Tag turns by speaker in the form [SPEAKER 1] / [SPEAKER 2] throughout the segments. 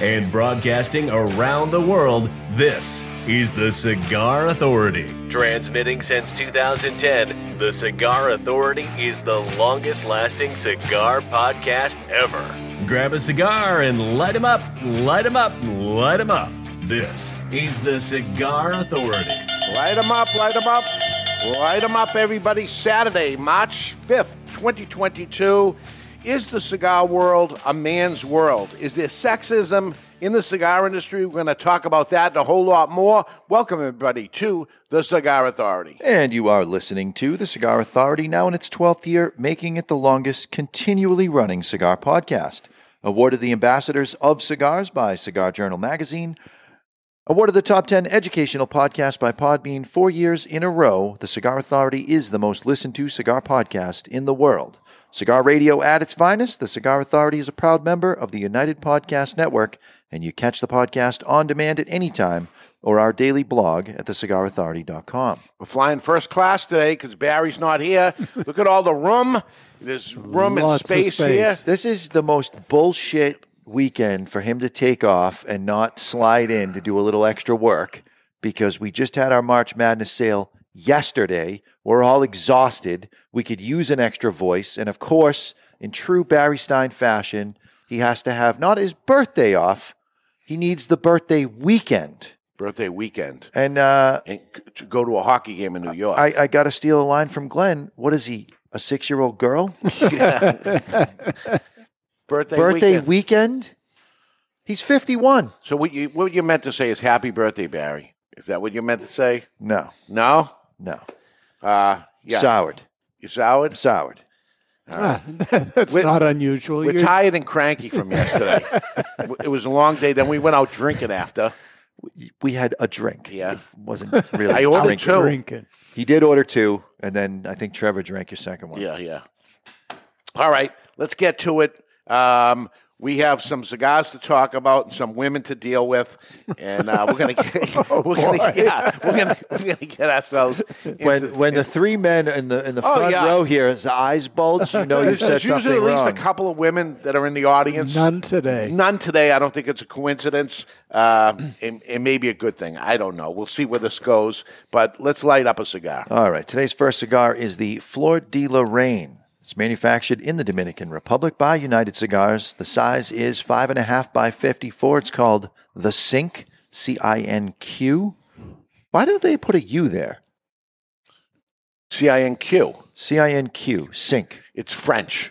[SPEAKER 1] and broadcasting around the world, this is the Cigar Authority. Transmitting since 2010, the Cigar Authority is the longest lasting cigar podcast ever. Grab a cigar and light 'em up, light 'em up, light 'em up. This is the Cigar Authority.
[SPEAKER 2] Light 'em up, light 'em up, light 'em up, everybody. Saturday, March 5th, 2022. Is the cigar world a man's world? Is there sexism in the cigar industry? We're going to talk about that and a whole lot more. Welcome, everybody, to the Cigar Authority.
[SPEAKER 3] And you are listening to the Cigar Authority now in its 12th year, making it the longest continually running cigar podcast. Awarded the Ambassadors of Cigars by Cigar Journal Magazine. Awarded the Top 10 Educational Podcast by Podbean four years in a row, the Cigar Authority is the most listened to cigar podcast in the world. Cigar radio at its finest, the Cigar Authority is a proud member of the United Podcast Network, and you catch the podcast on demand at any time or our daily blog at thecigarauthority.com.
[SPEAKER 2] We're flying first class today because Barry's not here. Look at all the room. There's room
[SPEAKER 4] Lots
[SPEAKER 2] and
[SPEAKER 4] of
[SPEAKER 2] space,
[SPEAKER 4] space.
[SPEAKER 2] here.
[SPEAKER 3] This is the most bullshit weekend for him to take off and not slide in to do a little extra work because we just had our March Madness sale yesterday. We're all exhausted. We could use an extra voice. And of course, in true Barry Stein fashion, he has to have not his birthday off, he needs the birthday weekend.
[SPEAKER 2] Birthday weekend.
[SPEAKER 3] And uh,
[SPEAKER 2] And c- to go to a hockey game in New York.
[SPEAKER 3] I, I got to steal a line from Glenn. What is he, a six year old girl?
[SPEAKER 2] birthday,
[SPEAKER 3] birthday
[SPEAKER 2] weekend.
[SPEAKER 3] weekend? He's 51.
[SPEAKER 2] so, what you, what you meant to say is happy birthday, Barry. Is that what you meant to say?
[SPEAKER 3] No,
[SPEAKER 2] No?
[SPEAKER 3] no.
[SPEAKER 2] Uh, yeah.
[SPEAKER 3] Soured.
[SPEAKER 2] you soured?
[SPEAKER 3] Soured.
[SPEAKER 4] Ah, that's
[SPEAKER 2] We're-
[SPEAKER 4] not unusual.
[SPEAKER 2] We're
[SPEAKER 4] You're-
[SPEAKER 2] tired and cranky from yesterday. it was a long day. Then we went out drinking after.
[SPEAKER 3] We had a drink.
[SPEAKER 2] Yeah.
[SPEAKER 3] It wasn't really.
[SPEAKER 2] I ordered
[SPEAKER 3] drinking.
[SPEAKER 2] two.
[SPEAKER 4] drinking.
[SPEAKER 3] He did order two, and then I think Trevor drank your second one.
[SPEAKER 2] Yeah, yeah. All right, let's get to it. Um, we have some cigars to talk about and some women to deal with, and uh, we're gonna get,
[SPEAKER 4] Oh,
[SPEAKER 2] we're gonna, yeah, we're gonna we're gonna get ourselves. Into,
[SPEAKER 3] When when the three men in the in the
[SPEAKER 2] Oh,
[SPEAKER 3] front
[SPEAKER 2] yeah.
[SPEAKER 3] row here, his eyes bulge, you know you've
[SPEAKER 2] there's
[SPEAKER 3] said
[SPEAKER 2] usually
[SPEAKER 3] something
[SPEAKER 2] at least
[SPEAKER 3] wrong.
[SPEAKER 2] a couple of women that are in the audience.
[SPEAKER 4] None today.
[SPEAKER 2] None today. I don't think it's a coincidence. Uh, it, it may be a good thing. I don't know. We'll see where this goes. But let's light up a cigar.
[SPEAKER 3] All right. Today's first cigar is the Flor de Lorraine. It's manufactured in the Dominican Republic by United Cigars. The size is five and a half by fifty-four. It's called the Sink C I N Q. Why do they put a U there?
[SPEAKER 2] C I N Q.
[SPEAKER 3] C I N Q. Sink.
[SPEAKER 2] It's French.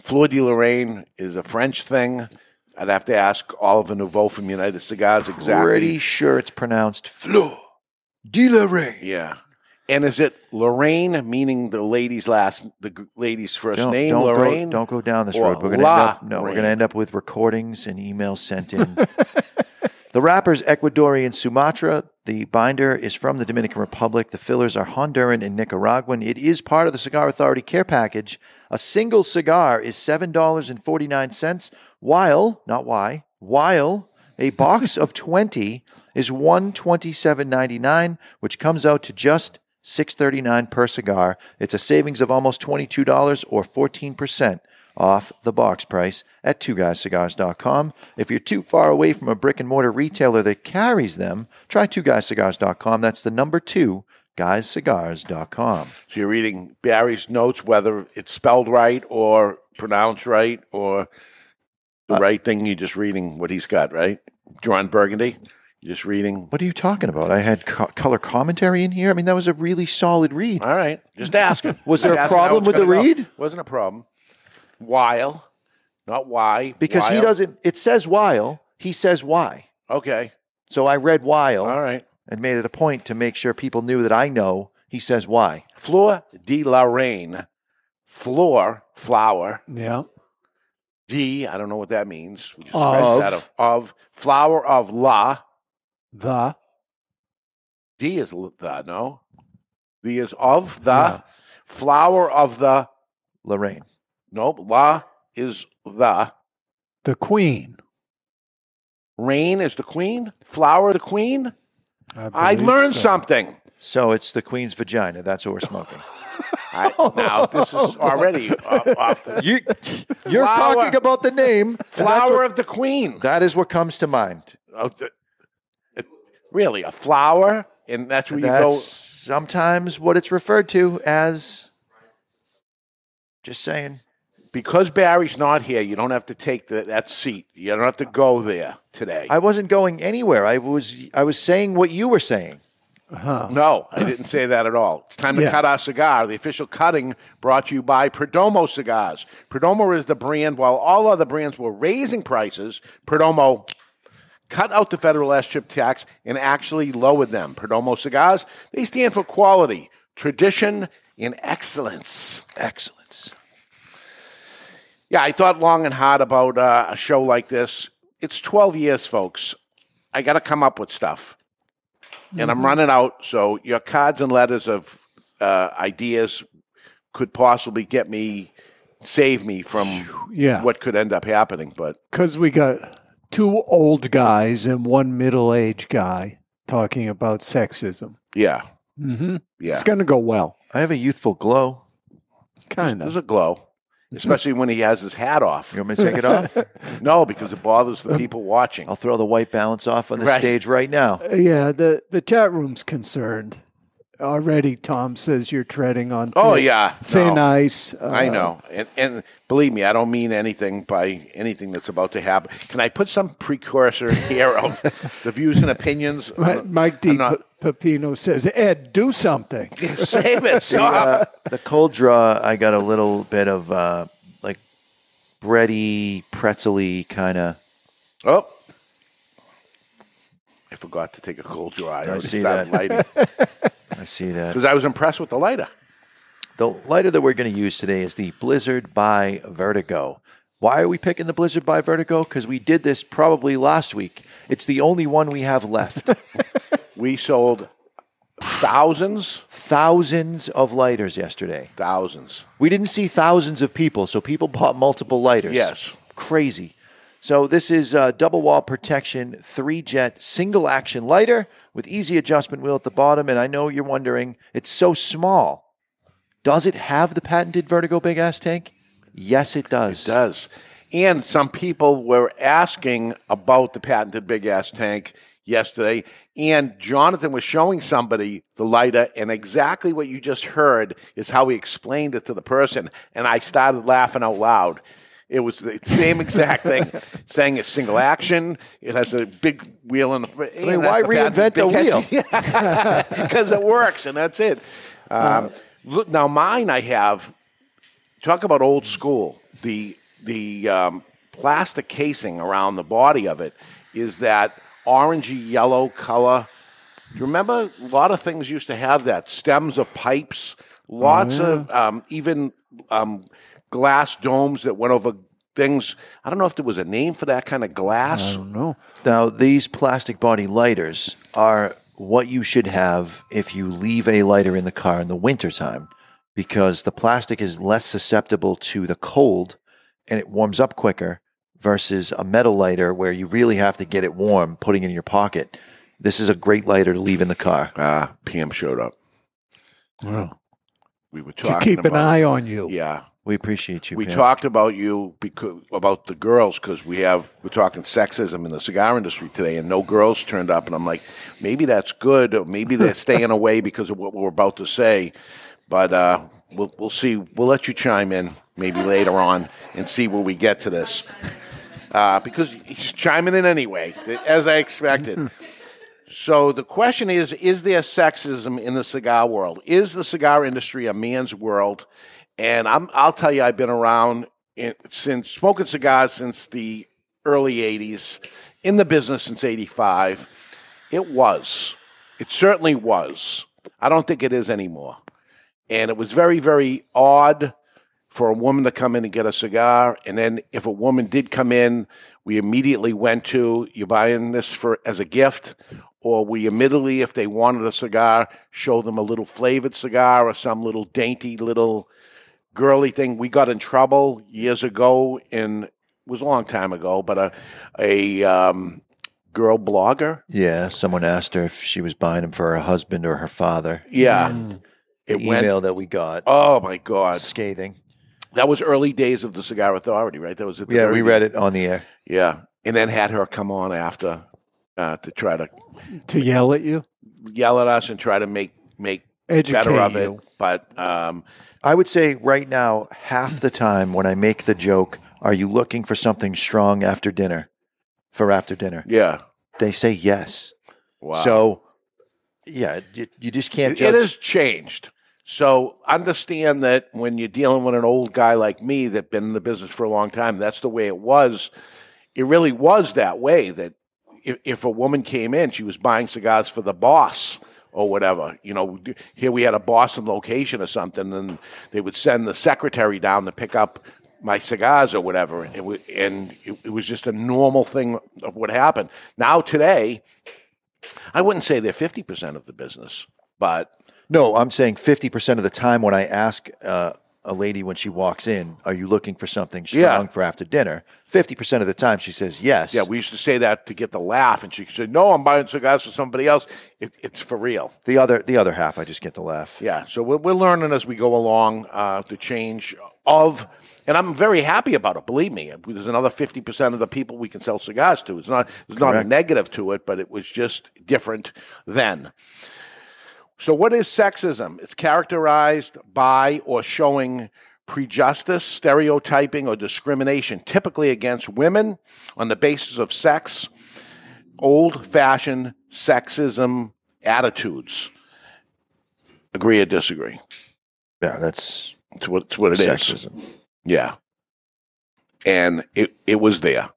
[SPEAKER 2] Fleur de Lorraine is a French thing. I'd have to ask Oliver Nouveau from United Cigars exactly.
[SPEAKER 3] Pretty sure it's pronounced Fleur de Lorraine.
[SPEAKER 2] Yeah. And is it Lorraine, meaning the lady's last, the g- lady's 1st
[SPEAKER 3] Don't,
[SPEAKER 2] name,
[SPEAKER 3] don't
[SPEAKER 2] Lorraine?
[SPEAKER 3] go, don't go down this
[SPEAKER 2] or
[SPEAKER 3] road. We're going to end up.
[SPEAKER 2] La
[SPEAKER 3] No, we're
[SPEAKER 2] Rain?
[SPEAKER 3] going to end up with recordings and emails sent in. the wrapper's Ecuadorian Sumatra. The binder is from the Dominican Republic. The fillers are Honduran and Nicaraguan. It is part of the Cigar Authority care package. A single cigar is seven dollars and forty nine cents, while not why while a box of twenty is one twenty seven ninety nine, which comes out to just 639 per cigar. It's a savings of almost $22 or 14% off the box price at twoguyscigars.com. If you're too far away from a brick and mortar retailer that carries them, try twoguyscigars.com. That's the number 2 guyscigars.com.
[SPEAKER 2] So you're reading Barry's notes, whether it's spelled right or pronounced right or the
[SPEAKER 3] Uh,
[SPEAKER 2] right thing. You're just reading what he's got, right? John Burgundy. You're just reading.
[SPEAKER 3] What are you talking about? I had co- color commentary in here. I mean, that was a really solid read.
[SPEAKER 2] All right. Just asking.
[SPEAKER 3] Was there
[SPEAKER 2] Just
[SPEAKER 3] a
[SPEAKER 2] asking how
[SPEAKER 3] problem
[SPEAKER 2] it's
[SPEAKER 3] with
[SPEAKER 2] gonna
[SPEAKER 3] the
[SPEAKER 2] go.
[SPEAKER 3] read?
[SPEAKER 2] Wasn't a problem. While, not why.
[SPEAKER 3] Because he
[SPEAKER 2] while.
[SPEAKER 3] doesn't it says while, he says why.
[SPEAKER 2] Okay.
[SPEAKER 3] So I read while
[SPEAKER 2] All right.
[SPEAKER 3] and made it a point to make sure people knew that I know he says why.
[SPEAKER 2] Fleur de la Reine. Fleur, flower.
[SPEAKER 4] Yeah.
[SPEAKER 2] D, I don't know what that means. We just
[SPEAKER 4] Of.
[SPEAKER 2] scratched that out. Of. Flower of la.
[SPEAKER 4] The.
[SPEAKER 2] D is l- the, no? D is of the. Flower of the
[SPEAKER 3] Lorraine.
[SPEAKER 2] Nope. La is the.
[SPEAKER 4] The queen.
[SPEAKER 2] Rain is the queen. Flower the queen. I
[SPEAKER 4] believe
[SPEAKER 2] learned
[SPEAKER 4] so.
[SPEAKER 2] something.
[SPEAKER 3] So it's the queen's vagina. That's what we're smoking.
[SPEAKER 2] I, now this is already uh, off the
[SPEAKER 3] you, you're
[SPEAKER 2] Flower.
[SPEAKER 3] talking about the name. and that's
[SPEAKER 2] flower
[SPEAKER 3] what-
[SPEAKER 2] of the queen.
[SPEAKER 3] that is what comes to mind.
[SPEAKER 2] Oh, th- it- really, a flower, and that's where
[SPEAKER 3] That's
[SPEAKER 2] you
[SPEAKER 3] sometimes what it's referred to as. Just saying.
[SPEAKER 2] go because Barry's not here. You don't have to take the, that seat. You don't have to go there today.
[SPEAKER 3] I wasn't going anywhere. I was I was saying what you were saying.
[SPEAKER 2] No, I didn't say that at all. It's time to
[SPEAKER 4] Yeah.
[SPEAKER 2] cut our cigar. The official cutting brought to you by Perdomo Cigars. Perdomo is the brand. While all other brands were raising prices, Perdomo cut out the federal S chip tax and actually lowered them. Perdomo Cigars, they stand for quality, tradition, and excellence.
[SPEAKER 3] Excellence.
[SPEAKER 2] Yeah, I thought long and hard about uh, a show like this. It's 12 years, folks. I got to come up with stuff. And
[SPEAKER 3] Mm-hmm.
[SPEAKER 4] Mm-hmm.
[SPEAKER 2] I'm running out. So your cards and letters of uh, ideas could possibly get me, save me from
[SPEAKER 4] Yeah.
[SPEAKER 2] what could end up happening. But
[SPEAKER 4] Because we got two old guys and one middle aged guy talking about sexism.
[SPEAKER 2] yeah,
[SPEAKER 4] Mm-hmm.
[SPEAKER 2] yeah.
[SPEAKER 4] It's going to go well.
[SPEAKER 3] I have a youthful glow.
[SPEAKER 4] Kind
[SPEAKER 2] There's
[SPEAKER 4] of.
[SPEAKER 2] a glow, especially when he has his hat off.
[SPEAKER 3] You want me to take it off?
[SPEAKER 2] No, because it bothers the people watching.
[SPEAKER 3] Um, I'll throw the white balance off on the
[SPEAKER 2] Right.
[SPEAKER 3] stage right now.
[SPEAKER 4] Yeah, the, the chat room's concerned. Already, Tom says you're treading on
[SPEAKER 2] Oh,
[SPEAKER 4] thin-
[SPEAKER 2] yeah.
[SPEAKER 4] thin
[SPEAKER 2] No.
[SPEAKER 4] ice. Uh,
[SPEAKER 2] I know, and, and believe me, I don't mean anything by anything that's about to happen. Can I put some precursor here of the views and opinions?
[SPEAKER 4] Mi- Mike D.
[SPEAKER 2] I'm not-
[SPEAKER 4] Pe- Pepino says, Ed, do something.
[SPEAKER 2] Save it. Stop.
[SPEAKER 3] Uh, the cold draw, I got a little bit of uh, like bready, pretzely kind of.
[SPEAKER 2] Oh, I forgot to take a cold draw. I already
[SPEAKER 3] see
[SPEAKER 2] started
[SPEAKER 3] that.
[SPEAKER 2] lighting
[SPEAKER 3] I see that.
[SPEAKER 2] because I was impressed with the lighter.
[SPEAKER 3] The lighter that we're going to use today is the Blizzard by Vertigo. Why are we picking the Blizzard by Vertigo? Because we did this probably last week. It's the only one we have left.
[SPEAKER 2] We sold thousands,
[SPEAKER 3] thousands of lighters yesterday.
[SPEAKER 2] thousands.
[SPEAKER 3] We didn't see thousands of people, so people bought multiple lighters.
[SPEAKER 2] Yes.
[SPEAKER 3] Crazy. So this is a double wall protection, three jet, single action lighter with easy adjustment wheel at the bottom. And I know you're wondering, it's so small. Does it have the patented Vertigo big ass tank? Yes, it does.
[SPEAKER 2] does. And some people were asking about the patented big ass tank yesterday. And Jonathan was showing somebody the lighter, and exactly what you just heard is how he explained it to the person. And I started laughing out loud. It was the same exact thing, saying it's single action. It has a big wheel in the. I
[SPEAKER 3] mean, why reinvent the wheel?
[SPEAKER 2] Because it works, and that's it. Um, look, now mine, I have talk about old school. The the um, plastic casing around the body of it is that orangey yellow color. Do you remember a lot of things used to have that stems of pipes, lots
[SPEAKER 4] Oh,
[SPEAKER 2] of um, even um, glass domes that went over things. I don't know if there was a name for that kind of glass.
[SPEAKER 4] No.
[SPEAKER 3] Now, these plastic body lighters are what you should have if you leave a lighter in the car in the wintertime because the plastic is less susceptible to the cold and it warms up quicker versus a metal lighter where you really have to get it warm putting it in your pocket. This is a great lighter to leave in the car.
[SPEAKER 2] Ah, PM showed up.
[SPEAKER 4] Well,
[SPEAKER 2] We were talking
[SPEAKER 4] to keep an
[SPEAKER 2] about-
[SPEAKER 4] eye on you.
[SPEAKER 2] Yeah,
[SPEAKER 3] We appreciate you.
[SPEAKER 2] we
[SPEAKER 3] Pam.
[SPEAKER 2] talked about you because about the girls because we have we're talking sexism in the cigar industry today, and no girls turned up, and I'm like, maybe that's good, or maybe they're staying away because of what we're about to say, but uh, we'll we'll see. We'll let you chime in maybe later on and see where we get to this. Uh, because he's chiming in anyway, as I expected. So the question is Is there sexism in the cigar world? Is the cigar industry a man's world? And I'm, I'll tell you, I've been around in, since smoking cigars since the early 80s, in the business since 85. It was. It certainly was. I don't think it is anymore. And it was very, very odd for a woman to come in and get a cigar. And then if a woman did come in, we immediately went to you buying this for as a gift, or we immediately, if they wanted a cigar, show them a little flavored cigar or some little dainty little girly thing. We got in trouble years ago in it was a long time ago, but a a um, girl blogger.
[SPEAKER 3] Yeah, someone asked her if she was buying them for her husband or her father.
[SPEAKER 2] Yeah,
[SPEAKER 3] Mm. The
[SPEAKER 2] it went.
[SPEAKER 3] email that we got,
[SPEAKER 2] Oh my god,
[SPEAKER 3] scathing.
[SPEAKER 2] that was early days of the Cigar Authority, right? That was at the
[SPEAKER 3] Yeah,
[SPEAKER 2] very
[SPEAKER 3] we read it on the air.
[SPEAKER 2] Yeah, and then had her come on after uh, to try to
[SPEAKER 4] to yell at you,
[SPEAKER 2] yell at us and try to make make
[SPEAKER 4] educate
[SPEAKER 2] better of it.
[SPEAKER 4] you.
[SPEAKER 2] But um,
[SPEAKER 3] I would say right now, half the time when I make the joke, are you looking for something strong after dinner? For after dinner,
[SPEAKER 2] yeah,
[SPEAKER 3] they say yes.
[SPEAKER 2] wow.
[SPEAKER 3] So, yeah, you, you just can't
[SPEAKER 2] it, it
[SPEAKER 3] judge.
[SPEAKER 2] has changed. So understand that when you're dealing with an old guy like me that's been in the business for a long time, that's the way it was. It really was that way. That if, if a woman came in, she was buying cigars for the boss or whatever. You know, here we had a Boston location or something, and they would send the secretary down to pick up my cigars or whatever. And it, wa- and it, it was just a normal thing of what happened. Now today, I wouldn't say they're fifty percent of the business, but
[SPEAKER 3] No, I'm saying 50% of the time when I ask uh, a lady when she walks in, are you looking for something strong
[SPEAKER 2] Yeah.
[SPEAKER 3] for after dinner? 50% of the time she says yes.
[SPEAKER 2] Yeah, we used to say that to get the laugh, and she said, "No, I'm buying cigars for somebody else. It, it's for real."
[SPEAKER 3] the other the other half I just get the laugh.
[SPEAKER 2] Yeah, so we're, we're learning as we go along uh, the change of, and I'm very happy about it. Believe me, there's another fifty percent of the people we can sell cigars to. It's not there's not a
[SPEAKER 3] Correct.
[SPEAKER 2] negative to it, but it was just different then. So, what is sexism? It's characterized by or showing prejudice, stereotyping, or discrimination, typically against women on the basis of sex, old fashioned sexism attitudes. Agree or disagree?
[SPEAKER 3] Yeah, that's
[SPEAKER 2] It's what, it's what it is.
[SPEAKER 3] sexism.
[SPEAKER 2] Yeah. And it, it was there.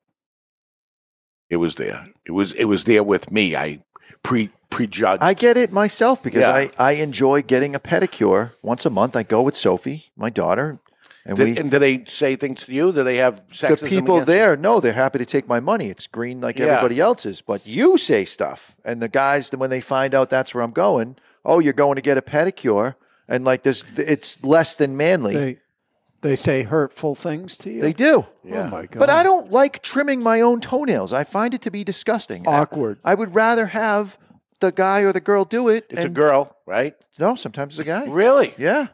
[SPEAKER 2] It was there. It was it was there with me. I pre prejudged.
[SPEAKER 3] I get it myself because
[SPEAKER 2] Yeah.
[SPEAKER 3] I, I enjoy getting a pedicure once a month. I go with Sophie, my daughter, and
[SPEAKER 2] Did-
[SPEAKER 3] we
[SPEAKER 2] and do they say things to you? Do they have
[SPEAKER 3] the
[SPEAKER 2] sexism?
[SPEAKER 3] people
[SPEAKER 2] against-
[SPEAKER 3] there no they're happy to take my money it's green like
[SPEAKER 2] Yeah.
[SPEAKER 3] everybody else's but you say stuff and the guys when they find out that's where i'm going oh you're going to get a pedicure and like this it's less than manly they,
[SPEAKER 4] They they say hurtful things to you.
[SPEAKER 3] do
[SPEAKER 4] Oh my god!
[SPEAKER 3] but i don't like trimming my own toenails i find it to be disgusting I-
[SPEAKER 4] Awkward.
[SPEAKER 3] i, would rather have the guy or the girl do it
[SPEAKER 2] It's
[SPEAKER 3] and-
[SPEAKER 2] a girl, right?
[SPEAKER 3] no sometimes it's a guy
[SPEAKER 2] Really?
[SPEAKER 3] yeah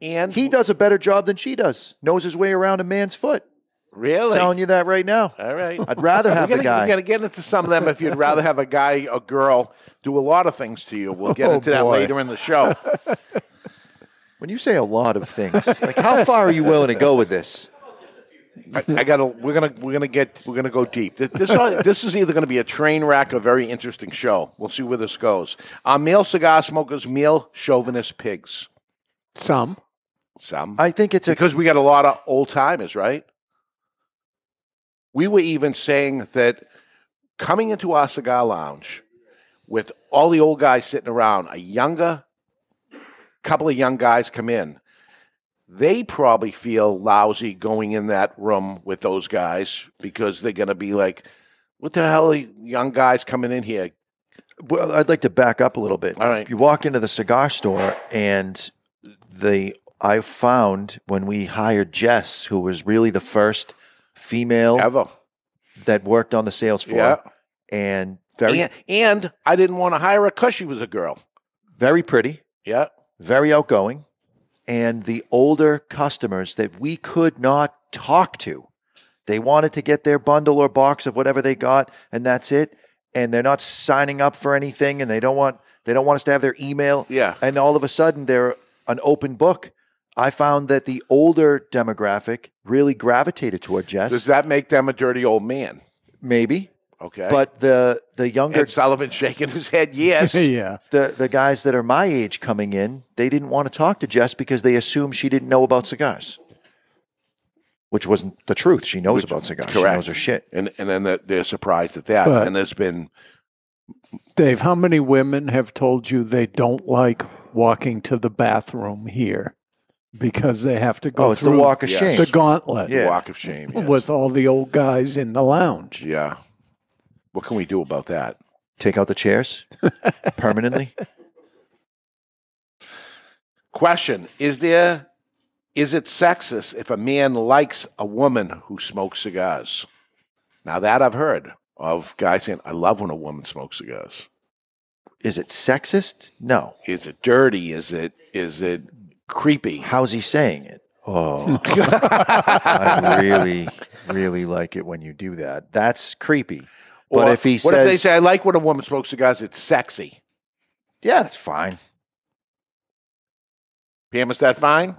[SPEAKER 2] And
[SPEAKER 3] he does a better job than she does knows his way around a man's foot
[SPEAKER 2] really.
[SPEAKER 3] telling you that right now
[SPEAKER 2] All right.
[SPEAKER 3] i'd rather have
[SPEAKER 2] we're
[SPEAKER 3] the
[SPEAKER 2] gonna,
[SPEAKER 3] guy
[SPEAKER 2] We're going to get into some of them if you'd rather have a guy or girl do a lot of things to you. We'll get
[SPEAKER 4] Oh,
[SPEAKER 2] into that
[SPEAKER 4] boy.
[SPEAKER 2] later in the show.
[SPEAKER 3] When you say a lot of things, like how far are you willing to go with this?
[SPEAKER 2] I, I gotta. We're gonna. We're gonna get. We're gonna go deep. This this, this is either gonna be a train wreck or very interesting show. We'll see where this goes. Are male cigar smokers male chauvinist pigs?
[SPEAKER 4] Some
[SPEAKER 2] Some.
[SPEAKER 3] I think it's a
[SPEAKER 2] because we got a lot of old timers, right? We were even saying that coming into our cigar lounge with all the old guys sitting around, a younger couple of young guys come in. They probably feel lousy going in that room with those guys because they're going to be like, what the hell are you young guys coming in here?
[SPEAKER 3] well, I'd like to back up a little bit.
[SPEAKER 2] All right.
[SPEAKER 3] You walk into the cigar store and the I found when we hired Jess, who was really the first female
[SPEAKER 2] Ever.
[SPEAKER 3] that worked on the sales floor
[SPEAKER 2] Yeah.
[SPEAKER 3] and very
[SPEAKER 2] And, and I didn't want to hire her because she was a girl.
[SPEAKER 3] very pretty,
[SPEAKER 2] Yeah.
[SPEAKER 3] very outgoing, and the older customers that we could not talk to. They wanted to get their bundle or box of whatever they got, and that's it. And they're not signing up for anything, and they don't want they don't want us to have their email.
[SPEAKER 2] Yeah.
[SPEAKER 3] And all of a sudden, they're an open book. I found that the older demographic really gravitated toward Jess.
[SPEAKER 2] Does that make them a dirty old man?
[SPEAKER 3] maybe,
[SPEAKER 2] Okay.
[SPEAKER 3] but the the younger
[SPEAKER 2] Ed Sullivan shaking his head, yes.
[SPEAKER 4] yeah.
[SPEAKER 3] the the guys that are my age coming in, they didn't want to talk to Jess because they assumed she didn't know about cigars, which wasn't the truth. She knows about cigars. She
[SPEAKER 2] correct.
[SPEAKER 3] knows her shit.
[SPEAKER 2] And and then they're- they're surprised at that.
[SPEAKER 4] But-
[SPEAKER 2] and there's been
[SPEAKER 4] Dave, how many women have told you they don't like walking to the bathroom here because they have to go
[SPEAKER 3] Oh, it's the
[SPEAKER 4] through
[SPEAKER 3] walk of
[SPEAKER 2] Yes.
[SPEAKER 3] shame.
[SPEAKER 4] the gauntlet
[SPEAKER 3] Yeah.
[SPEAKER 2] walk of shame. yes.
[SPEAKER 4] with all the old guys in the lounge?
[SPEAKER 2] yeah. What can we do about that?
[SPEAKER 3] Take out the chairs permanently.
[SPEAKER 2] Question: Is there Is it sexist if a man likes a woman who smokes cigars? Now, that I've heard of guys saying, I love when a woman smokes cigars.
[SPEAKER 3] Is it sexist? No.
[SPEAKER 2] Is it dirty? Is it is it creepy?
[SPEAKER 3] How's he saying it? Oh, I really, really like it when you do that. That's creepy. But
[SPEAKER 2] Or
[SPEAKER 3] if he
[SPEAKER 2] what if they
[SPEAKER 3] says,
[SPEAKER 2] say, I like when a woman smokes cigars, it's sexy.
[SPEAKER 3] yeah, that's fine.
[SPEAKER 2] Pam, is that fine?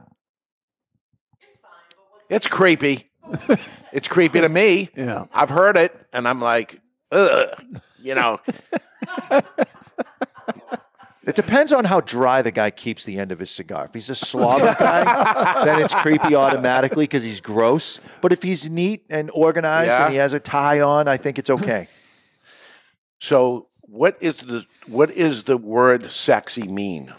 [SPEAKER 2] It's creepy. it's creepy to me.
[SPEAKER 4] Yeah.
[SPEAKER 2] I've heard it, and I'm like, ugh, you know.
[SPEAKER 3] It depends on how dry the guy keeps the end of his cigar. If he's a slobber guy, then it's creepy automatically because he's gross. But if he's neat and organized
[SPEAKER 2] Yeah.
[SPEAKER 3] and he has a tie on, I think it's okay.
[SPEAKER 2] So, what is the what is the word sexy mean?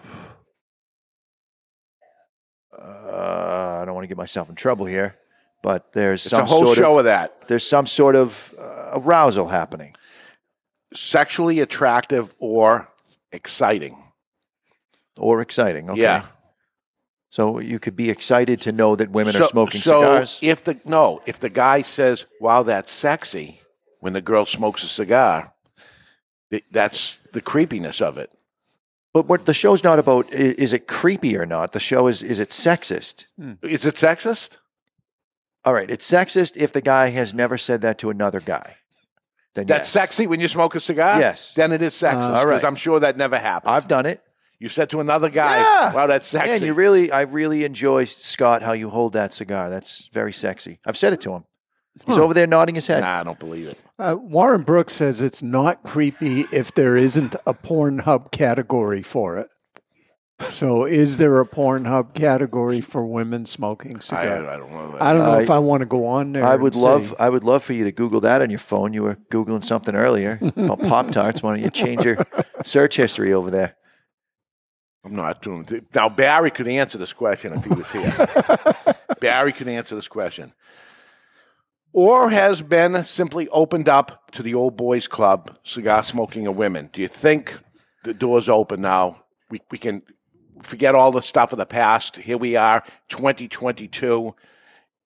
[SPEAKER 3] Uh, I don't want to get myself in trouble here, but there's
[SPEAKER 2] It's
[SPEAKER 3] some
[SPEAKER 2] a whole
[SPEAKER 3] sort
[SPEAKER 2] show
[SPEAKER 3] of,
[SPEAKER 2] of that.
[SPEAKER 3] there's some sort of uh, arousal happening.
[SPEAKER 2] Sexually attractive or exciting?
[SPEAKER 3] or exciting. Okay.
[SPEAKER 2] Yeah.
[SPEAKER 3] So you could be excited to know that women
[SPEAKER 2] So-
[SPEAKER 3] are smoking
[SPEAKER 2] so
[SPEAKER 3] cigars.
[SPEAKER 2] If the no, if the guy says, "Wow, that's sexy," when the girl smokes a cigar, th- that's the creepiness of it.
[SPEAKER 3] But what the show's not about i- is it creepy or not. The show is is it sexist?
[SPEAKER 2] Is it sexist?
[SPEAKER 3] All right, it's sexist if the guy has never said that to another guy. Then
[SPEAKER 2] That's
[SPEAKER 3] yes.
[SPEAKER 2] sexy when you smoke a cigar.
[SPEAKER 3] Yes.
[SPEAKER 2] then it is sexist.
[SPEAKER 3] all right.
[SPEAKER 2] because I'm sure that never happened.
[SPEAKER 3] I've done it.
[SPEAKER 2] you said to another guy,
[SPEAKER 3] Yeah.
[SPEAKER 2] "Wow, that's sexy."
[SPEAKER 3] Man, you really, I really enjoy Scott how you hold that cigar. That's very sexy. I've said it to him. He's over there nodding his head.
[SPEAKER 2] nah, I don't believe it.
[SPEAKER 4] Uh, Warren Brooks says it's not creepy if there isn't a Pornhub category for it. So, is there a Pornhub category for women smoking
[SPEAKER 2] I,
[SPEAKER 4] cigars?
[SPEAKER 2] I don't know. That.
[SPEAKER 4] I, don't know
[SPEAKER 3] I-
[SPEAKER 4] if I want to go on there.
[SPEAKER 3] I
[SPEAKER 4] and
[SPEAKER 3] would
[SPEAKER 4] see.
[SPEAKER 3] love, I would love for you to Google that on your phone. You were googling something earlier about Pop Tarts. Why don't you change your search history over there?
[SPEAKER 2] I'm not doing it. Now, Barry could answer this question if he was here. Barry could answer this question. Or has been simply opened up to the old boys club, cigar smoking of women. Do you think the door's open now? We, we can forget all the stuff of the past. Here we are, 2022.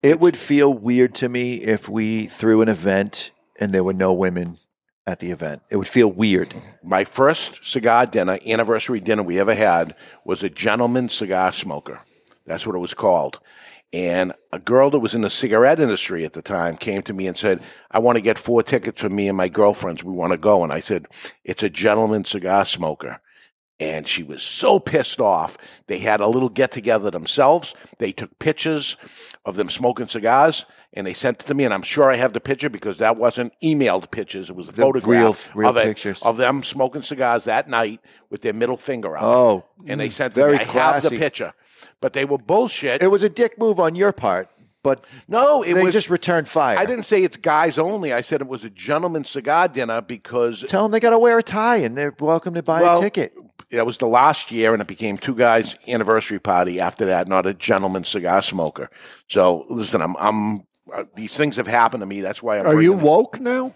[SPEAKER 3] It would feel weird to me if we threw an event and there were no women at the event. It would feel weird.
[SPEAKER 2] My first cigar dinner, anniversary dinner we ever had, was a gentleman cigar smoker. That's what it was called. And a girl that was in the cigarette industry at the time came to me and said, I want to get four tickets for me and my girlfriends. We want to go. And I said, It's a gentleman cigar smoker. And she was so pissed off. They had a little get together themselves. They took pictures of them smoking cigars and they sent it to me. And I'm sure I have the picture because that wasn't emailed pictures. It was a
[SPEAKER 3] The real-
[SPEAKER 2] photograph
[SPEAKER 3] real
[SPEAKER 2] of, it-
[SPEAKER 3] pictures.
[SPEAKER 2] of them smoking cigars that night with their middle finger out.
[SPEAKER 3] Oh,
[SPEAKER 2] and they sent
[SPEAKER 3] very
[SPEAKER 2] me, I have the
[SPEAKER 3] classy.
[SPEAKER 2] picture. But they were bullshit.
[SPEAKER 3] it was a dick move on your part, but
[SPEAKER 2] no, it
[SPEAKER 3] they
[SPEAKER 2] was
[SPEAKER 3] just returned fire.
[SPEAKER 2] I didn't say it's guys only. I said it was a gentleman's cigar dinner because
[SPEAKER 3] tell them they got to wear a tie and they're welcome to buy
[SPEAKER 2] Well-
[SPEAKER 3] a ticket.
[SPEAKER 2] that was the last year, and it became two guys' anniversary party after that. Not a gentleman cigar smoker. So listen, I'm, I'm uh, these things have happened to me. That's why I'm.
[SPEAKER 4] Are you
[SPEAKER 2] bringing them-
[SPEAKER 4] woke now?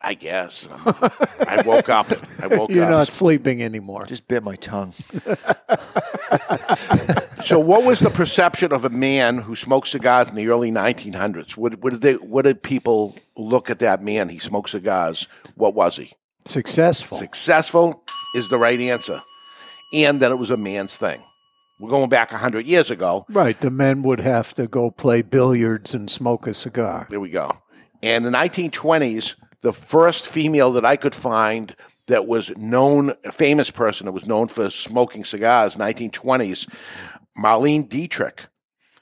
[SPEAKER 2] I guess I'm- I woke up. I woke
[SPEAKER 4] You're
[SPEAKER 2] up.
[SPEAKER 4] not sleeping anymore.
[SPEAKER 3] Just bit my tongue.
[SPEAKER 2] So, what was the perception of a man who smoked cigars in the early 1900s? What, what did they? What did people look at that man? He smoked cigars. What was he?
[SPEAKER 4] Successful.
[SPEAKER 2] Successful is the right answer, and that it was a man's thing. We're going back 100 years ago.
[SPEAKER 4] Right. The men would have to go play billiards and smoke a cigar.
[SPEAKER 2] There we go. And the 1920s, the first female that I could find that was known, a famous person that was known for smoking cigars, 1920s, Marlene Dietrich.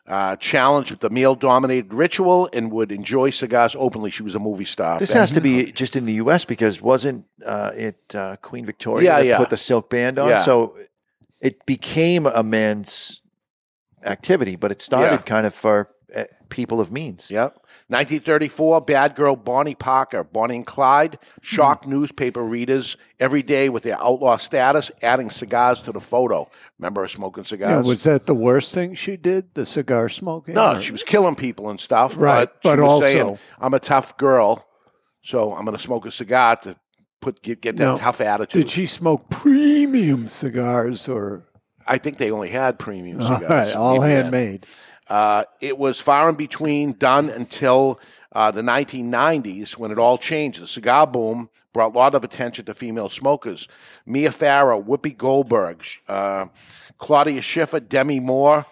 [SPEAKER 2] Uh, challenged with the male dominated ritual and would enjoy cigars openly. She was a movie star.
[SPEAKER 3] This
[SPEAKER 2] Back-
[SPEAKER 3] has to be just in the U.S. because wasn't uh, it uh, Queen Victoria
[SPEAKER 2] Yeah,
[SPEAKER 3] that
[SPEAKER 2] yeah.
[SPEAKER 3] put the silk band on?
[SPEAKER 2] Yeah.
[SPEAKER 3] So it became a man's activity, but it started
[SPEAKER 2] Yeah.
[SPEAKER 3] kind of for uh, people of means.
[SPEAKER 2] Yep. 1934, Bad Girl Bonnie Parker. Bonnie and Clyde shocked newspaper readers every day with their outlaw status, adding cigars to the photo. Remember her smoking
[SPEAKER 4] Yeah,
[SPEAKER 2] cigars?
[SPEAKER 4] was that the worst thing she did? The cigar smoking?
[SPEAKER 2] No,
[SPEAKER 4] Or-
[SPEAKER 2] she was killing people and stuff.
[SPEAKER 4] Right,
[SPEAKER 2] But, she
[SPEAKER 4] but
[SPEAKER 2] was
[SPEAKER 4] also-
[SPEAKER 2] saying, I'm a tough girl, so I'm going to smoke a cigar to put get, get that
[SPEAKER 4] No.
[SPEAKER 2] tough attitude.
[SPEAKER 4] Did she smoke premium cigars or
[SPEAKER 2] I think they only had premium
[SPEAKER 4] All
[SPEAKER 2] cigars.
[SPEAKER 4] right, all
[SPEAKER 2] even then.
[SPEAKER 4] handmade.
[SPEAKER 2] Uh, it was far and between, done until uh, the 1990s when it all changed. The cigar boom brought a lot of attention to female smokers. Mia Farrow, Whoopi Goldberg, sh- uh, Claudia Schiffer, Demi Moore.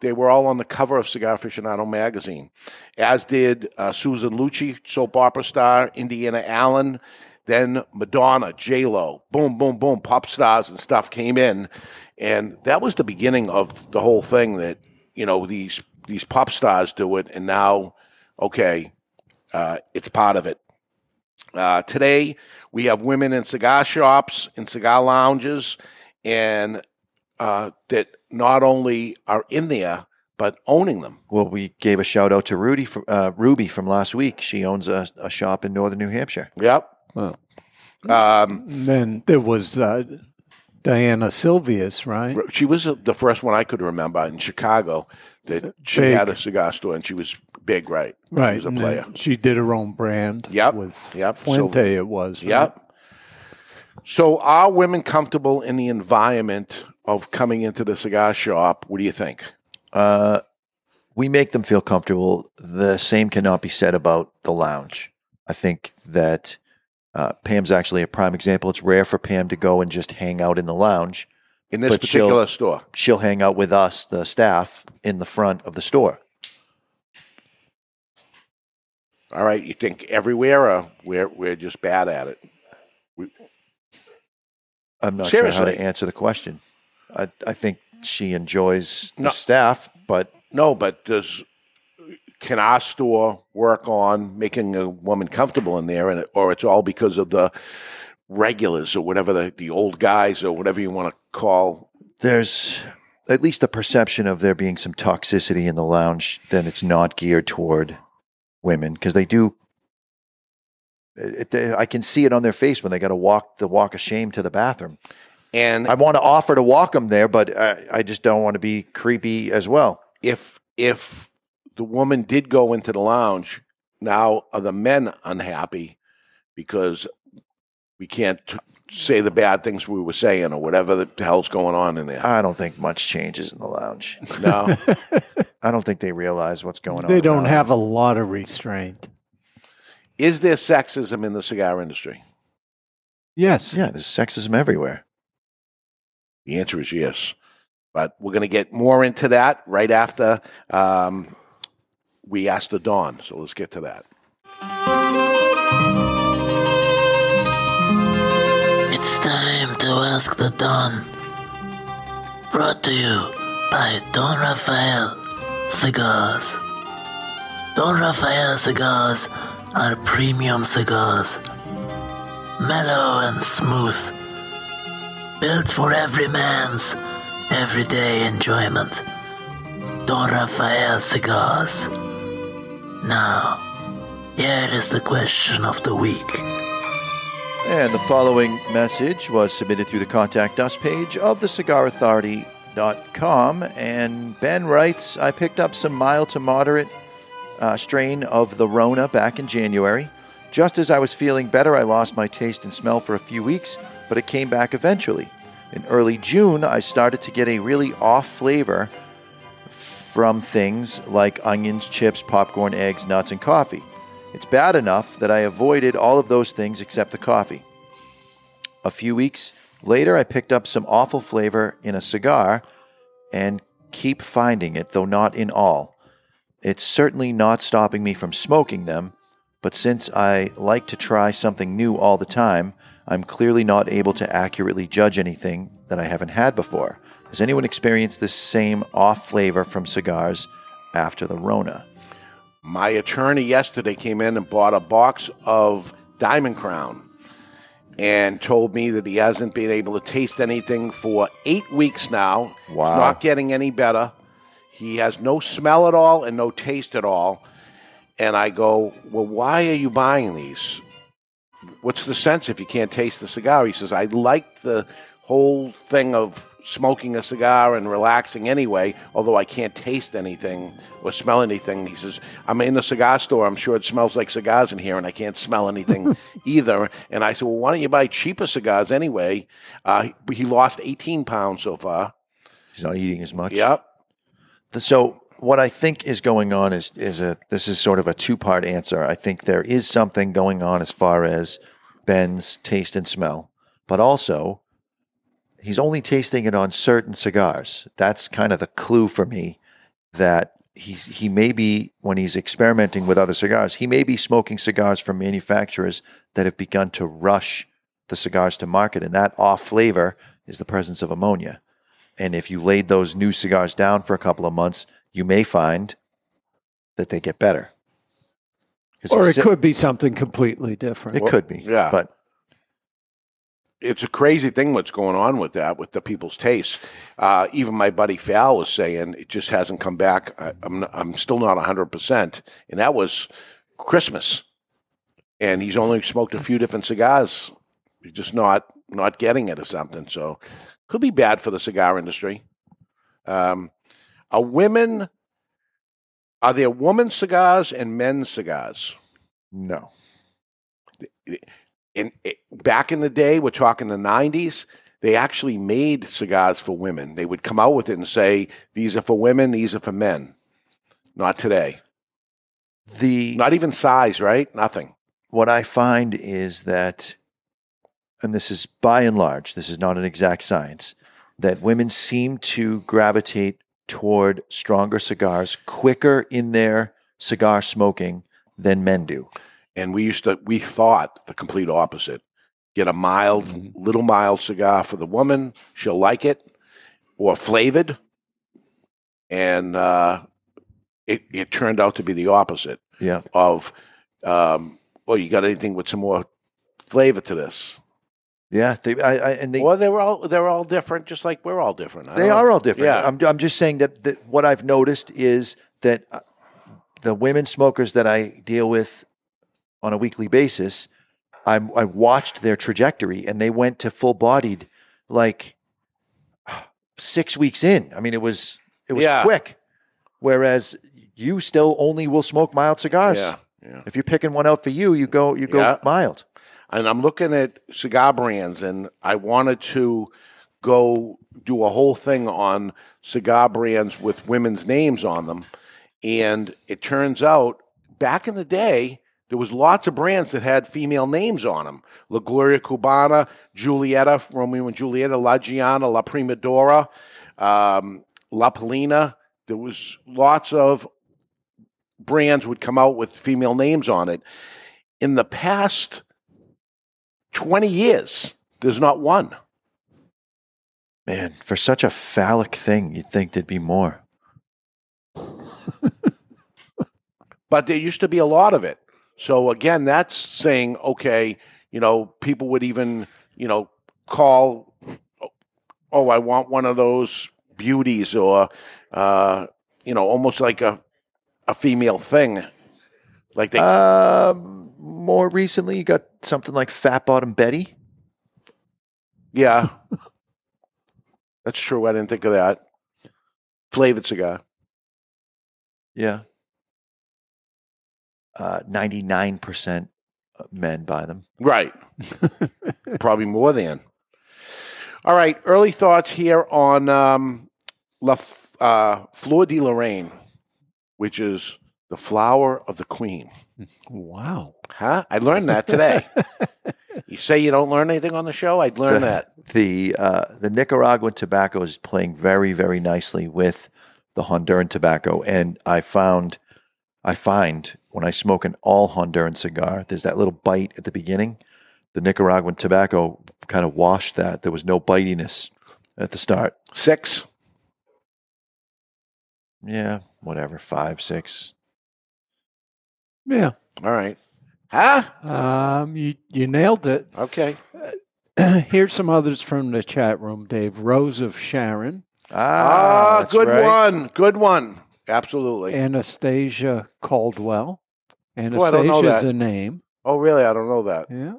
[SPEAKER 2] They were all on the cover of Cigar Aficionado magazine, as did uh, Susan Lucci, soap opera star, Indiana Allen, then Madonna, J Lo, boom, boom, boom, pop stars and stuff came in, and that was the beginning of the whole thing. That you know these these pop stars do it, and now okay, uh, it's part of it. Uh, today we have women in cigar shops, in cigar lounges, and uh, that not only are in there but owning them.
[SPEAKER 3] Well, we gave a shout out to Rudy from, uh, Ruby from last week. She owns a, a shop in northern New Hampshire.
[SPEAKER 2] Yep.
[SPEAKER 4] Wow.
[SPEAKER 2] Um,
[SPEAKER 4] And then there was uh, Diana Silvius, right?
[SPEAKER 2] she was the first one I could remember in Chicago that she
[SPEAKER 4] Big.
[SPEAKER 2] had a cigar store and she was big, right?
[SPEAKER 4] Right.
[SPEAKER 2] She was a
[SPEAKER 4] and
[SPEAKER 2] player.
[SPEAKER 4] then She did her own brand.
[SPEAKER 2] Yep,
[SPEAKER 4] With
[SPEAKER 2] yep,
[SPEAKER 4] Fuente,
[SPEAKER 2] Silvia.
[SPEAKER 4] it was. right?
[SPEAKER 2] Yep. So, are women comfortable in the environment of coming into the cigar shop? What do you think?
[SPEAKER 3] Uh, we make them feel comfortable. The same cannot be said about the lounge. I think that uh, Pam's actually a prime example. It's rare for Pam to go and just hang out in the lounge.
[SPEAKER 2] In this
[SPEAKER 3] But she'll-
[SPEAKER 2] particular store,
[SPEAKER 3] She'll hang out with us, the staff, in the front of the store.
[SPEAKER 2] all right, you think everywhere, or we're we're just bad at it?
[SPEAKER 3] I'm not sure how
[SPEAKER 2] Seriously.
[SPEAKER 3] to answer the question. I, I think she enjoys the
[SPEAKER 2] No.
[SPEAKER 3] staff, but
[SPEAKER 2] No, but does can our store work on making a woman comfortable in there, and or it's all because of the regulars or whatever the the old guys or whatever you want to call?
[SPEAKER 3] there's at least a perception of there being some toxicity in the lounge then it's not geared toward women because they do it, it- i can see it on their face when they got to walk the walk of shame to the bathroom
[SPEAKER 2] And
[SPEAKER 3] i want to offer to walk them there but uh, I, I just don't want to be creepy as well
[SPEAKER 2] if if the woman did go into the lounge, now are the men unhappy because we can't t- say the bad things we were saying or whatever the hell's going on in there?
[SPEAKER 3] i don't think much changes in the lounge
[SPEAKER 2] No,
[SPEAKER 3] i don't think they realize what's going on
[SPEAKER 4] They don't
[SPEAKER 3] around.
[SPEAKER 4] have a lot of restraint.
[SPEAKER 2] is there sexism in the cigar industry?
[SPEAKER 4] Yes.
[SPEAKER 3] yeah there's sexism everywhere
[SPEAKER 2] The answer is yes. But we're going to get more into that right after um, we ask the Dawn. So let's get to that.
[SPEAKER 5] It's time to ask the Don. Brought to you by Don Rafael Cigars. Don Rafael cigars are premium cigars. Mellow and smooth. Built for every man's everyday enjoyment. Don Rafael cigars. Now, here is the question of the week.
[SPEAKER 3] And the following message was submitted through the Contact Us page of thecigarauthority.com. And Ben writes I picked up some mild to moderate uh, strain of the Rona back in January. Just as I was feeling better, I lost my taste and smell for a few weeks, but it came back eventually. In early June, I started to get a really off flavor from things like onions, chips, popcorn, eggs, nuts, and coffee. It's bad enough that I avoided all of those things except the coffee. A few weeks later, I picked up some awful flavor in a cigar and keep finding it, though not in all. It's certainly not stopping me from smoking them, but since I like to try something new all the time, I'm clearly not able to accurately judge anything that I haven't had before. Has anyone experienced this same off flavor from cigars after the Rona?
[SPEAKER 2] My attorney yesterday came in and bought a box of Diamond Crown and told me that he hasn't been able to taste anything for eight weeks now. It's
[SPEAKER 3] Wow.
[SPEAKER 2] not getting any better. He has no smell at all and no taste at all. And I go, Well, why are you buying these? What's the sense if you can't taste the cigar? He says, I like the whole thing of smoking a cigar and relaxing anyway, although I can't taste anything or smell anything. He says, I'm in the cigar store. I'm sure it smells like cigars in here, and I can't smell anything either. And I said, Well, why don't you buy cheaper cigars anyway? Uh, he lost 18 pounds so far
[SPEAKER 3] He's not eating as much.
[SPEAKER 2] Yep.
[SPEAKER 3] The- So what I think is going on is is a this is sort of a two part answer. I think there is something going on as far as Ben's taste and smell, but also he's only tasting it on certain cigars. That's kind of the clue for me that he he may be when he's experimenting with other cigars, he may be smoking cigars from manufacturers that have begun to rush the cigars to market, and that off flavor is the presence of ammonia. And if you laid those new cigars down for a couple of months, you may find that they get better. 'Cause
[SPEAKER 4] Or it
[SPEAKER 3] it's-
[SPEAKER 4] could be something completely different.
[SPEAKER 3] It could be.
[SPEAKER 2] Yeah.
[SPEAKER 3] But
[SPEAKER 2] it's a crazy thing what's going on with that with the people's tastes. Uh, even my buddy Fal was saying it just hasn't come back. I, I'm not, I'm still not 100, percent and that was Christmas, and he's only smoked a few different cigars. He's just not not getting it or something. So could be bad for the cigar industry. Um, are women are there women's cigars and men's cigars?
[SPEAKER 3] no.
[SPEAKER 2] in it, back in the day, we're talking the '90s. They actually made cigars for women. They would come out with it and say, "These are for women. These are for men." Not today.
[SPEAKER 3] The
[SPEAKER 2] Not even size, right? Nothing.
[SPEAKER 3] what I find is that, and this is by and large, this is not an exact science, that women seem to gravitate toward stronger cigars quicker in their cigar smoking than men do.
[SPEAKER 2] And we used to we thought the complete opposite. Get a mild, little mild cigar for the woman. She'll like it, or flavored. And uh, it it turned out to be the opposite
[SPEAKER 3] Yeah.
[SPEAKER 2] of. Um, well, you got anything with some more flavor to this?
[SPEAKER 3] Yeah. They, I, I, and they,
[SPEAKER 2] well, they were all they're all different, just like we're all different. Uh, I
[SPEAKER 3] They
[SPEAKER 2] don't-
[SPEAKER 3] are all different.
[SPEAKER 2] Yeah.
[SPEAKER 3] I'm, I'm just saying that, that what I've noticed is that uh, the women smokers that I deal with on a weekly basis, I'm, I watched their trajectory and they went to full bodied like six weeks in. I mean, it was it was
[SPEAKER 2] Yeah.
[SPEAKER 3] quick. Whereas you still only will smoke mild cigars.
[SPEAKER 2] Yeah, yeah.
[SPEAKER 3] If you're picking one out for you, you go you go
[SPEAKER 2] Yeah.
[SPEAKER 3] mild.
[SPEAKER 2] And I'm looking at cigar brands, and I wanted to go do a whole thing on cigar brands with women's names on them. And it turns out, back in the day, there was lots of brands that had female names on them: La Gloria Cubana, Julieta, Romeo and Julieta, La Giana, La Primadora, um, La Polina. There was lots of brands would come out with female names on it. In the past 20 years, there's not one.
[SPEAKER 3] Man, for such a phallic thing, you'd think there'd be more.
[SPEAKER 2] But there used to be a lot of it. So again, that's saying, okay, you know, people would even, you know, call, oh, I want one of those beauties or, uh, you know, almost like a, a female thing. Like they,
[SPEAKER 3] Um, more recently, you got something like Fat Bottom Betty.
[SPEAKER 2] yeah. that's true. I didn't think of that. Flavored cigar.
[SPEAKER 3] Yeah. Uh, 99% men buy them.
[SPEAKER 2] Right. Probably more than. All right. Early thoughts here on um, La F- uh, Fleur de Lorraine, which is the flower of the queen.
[SPEAKER 4] Wow.
[SPEAKER 2] Huh? I learned that today. you say you don't learn anything on the show? I'd learn that.
[SPEAKER 3] The, uh, the Nicaraguan tobacco is playing very, very nicely with the Honduran tobacco. And I found, I find when I smoke an all Honduran cigar, there's that little bite at the beginning. The Nicaraguan tobacco kind of washed that. There was no bitiness at the start.
[SPEAKER 2] Six.
[SPEAKER 3] Yeah, whatever, five, six.
[SPEAKER 4] Yeah.
[SPEAKER 2] All right. Huh?
[SPEAKER 4] Um, you, you nailed it.
[SPEAKER 2] Okay.
[SPEAKER 4] Here's some others from the chat room, Dave. Rose of Sharon,
[SPEAKER 2] Ah,
[SPEAKER 3] that's
[SPEAKER 2] good
[SPEAKER 3] right.
[SPEAKER 2] one. Good one. Absolutely.
[SPEAKER 4] Anastasia Caldwell.
[SPEAKER 2] I don't know
[SPEAKER 4] Anastasia's
[SPEAKER 2] that.
[SPEAKER 4] a name.
[SPEAKER 2] oh, really? I don't know that.
[SPEAKER 4] Yeah.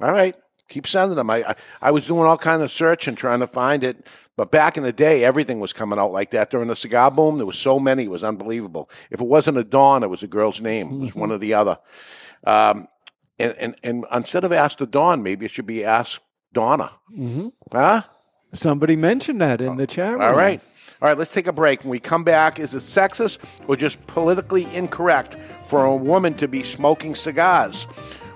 [SPEAKER 2] All right. Keep sending them. I, I, I was doing all kind of search and trying to find it. But back in the day, everything was coming out like that. During the cigar boom, there was so many. It was unbelievable. If it wasn't a Dawn, it was a girl's name. It was one or the other. Um, and, and, and instead of Ask the Dawn, maybe it should be Ask Donna.
[SPEAKER 4] hmm
[SPEAKER 2] Huh?
[SPEAKER 4] Somebody mentioned that in the chat room.
[SPEAKER 2] All right. All right, let's take a break. When we come back, is it sexist or just politically incorrect for a woman to be smoking cigars?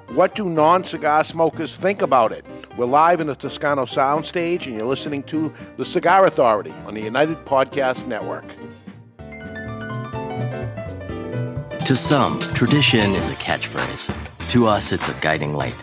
[SPEAKER 2] What do non cigar smokers think about it? We're live in the Toscano soundstage, and you're listening to The Cigar Authority on the United Podcast Network.
[SPEAKER 6] To some, tradition is a catchphrase. To us, it's a guiding light.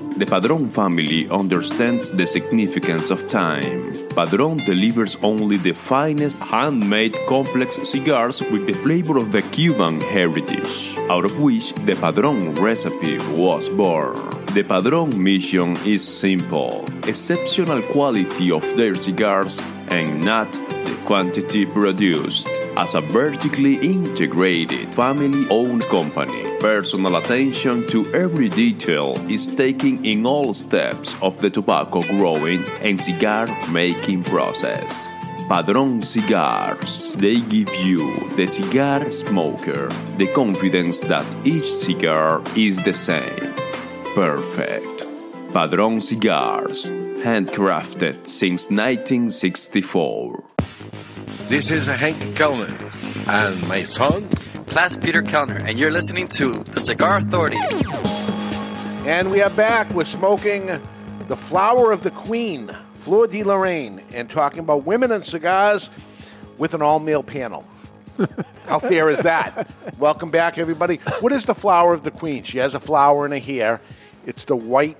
[SPEAKER 7] The Padron family understands the significance of time. Padron delivers only the finest handmade complex cigars with the flavor of the Cuban heritage, out of which the Padron recipe was born. The Padron mission is simple exceptional quality of their cigars and not the quantity produced. As a vertically integrated family owned company, personal attention to every detail is taken in all steps of the tobacco growing and cigar making process. Padron Cigars. They give you, the cigar smoker, the confidence that each cigar is the same. Perfect. Padron Cigars, handcrafted since 1964.
[SPEAKER 2] This is Hank Kellner, and my son.
[SPEAKER 6] Class Peter Kellner, and you're listening to The Cigar Authority.
[SPEAKER 2] And we are back. We're smoking the flower of the queen, Fleur de Lorraine, and talking about women and cigars with an all male panel. How fair is that? Welcome back, everybody. What is the flower of the queen? She has a flower in her hair. It's the white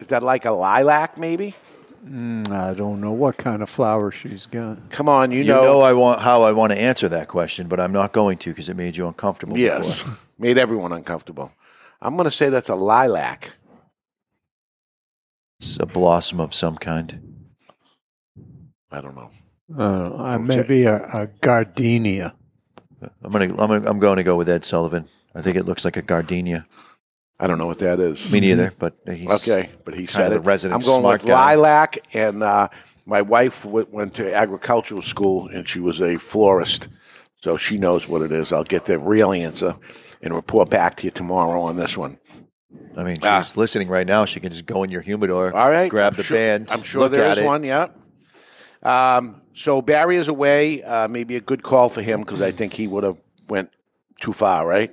[SPEAKER 2] Is that like a lilac, maybe?
[SPEAKER 4] Mm, I don't know what kind of flower she's got.
[SPEAKER 2] Come on,
[SPEAKER 3] You know, I want how I want to answer that question, but I'm not going to because it made you uncomfortable.
[SPEAKER 2] Yes.
[SPEAKER 3] before.
[SPEAKER 2] Made everyone uncomfortable. I'm going to say that's a lilac.
[SPEAKER 3] It's a blossom of some kind.
[SPEAKER 2] I don't know.
[SPEAKER 4] Uh, uh, maybe a, a gardenia.
[SPEAKER 3] I'm gonna, I'm gonna, I'm going to go with Ed Sullivan. I think it looks like a gardenia.
[SPEAKER 2] I don't know what that is.
[SPEAKER 3] Me neither,
[SPEAKER 4] Mm-hmm.
[SPEAKER 3] but he's
[SPEAKER 2] okay, but he
[SPEAKER 3] kind
[SPEAKER 2] said
[SPEAKER 3] of the
[SPEAKER 2] it.
[SPEAKER 3] resident
[SPEAKER 2] I'm going
[SPEAKER 3] smart
[SPEAKER 2] with
[SPEAKER 3] guy.
[SPEAKER 2] lilac, and uh, my wife w- went to agricultural school, and she was a florist, so she knows what it is. I'll get the real answer and report back to you tomorrow on this one.
[SPEAKER 3] I mean, she's listening right now. She can just go in your humidor.
[SPEAKER 2] Ah. All right,
[SPEAKER 3] grab
[SPEAKER 2] I'm
[SPEAKER 3] the
[SPEAKER 2] sure-
[SPEAKER 3] band.
[SPEAKER 2] I'm sure
[SPEAKER 3] look
[SPEAKER 2] there
[SPEAKER 3] at
[SPEAKER 2] is
[SPEAKER 3] it.
[SPEAKER 2] one. Yeah. Um, so Barry is away. Uh, maybe a good call for him because I think he would have went too far. Right?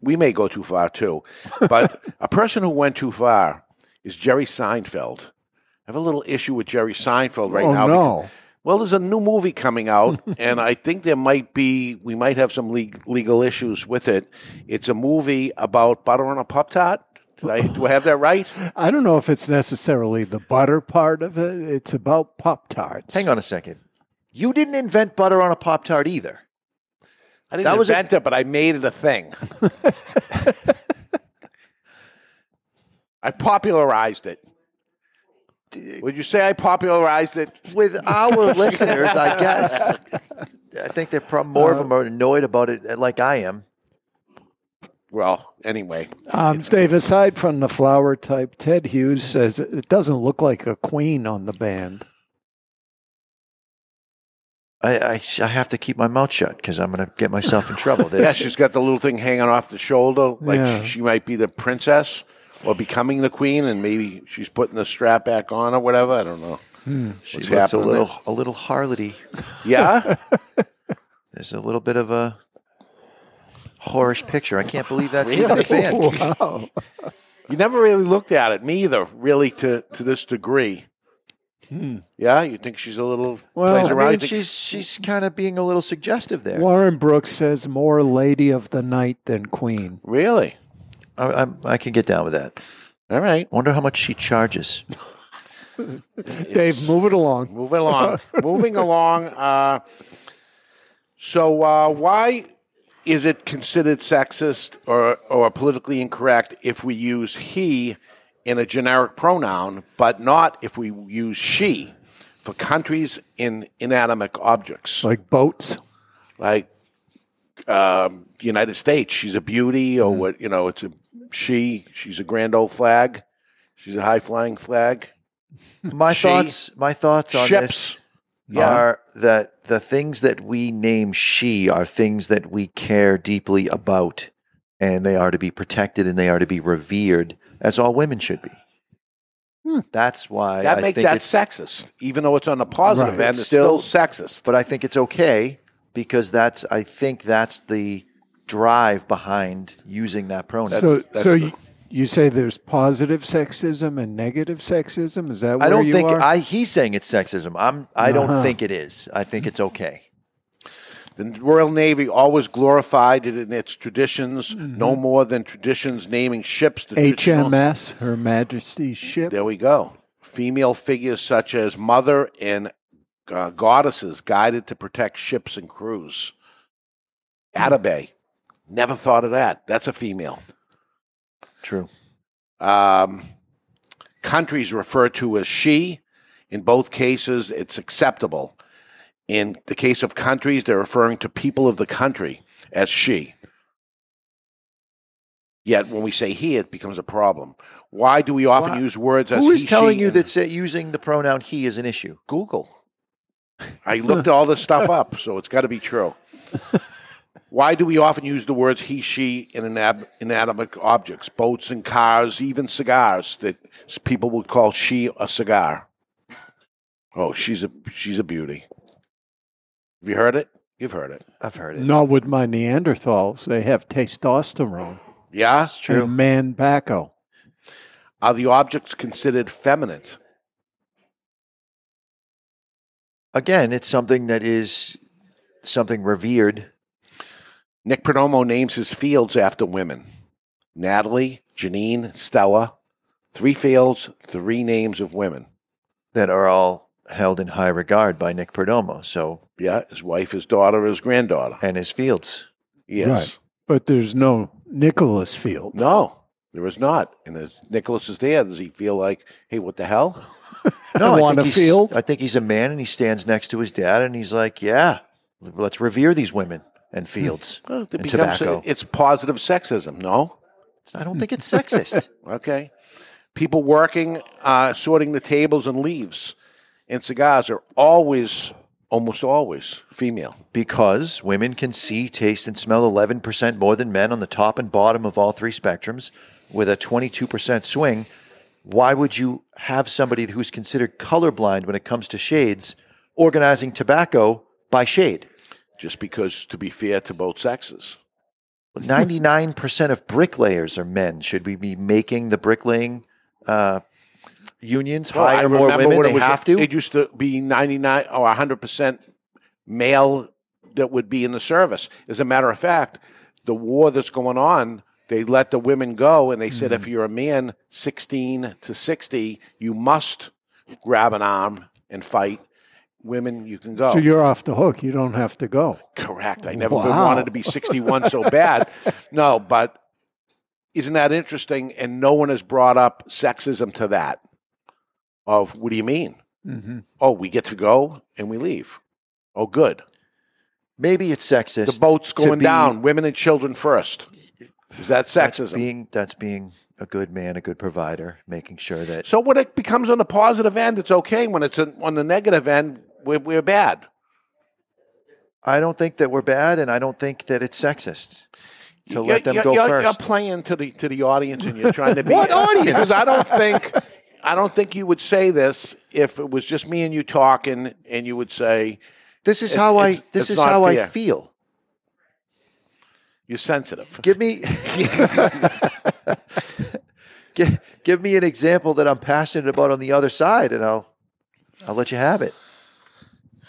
[SPEAKER 2] We may go too far too, but a person who went too far is Jerry Seinfeld. I have a little issue with Jerry Seinfeld right
[SPEAKER 4] oh
[SPEAKER 2] now. because-
[SPEAKER 4] no!
[SPEAKER 2] well, there's a new movie coming out, and I think there might be we might have some leg- legal issues with it. It's a movie about butter on a pop tart. Did I do I have that right?
[SPEAKER 4] I don't know if it's necessarily the butter part of it. It's about pop tarts.
[SPEAKER 3] Hang on a second. You didn't invent butter on a pop tart either.
[SPEAKER 2] I didn't
[SPEAKER 3] That was a-
[SPEAKER 2] invent it, but I made it a thing. I popularized it. Would you say I popularized it?
[SPEAKER 3] With our listeners, I guess. I think they're prob- more of them are annoyed about it, uh, like I am.
[SPEAKER 2] Well, anyway,
[SPEAKER 4] Um, Dave, aside from the flower type, Ted Hughes says it doesn't look like a queen on the band.
[SPEAKER 3] I, I, I have to keep my mouth shut because I'm going to get myself in trouble.
[SPEAKER 2] yeah,
[SPEAKER 3] There's,
[SPEAKER 2] she's got the little thing hanging off the shoulder, like
[SPEAKER 3] Yeah.
[SPEAKER 2] she, she might be the princess or becoming the queen, and maybe she's putting the strap back on or whatever. I don't know.
[SPEAKER 3] she
[SPEAKER 2] What's
[SPEAKER 3] looks a
[SPEAKER 2] happening
[SPEAKER 3] little a little harlotty.
[SPEAKER 2] Yeah,
[SPEAKER 3] There's a little bit of a whorish picture. I can't believe that's
[SPEAKER 2] Really?
[SPEAKER 3] even the band.
[SPEAKER 4] Wow.
[SPEAKER 2] you never really looked at it, me either, really to to this degree.
[SPEAKER 4] Hmm.
[SPEAKER 2] Yeah, you think she's a little
[SPEAKER 4] Well,
[SPEAKER 2] plays
[SPEAKER 4] I
[SPEAKER 2] around. You
[SPEAKER 3] I mean,
[SPEAKER 2] think-
[SPEAKER 3] she's she's kind of being a little suggestive there.
[SPEAKER 4] Warren Brooks says more lady of the night than queen.
[SPEAKER 2] really
[SPEAKER 3] I, I'm, I can get down with that.
[SPEAKER 2] all right.
[SPEAKER 3] Wonder how much she charges.
[SPEAKER 4] Dave, move it along.
[SPEAKER 2] Move it along. Moving along. Uh, so, uh, why is it considered sexist or, or politically incorrect if we use he in a generic pronoun, but not if we use she for countries in inanimate objects?
[SPEAKER 4] Like boats.
[SPEAKER 2] like um, United States. She's a beauty,
[SPEAKER 3] Mm-hmm.
[SPEAKER 2] or what you know. It's a she. She's a grand old flag. She's a high flying flag.
[SPEAKER 3] My
[SPEAKER 2] She-
[SPEAKER 3] thoughts. My thoughts on
[SPEAKER 2] Ships.
[SPEAKER 3] this
[SPEAKER 2] Yeah.
[SPEAKER 3] are that the things that we name she are things that we care deeply about, and they are to be protected and they are to be revered, as all women should be. That's why
[SPEAKER 2] Hmm. That
[SPEAKER 3] I
[SPEAKER 2] makes
[SPEAKER 3] think
[SPEAKER 2] that
[SPEAKER 3] it's-
[SPEAKER 2] sexist, even though it's on the positive
[SPEAKER 4] Right.
[SPEAKER 2] end. It's still, sexist.
[SPEAKER 3] but I think it's okay because that's I think that's the drive behind using Oh, that pronoun.
[SPEAKER 4] so,
[SPEAKER 2] that's
[SPEAKER 4] so
[SPEAKER 2] the-
[SPEAKER 4] you, you say there's positive sexism and negative sexism. Is that where
[SPEAKER 3] I don't
[SPEAKER 4] you
[SPEAKER 3] think
[SPEAKER 4] are?
[SPEAKER 3] I he's saying it's sexism. I'm I
[SPEAKER 4] Uh-huh.
[SPEAKER 3] don't think it is. I think it's okay.
[SPEAKER 2] The Royal Navy always glorified it in its traditions,
[SPEAKER 3] Mm-hmm.
[SPEAKER 2] no more than traditions naming ships. The traditional-
[SPEAKER 4] HMS, Her Majesty's ship.
[SPEAKER 2] There we go. Female figures such as mother and uh, goddesses guided to protect ships and crews.
[SPEAKER 3] Hmm.
[SPEAKER 2] Atabey. Never thought of that. That's a female.
[SPEAKER 3] True.
[SPEAKER 2] Um, countries refer to as she. In both cases, it's acceptable. In the case of countries, they're referring to people of the country as she. Yet when we say he, it becomes a problem. Why do we often
[SPEAKER 3] Why-
[SPEAKER 2] use words as
[SPEAKER 3] Who is
[SPEAKER 2] he,
[SPEAKER 3] telling
[SPEAKER 2] she,
[SPEAKER 3] you
[SPEAKER 2] and-
[SPEAKER 3] that say, using the pronoun he is an issue?
[SPEAKER 2] Google. I looked all this stuff up, so it's got to be true. Why do we often use the words he, she in inab- inanimate objects, boats and cars, even cigars that s- people would call she a cigar? Oh, she's a she's a beauty. Have you heard it? You've heard it.
[SPEAKER 3] I've heard it.
[SPEAKER 4] Not with my Neanderthals. They have testosterone
[SPEAKER 2] Yeah.
[SPEAKER 3] True.
[SPEAKER 4] and man bacco.
[SPEAKER 2] Are the objects considered feminine?
[SPEAKER 3] Again, it's something that is something revered.
[SPEAKER 2] Nick Perdomo names his fields after women: Natalie, Janine, Stella, Three fields, three names of women.
[SPEAKER 3] that are all held in high regard by Nick Perdomo. So
[SPEAKER 2] yeah, his wife, his daughter, his granddaughter,
[SPEAKER 3] and his fields.
[SPEAKER 2] Yes.
[SPEAKER 4] Right. But there's no Nicholas Field.
[SPEAKER 2] No, there is not. And as Nicholas is there, does he feel like, hey, what the hell?
[SPEAKER 3] No,
[SPEAKER 4] want
[SPEAKER 3] think
[SPEAKER 4] a
[SPEAKER 3] he's-
[SPEAKER 4] field.
[SPEAKER 3] I think he's a man, and he stands next to his dad, and he's like, "Yeah, let's revere these women and fields
[SPEAKER 2] Hmm. Well, it
[SPEAKER 3] and
[SPEAKER 2] becomes-
[SPEAKER 3] tobacco."
[SPEAKER 2] It's positive sexism, no?
[SPEAKER 3] I don't think it's sexist.
[SPEAKER 2] okay. People working, uh, sorting the tables and leaves and cigars are always, almost always, female.
[SPEAKER 3] because women can see, taste, and smell 11% more than men on the top and bottom of all three spectrums with a 22% swing. Why would you have somebody who's considered colorblind when it comes to shades organizing tobacco by shade?
[SPEAKER 2] Just because, to be fair to both sexes.
[SPEAKER 3] 99% of bricklayers are men. Should we be making the bricklaying uh, unions
[SPEAKER 2] Well, I
[SPEAKER 3] hire more
[SPEAKER 2] remember
[SPEAKER 3] women?
[SPEAKER 2] when it
[SPEAKER 3] They
[SPEAKER 2] was-
[SPEAKER 3] have to?
[SPEAKER 2] It used to be oh, 99 or 100% male that would be in the service. As a matter of fact, the war that's going on, they let the women go and they said
[SPEAKER 3] Mm.
[SPEAKER 2] if you're a man 16 to 60, you must grab an arm and fight. Women, you can go.
[SPEAKER 4] So you're off the hook. You don't have to go.
[SPEAKER 2] Correct. I never
[SPEAKER 4] Wow.
[SPEAKER 2] wanted to be 61 so bad. No, but isn't that interesting? And no one has brought up sexism to that. Of what do you mean?
[SPEAKER 4] Mm-hmm.
[SPEAKER 2] Oh, we get to go and we leave. Oh, good.
[SPEAKER 3] Maybe it's sexist.
[SPEAKER 2] The boat's
[SPEAKER 3] to
[SPEAKER 2] going
[SPEAKER 3] be-
[SPEAKER 2] down. Women and children first. Is that
[SPEAKER 3] That's
[SPEAKER 2] sexism?
[SPEAKER 3] being, that's being a good man, a good provider, making sure that
[SPEAKER 2] so when it becomes on the positive end, it's okay. When it's on on the negative end, we're, we're bad.
[SPEAKER 3] I don't think that we're bad, and I don't think that it's sexist to
[SPEAKER 2] You're-
[SPEAKER 3] let them
[SPEAKER 2] you're-
[SPEAKER 3] go
[SPEAKER 2] you're,
[SPEAKER 3] 1st
[SPEAKER 2] You're playing to the to the audience, and you're trying to be
[SPEAKER 3] What audience?
[SPEAKER 2] Because I don't think I don't think you would say this if it was just me and you talking, and you would say
[SPEAKER 3] this is
[SPEAKER 2] it-
[SPEAKER 3] how I
[SPEAKER 2] it's-
[SPEAKER 3] this
[SPEAKER 2] it's
[SPEAKER 3] is
[SPEAKER 2] not
[SPEAKER 3] how I
[SPEAKER 2] fair.
[SPEAKER 3] feel.
[SPEAKER 2] You're sensitive.
[SPEAKER 3] Give me give, give me an example that I'm passionate about on the other side, and I'll I'll let you have it.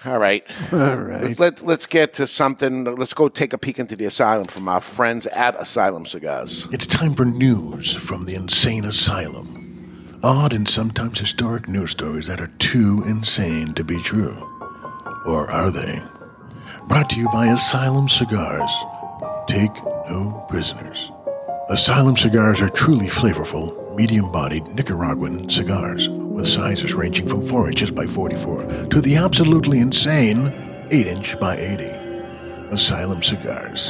[SPEAKER 2] All right.
[SPEAKER 4] All right.
[SPEAKER 2] Let, let, us get to something. Let's go take a peek into the asylum from our friends at Asylum Cigars.
[SPEAKER 8] It's time for news from the insane asylum. Odd and sometimes historic news stories that are too insane to be true. Or are they? Brought to you by Asylum Cigars. Take no prisoners. Asylum cigars are truly flavorful, medium bodied Nicaraguan cigars with sizes ranging from 4 inches by 44 to the absolutely insane 8 inch by 80. Asylum cigars.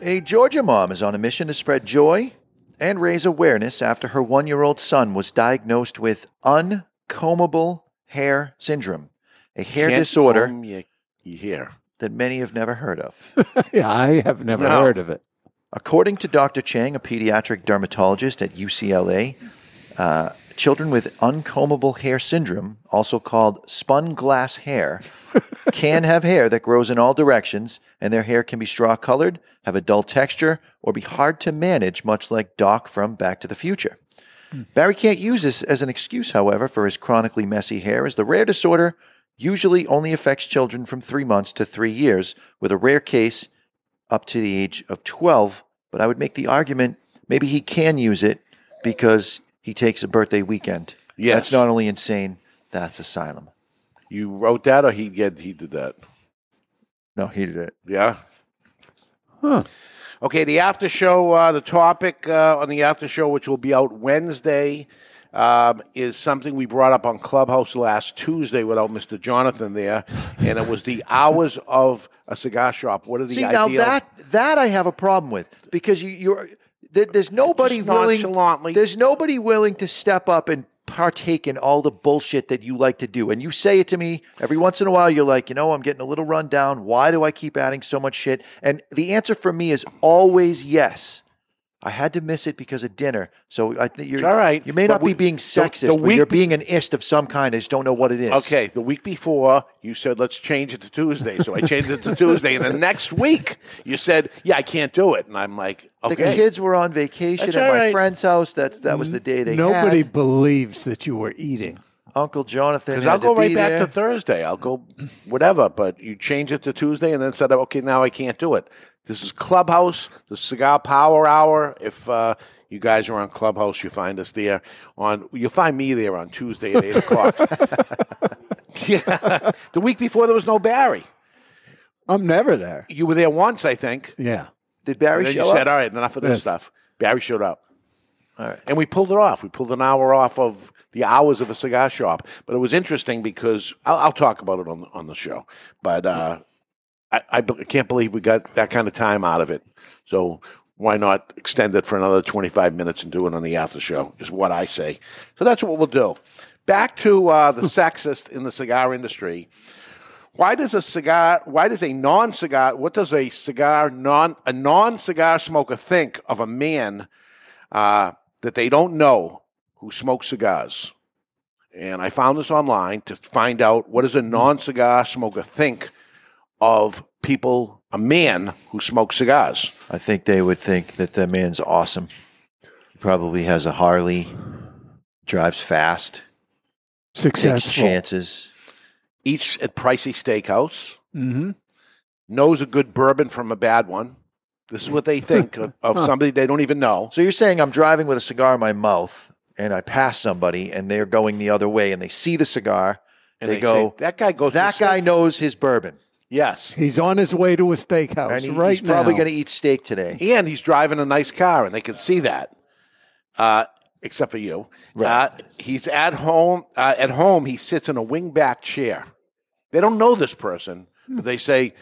[SPEAKER 3] A Georgia mom is on a mission to spread joy and raise awareness after her one year old son was diagnosed with uncombable hair syndrome, a hair
[SPEAKER 2] Can't
[SPEAKER 3] disorder
[SPEAKER 2] comb your- your hair.
[SPEAKER 3] that many have never heard of.
[SPEAKER 4] yeah, I have never
[SPEAKER 2] No.
[SPEAKER 4] heard of it.
[SPEAKER 3] According to Dr. Chang, a pediatric dermatologist at UCLA, uh, children with uncombable hair syndrome, also called spun glass hair, can have hair that grows in all directions, and their hair can be straw colored, have a dull texture, or be hard to manage, much like Doc from Back to the Future. Barry can't use this as an excuse, however, for his chronically messy hair, as the rare disorder usually only affects children from three months to three years, with a rare case up to the age of 12. But I would make the argument maybe he can use it because he takes a birthday weekend.
[SPEAKER 2] Yes.
[SPEAKER 3] That's not only insane, that's asylum.
[SPEAKER 2] You wrote that, or he get he did that?
[SPEAKER 3] No, he did it.
[SPEAKER 2] Yeah. Okay, the after show, uh, the topic uh, on the after show, which will be out Wednesday, um, is something we brought up on Clubhouse last Tuesday without Mr. Jonathan there, and it was the hours of a cigar shop. What are the
[SPEAKER 3] See, now
[SPEAKER 2] ideal?
[SPEAKER 3] that that I have a problem with because you you're there, there's nobody
[SPEAKER 2] Just
[SPEAKER 3] willing
[SPEAKER 2] nonchalantly.
[SPEAKER 3] there's nobody willing to step up and partake in all the bullshit that you like to do. And you say it to me every once in a while you're like, "You know, I'm getting a little run down. Why do I keep adding so much shit?" And the answer for me is always yes. I had to miss it because of dinner. So I think you're
[SPEAKER 2] All right.
[SPEAKER 3] You may
[SPEAKER 2] But
[SPEAKER 3] not
[SPEAKER 2] we-
[SPEAKER 3] be being
[SPEAKER 2] the-
[SPEAKER 3] sexist,
[SPEAKER 2] the
[SPEAKER 3] but you're
[SPEAKER 2] week-
[SPEAKER 3] being an ist of some kind. I just don't know what it is.
[SPEAKER 2] Okay, the week before you said let's change it to Tuesday, so I changed it to Tuesday, and the next week you said, "Yeah, I can't do it," and I'm like,
[SPEAKER 3] The
[SPEAKER 2] "Okay."
[SPEAKER 3] kids were on vacation
[SPEAKER 2] That's
[SPEAKER 3] at
[SPEAKER 2] all
[SPEAKER 3] my
[SPEAKER 2] right.
[SPEAKER 3] friend's house. That's that was the day they had.
[SPEAKER 4] Nobody believes that you were eating.
[SPEAKER 3] Uncle Jonathan.
[SPEAKER 2] Because
[SPEAKER 3] had
[SPEAKER 2] I'll go
[SPEAKER 3] to
[SPEAKER 2] right
[SPEAKER 3] be
[SPEAKER 2] back
[SPEAKER 3] there.
[SPEAKER 2] to Thursday. I'll go whatever, but you change it to Tuesday and then said, okay, now I can't do it. This is Clubhouse, the Cigar Power Hour. If uh, you guys are on Clubhouse, you find us there. On you'll find me there on Tuesday at eight o'clock. yeah, the week before there was no Barry.
[SPEAKER 4] I'm never there.
[SPEAKER 2] You were there once, I think.
[SPEAKER 4] Yeah.
[SPEAKER 3] Did
[SPEAKER 2] and then you said, all right, enough of this
[SPEAKER 4] Yes.
[SPEAKER 2] stuff. Barry showed up.
[SPEAKER 3] All right.
[SPEAKER 2] And we pulled it off. We pulled an hour off of the hours of a cigar shop. But it was interesting because I'll, I'll talk about it on, on the show. But uh, I, I be- can't believe we got that kind of time out of it. So why not extend it for another 25 minutes and do it on the after show, is what I say. So that's what we'll do. Back to uh, the sexist in the cigar industry. Why does a cigar? Why does a non-cigar? What does a cigar non a non-cigar smoker think of a man uh, that they don't know who smokes cigars? And I found this online to find out what does a non-cigar smoker think of people, a man who smokes cigars.
[SPEAKER 3] I think they would think that the man's awesome. He probably has a Harley, drives fast, takes
[SPEAKER 4] Successful.
[SPEAKER 3] chances.
[SPEAKER 2] Eats at pricey steakhouse.
[SPEAKER 4] Mm-hmm.
[SPEAKER 2] Knows a good bourbon from a bad one. This is what they think of, of
[SPEAKER 3] Huh.
[SPEAKER 2] somebody they don't even know.
[SPEAKER 3] So you're saying I'm driving with a cigar in my mouth and I pass somebody and they're going the other way and they see the cigar.
[SPEAKER 2] And
[SPEAKER 3] they,
[SPEAKER 2] they
[SPEAKER 3] go,
[SPEAKER 2] say, that guy goes.
[SPEAKER 3] That guy knows his bourbon.
[SPEAKER 2] Yes.
[SPEAKER 4] He's on his way to a steakhouse
[SPEAKER 3] And he-
[SPEAKER 4] right
[SPEAKER 3] he's probably
[SPEAKER 4] now.
[SPEAKER 3] going to eat steak today.
[SPEAKER 2] and he's driving a nice car, and they can see that. Uh, except for you, uh, he's at home. Uh, at home, he sits in a wingback chair. They don't know this person. But they say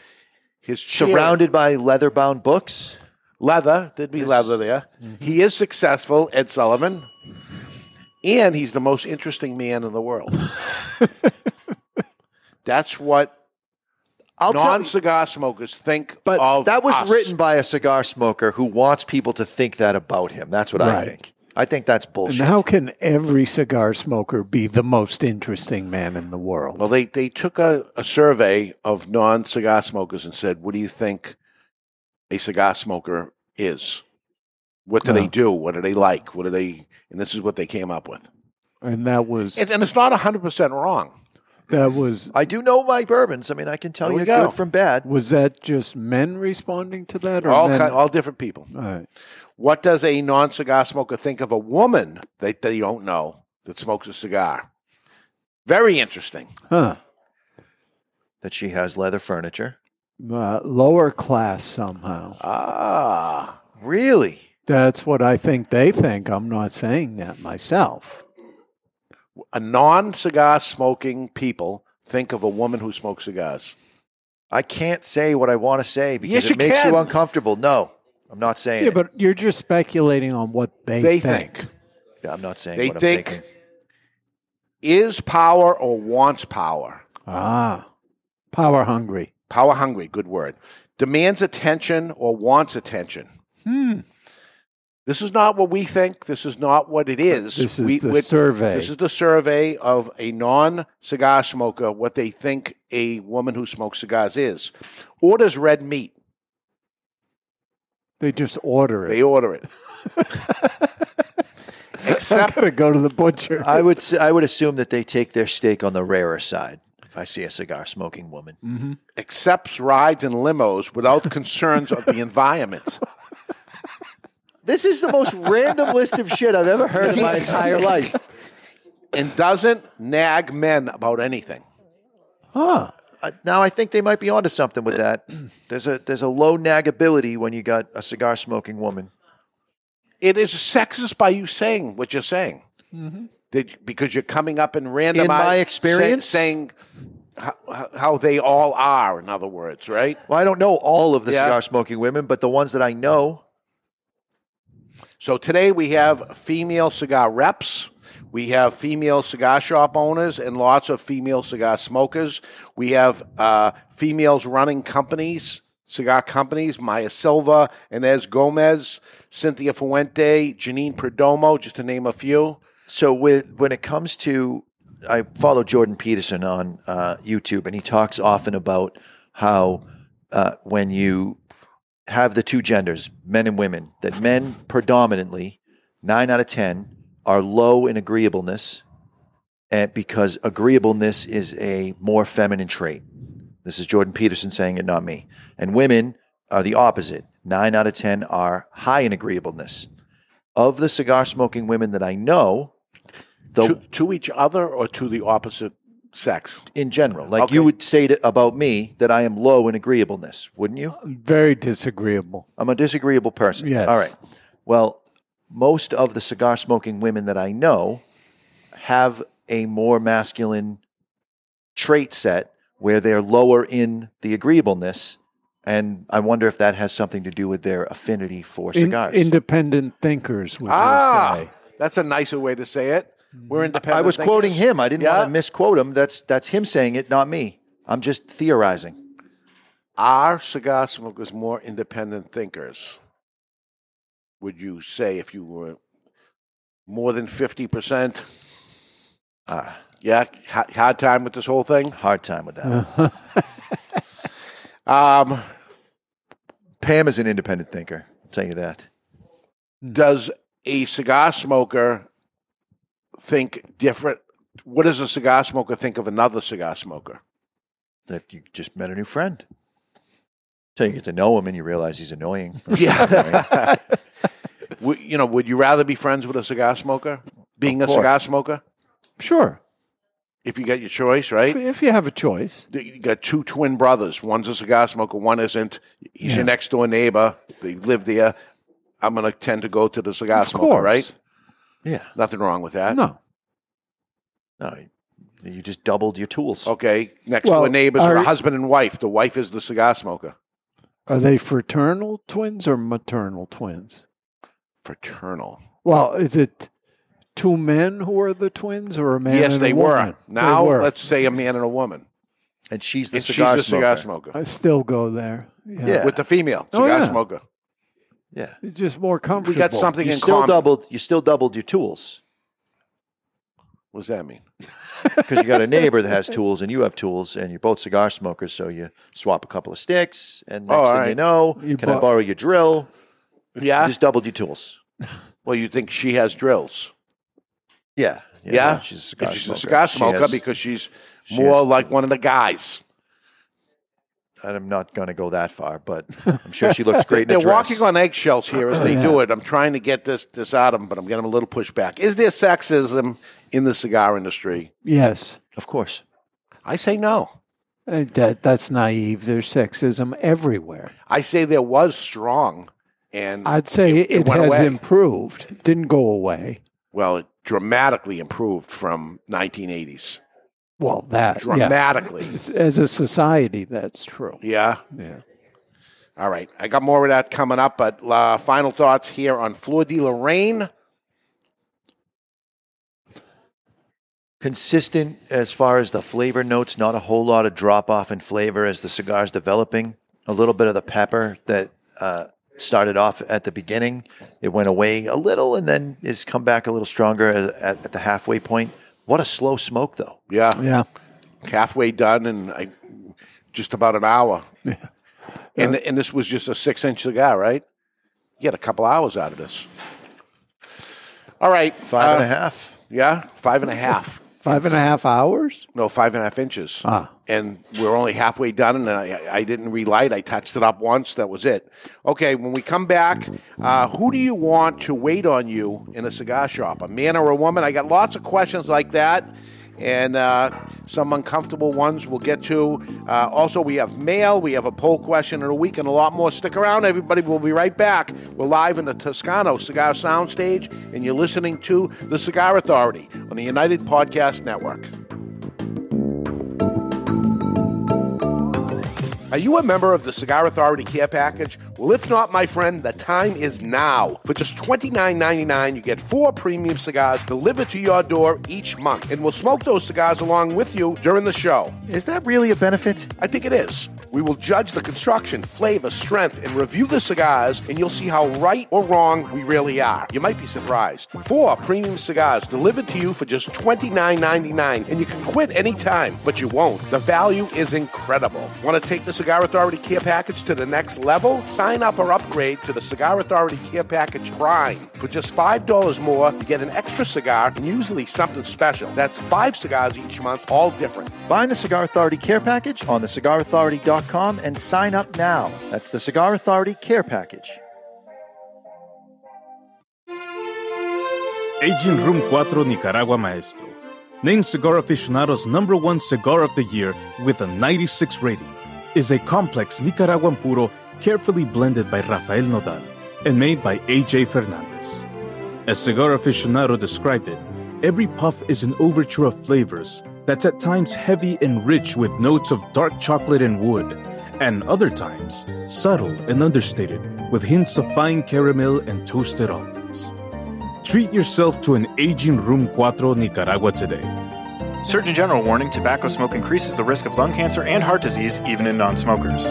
[SPEAKER 2] his chair,
[SPEAKER 3] Surrounded by leather bound books.
[SPEAKER 2] leather. There'd be leather there. He is successful, Ed Sullivan, and he's the most interesting man in the world. That's what
[SPEAKER 3] I'll tell you-
[SPEAKER 2] non-cigar smokers think
[SPEAKER 3] But
[SPEAKER 2] of.
[SPEAKER 3] that was
[SPEAKER 2] us.
[SPEAKER 3] written by a cigar smoker who wants people to think that about him. That's what I
[SPEAKER 4] Right.
[SPEAKER 3] think. I think that's
[SPEAKER 4] And
[SPEAKER 3] bullshit.
[SPEAKER 4] how can every cigar smoker be the most interesting man in the world?
[SPEAKER 2] Well, they, they took a, a survey of non cigar smokers and said, What do you think a cigar smoker is? What do
[SPEAKER 4] Yeah.
[SPEAKER 2] they do? What do they like? What do they. And this is what they came up with.
[SPEAKER 4] And that was
[SPEAKER 2] And, and it's not 100% wrong.
[SPEAKER 4] that was
[SPEAKER 3] I do know my bourbons. I mean, I can tell
[SPEAKER 2] There we
[SPEAKER 3] you
[SPEAKER 2] go.
[SPEAKER 3] good from bad.
[SPEAKER 4] was that just men responding to that or
[SPEAKER 2] All,
[SPEAKER 4] men?
[SPEAKER 2] ki- all different people.
[SPEAKER 4] all right.
[SPEAKER 2] What does a non cigar smoker think of a woman that they don't know that smokes a cigar? Very interesting.
[SPEAKER 4] Huh.
[SPEAKER 3] That she has leather furniture.
[SPEAKER 4] Uh, lower class somehow.
[SPEAKER 2] Ah.
[SPEAKER 3] Really?
[SPEAKER 4] That's what I think they think. I'm not saying that myself.
[SPEAKER 2] A non cigar smoking people think of a woman who smokes cigars.
[SPEAKER 3] I can't say what I want to say because
[SPEAKER 2] Yes, you
[SPEAKER 3] it makes
[SPEAKER 2] can.
[SPEAKER 3] you uncomfortable. No, I'm not saying
[SPEAKER 4] Yeah,
[SPEAKER 3] it.
[SPEAKER 4] but you're just speculating on what they,
[SPEAKER 2] They
[SPEAKER 4] think.
[SPEAKER 2] think.
[SPEAKER 3] Yeah, I'm not saying
[SPEAKER 2] They
[SPEAKER 3] what I'm
[SPEAKER 2] think-
[SPEAKER 3] thinking.
[SPEAKER 2] is power or wants power.
[SPEAKER 4] Ah, power hungry.
[SPEAKER 2] Power hungry, good word. Demands attention or wants attention.
[SPEAKER 4] Hmm.
[SPEAKER 2] This is not what we think. This is not what it is.
[SPEAKER 4] This is
[SPEAKER 2] We-
[SPEAKER 4] the
[SPEAKER 2] we-
[SPEAKER 4] survey.
[SPEAKER 2] This is the survey of a non cigar smoker, what they think a woman who smokes cigars is. Orders red meat.
[SPEAKER 4] They just order it.
[SPEAKER 2] They order it.
[SPEAKER 4] I
[SPEAKER 2] Except
[SPEAKER 4] gotta go to the butcher.
[SPEAKER 3] I would s- I would assume that they take their steak on the rarer side. If I see a cigar smoking woman,
[SPEAKER 4] Mm-hmm.
[SPEAKER 2] accepts rides in limos without concerns of the environment.
[SPEAKER 3] this is the most random list of shit I've ever heard in my entire life.
[SPEAKER 2] And doesn't nag men about anything.
[SPEAKER 4] Huh.
[SPEAKER 3] Uh, now I think they might be onto something with that. There's a there's a low nagability when you got a cigar smoking woman.
[SPEAKER 2] It is sexist by you saying what you're saying. That- because you're coming up and random
[SPEAKER 3] Mm-hmm. In my experience?
[SPEAKER 2] saying how, how- how they all are. In other words, right?
[SPEAKER 3] Well, I don't know all of the
[SPEAKER 2] Yeah.
[SPEAKER 3] cigar smoking women, but the ones that I know,
[SPEAKER 2] So today we have female cigar reps. We have female cigar shop owners and lots of female cigar smokers. We have uh, females running companies, cigar companies, Maya Silva, Inez Gomez, Cynthia Fuente, Janine Perdomo, just to name a few.
[SPEAKER 3] so with when it comes to i follow jordan peterson on uh, youtube and he talks often about how uh, when you have the two genders men and women that men predominantly 9 out of 10 are low in agreeableness and eh, because agreeableness is a more feminine trait. This is Jordan Peterson saying it, not me. And women are the opposite. Nine out of 10 are high in agreeableness. Of the cigar smoking women that I know, the,
[SPEAKER 2] to, to each other or to the opposite sex?
[SPEAKER 3] in general, like you would say to, about me that I am low in agreeableness, wouldn't you?
[SPEAKER 4] Very disagreeable.
[SPEAKER 3] I'm a disagreeable person.
[SPEAKER 4] Yes.
[SPEAKER 3] All right. Well, most of the cigar smoking women that I know have a more masculine trait set where they're lower in the agreeableness. And I wonder if that has something to do with their affinity for
[SPEAKER 4] In-
[SPEAKER 3] cigars.
[SPEAKER 4] independent thinkers. Would you
[SPEAKER 2] Ah,
[SPEAKER 4] say?
[SPEAKER 2] that's a nicer way to say it. We're independent.
[SPEAKER 3] I was
[SPEAKER 2] thinkers.
[SPEAKER 3] quoting him. I didn't
[SPEAKER 2] Yeah.
[SPEAKER 3] want to misquote him. That's that's him saying it, not me. I'm just theorizing.
[SPEAKER 2] Are cigar smokers more independent thinkers? Would you say if you were more than 50%?
[SPEAKER 3] Ah.
[SPEAKER 2] yeah, ha- hard time with this whole thing?
[SPEAKER 3] Hard time with that.
[SPEAKER 2] um,
[SPEAKER 3] Pam is an independent thinker. I'll tell you that.
[SPEAKER 2] does a cigar smoker think different? What does a cigar smoker think of another cigar smoker?
[SPEAKER 3] That you just met a new friend. Until you get to know him and you realize he's annoying.
[SPEAKER 2] Yeah. Would- you know, would you rather be friends with a cigar smoker? Being a
[SPEAKER 3] Of course.
[SPEAKER 2] cigar smoker?
[SPEAKER 4] Sure.
[SPEAKER 2] If you get your choice, right?
[SPEAKER 4] If you have a choice.
[SPEAKER 2] that you got two twin brothers. One's a cigar smoker, one isn't. He's your next door neighbor. They live there. I'm going to tend to go to the cigar
[SPEAKER 4] Of
[SPEAKER 2] smoker,
[SPEAKER 4] course.
[SPEAKER 2] right?
[SPEAKER 3] Yeah.
[SPEAKER 2] Nothing wrong with that.
[SPEAKER 4] No.
[SPEAKER 3] No, you just doubled your tools.
[SPEAKER 2] Okay. Next
[SPEAKER 4] Well,
[SPEAKER 2] door neighbors are
[SPEAKER 4] are-
[SPEAKER 2] a husband and wife. The wife is the cigar smoker.
[SPEAKER 4] Are they fraternal twins or maternal twins?
[SPEAKER 2] Fraternal.
[SPEAKER 4] Well, is it two men who are the twins or a man?
[SPEAKER 2] yes,
[SPEAKER 4] and
[SPEAKER 2] they
[SPEAKER 4] a
[SPEAKER 2] were.
[SPEAKER 4] woman? They
[SPEAKER 2] Now
[SPEAKER 4] were.
[SPEAKER 2] let's say a man and a woman.
[SPEAKER 3] And she's the
[SPEAKER 2] And she's
[SPEAKER 3] cigar
[SPEAKER 2] the
[SPEAKER 3] smoker.
[SPEAKER 2] cigar smoker.
[SPEAKER 4] I still go there. Yeah.
[SPEAKER 2] With the female
[SPEAKER 4] Oh,
[SPEAKER 2] cigar
[SPEAKER 4] yeah.
[SPEAKER 2] smoker.
[SPEAKER 3] Yeah.
[SPEAKER 4] It's just more comfortable.
[SPEAKER 2] something
[SPEAKER 3] you
[SPEAKER 2] in
[SPEAKER 3] still
[SPEAKER 2] common.
[SPEAKER 3] doubled you still doubled your tools
[SPEAKER 2] What does that mean?
[SPEAKER 3] because you got a neighbor that has tools and you have tools and you're both cigar smokers so you swap a couple of sticks and
[SPEAKER 2] Oh,
[SPEAKER 3] next thing
[SPEAKER 2] alright.
[SPEAKER 3] you know
[SPEAKER 4] You
[SPEAKER 3] can I
[SPEAKER 4] bought-
[SPEAKER 3] borrow your drill
[SPEAKER 2] Yeah.
[SPEAKER 3] you just doubled your tools
[SPEAKER 2] well, you think she has drills.
[SPEAKER 3] yeah
[SPEAKER 2] Yeah.
[SPEAKER 3] she's a cigar
[SPEAKER 2] And she's
[SPEAKER 3] smoker,
[SPEAKER 2] a cigar
[SPEAKER 3] She
[SPEAKER 2] smoker
[SPEAKER 3] has-
[SPEAKER 2] because she's
[SPEAKER 3] she
[SPEAKER 2] more
[SPEAKER 3] has-
[SPEAKER 2] like one of the guys.
[SPEAKER 3] I'm not going to go that far but I'm sure she looks great in
[SPEAKER 2] They're
[SPEAKER 3] a dress
[SPEAKER 2] walking on eggshells here as they do it. I'm trying to get this this out of them, but I'm getting a little pushback. Is there sexism in the cigar industry?
[SPEAKER 4] Yes.
[SPEAKER 3] of course
[SPEAKER 2] I say no.
[SPEAKER 4] Uh, That, that's naive. There's sexism everywhere.
[SPEAKER 2] I say there was strong, and
[SPEAKER 4] I'd say it,
[SPEAKER 2] it went
[SPEAKER 4] has
[SPEAKER 2] away.
[SPEAKER 4] improved. It Didn't go away.
[SPEAKER 2] well, it dramatically improved from 1980s.
[SPEAKER 4] Well, that yeah.
[SPEAKER 2] Dramatically.
[SPEAKER 4] It's- As a society, that's true.
[SPEAKER 2] Yeah.
[SPEAKER 4] Yeah.
[SPEAKER 2] All right. I got more of that coming up, but uh, final thoughts here on Fleur de Lorraine.
[SPEAKER 3] consistent as far as the flavor notes, not a whole lot of drop off in flavor as the cigar's developing. A little bit of the pepper that uh, started off at the beginning, it went away a little and then it's come back a little stronger at, at, at the halfway point. What a slow smoke, though.
[SPEAKER 2] Yeah.
[SPEAKER 4] Yeah.
[SPEAKER 2] Halfway done, and I, just about an hour. And, and this was just a six inch cigar, right? You get a couple hours out of this. All right.
[SPEAKER 3] Five and
[SPEAKER 2] uh,
[SPEAKER 3] a half.
[SPEAKER 2] Yeah, five and a half.
[SPEAKER 4] Five and a half hours?
[SPEAKER 2] No, five and a half inches.
[SPEAKER 4] Ah.
[SPEAKER 2] And we're only halfway done, and I, I didn't relight. I touched it up once. That was it. Okay, when we come back, uh, who do you want to wait on you in a cigar shop? A man or a woman? I got lots of questions like that, and uh, some uncomfortable ones we'll get to. Uh, also, we have mail, we have a poll question in a week, and a lot more. Stick around, everybody. We'll be right back. We're live in the Toscano Cigar Soundstage, and you're listening to The Cigar Authority on the United Podcast Network. Are you a member of the Cigar Authority Care Package? Well, if not, my friend, the time is now. For just $29.99, you get four premium cigars delivered to your door each month, and we'll smoke those cigars along with you during the show.
[SPEAKER 3] Is that really a benefit?
[SPEAKER 2] I think it is. We will judge the construction, flavor, strength, and review the cigars, and you'll see how right or wrong we really are. You might be surprised. Four premium cigars delivered to you for just $29.99, and you can quit anytime, but you won't. The value is incredible. Want to take the Cigar Authority Care Package to the next level? Sign up or upgrade to the Cigar Authority Care Package Prime. For just $5 more, you get an extra cigar and usually something special. That's five cigars each month, all different.
[SPEAKER 3] Find the Cigar Authority Care Package on thecigarauthority.com and sign up now. That's the Cigar Authority Care Package.
[SPEAKER 9] Aging Room 4 Nicaragua Maestro. Named Cigar Aficionado's number one cigar of the year with a 96 rating, is a complex Nicaraguan puro carefully blended by Rafael Nodal and made by AJ Fernandez. As Cigar Aficionado described it, every puff is an overture of flavors that's at times heavy and rich with notes of dark chocolate and wood, and other times subtle and understated with hints of fine caramel and toasted almonds. Treat yourself to an aging Room 4 Nicaragua today.
[SPEAKER 10] Surgeon General warning tobacco smoke increases the risk of lung cancer and heart disease even in non smokers.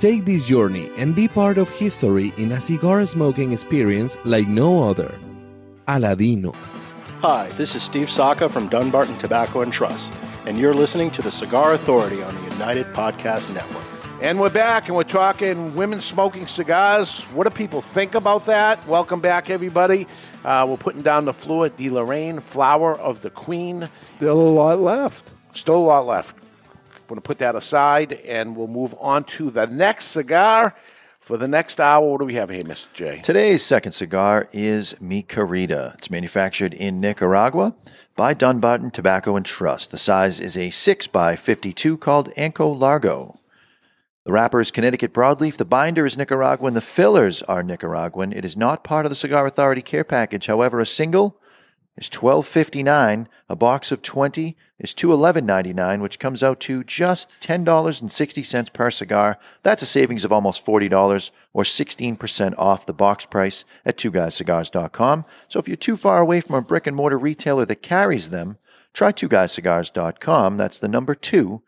[SPEAKER 11] Take this journey and be part of history in a cigar smoking experience like no other. Aladino.
[SPEAKER 12] Hi, this is Steve Saka from Dunbarton Tobacco and Trust, and you're listening to the Cigar Authority on the United Podcast Network.
[SPEAKER 2] And we're back, and we're talking women smoking cigars. What do people think about that? Welcome back, everybody. Uh, we're putting down the Fleur de Lorraine, Flower of the Queen.
[SPEAKER 4] Still a lot left.
[SPEAKER 2] Still a lot left. We're going to put that aside, and we'll move on to the next cigar For the next hour, what do we have here, Mr. J?
[SPEAKER 3] Today's second cigar is Micarita. It's manufactured in Nicaragua by Dunbarton Tobacco and Trust. The size is a 6 by 52 called Anco Largo. The wrapper is Connecticut broadleaf. The binder is Nicaraguan. The fillers are Nicaraguan. It is not part of the Cigar Authority care package. However, a single is twelve fifty nine. A box of twenty is two eleven ninety nine, which comes out to just ten dollars and sixty cents per cigar. That's a savings of almost forty dollars, or sixteen percent off the box price at twoguyscigars.com. So if you're too far away from a brick and mortar retailer that carries them, try twoguyscigars.com. That's the number two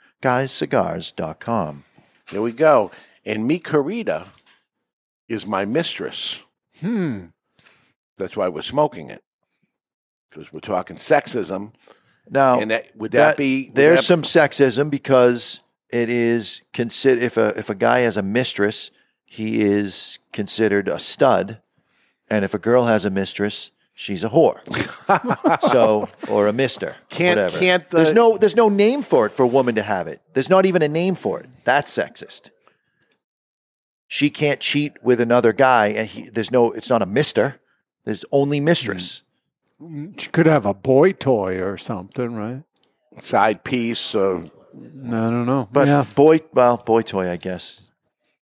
[SPEAKER 3] guyscigars.com.
[SPEAKER 2] Here we go. And me, Carita, is my mistress.
[SPEAKER 4] Hmm.
[SPEAKER 2] That's why we're smoking it. Because we're talking sexism.
[SPEAKER 3] Now,
[SPEAKER 2] and that, would that, be would
[SPEAKER 3] there's
[SPEAKER 2] that-
[SPEAKER 3] some sexism because it is consider if a if a guy has a mistress, he is considered a stud, and if a girl has a mistress, she's a whore. so or a mister,
[SPEAKER 2] Can't-
[SPEAKER 3] whatever.
[SPEAKER 2] can't the-
[SPEAKER 3] there's no there's no name for it for a woman to have it. There's not even a name for it. That's sexist. She can't cheat with another guy, and he, there's no. It's not a mister. There's only mistress.
[SPEAKER 4] She could have a boy toy or something, right?
[SPEAKER 2] Side piece. Or...
[SPEAKER 4] I don't know.
[SPEAKER 3] But
[SPEAKER 4] yeah,
[SPEAKER 3] boy, well, boy toy, I guess.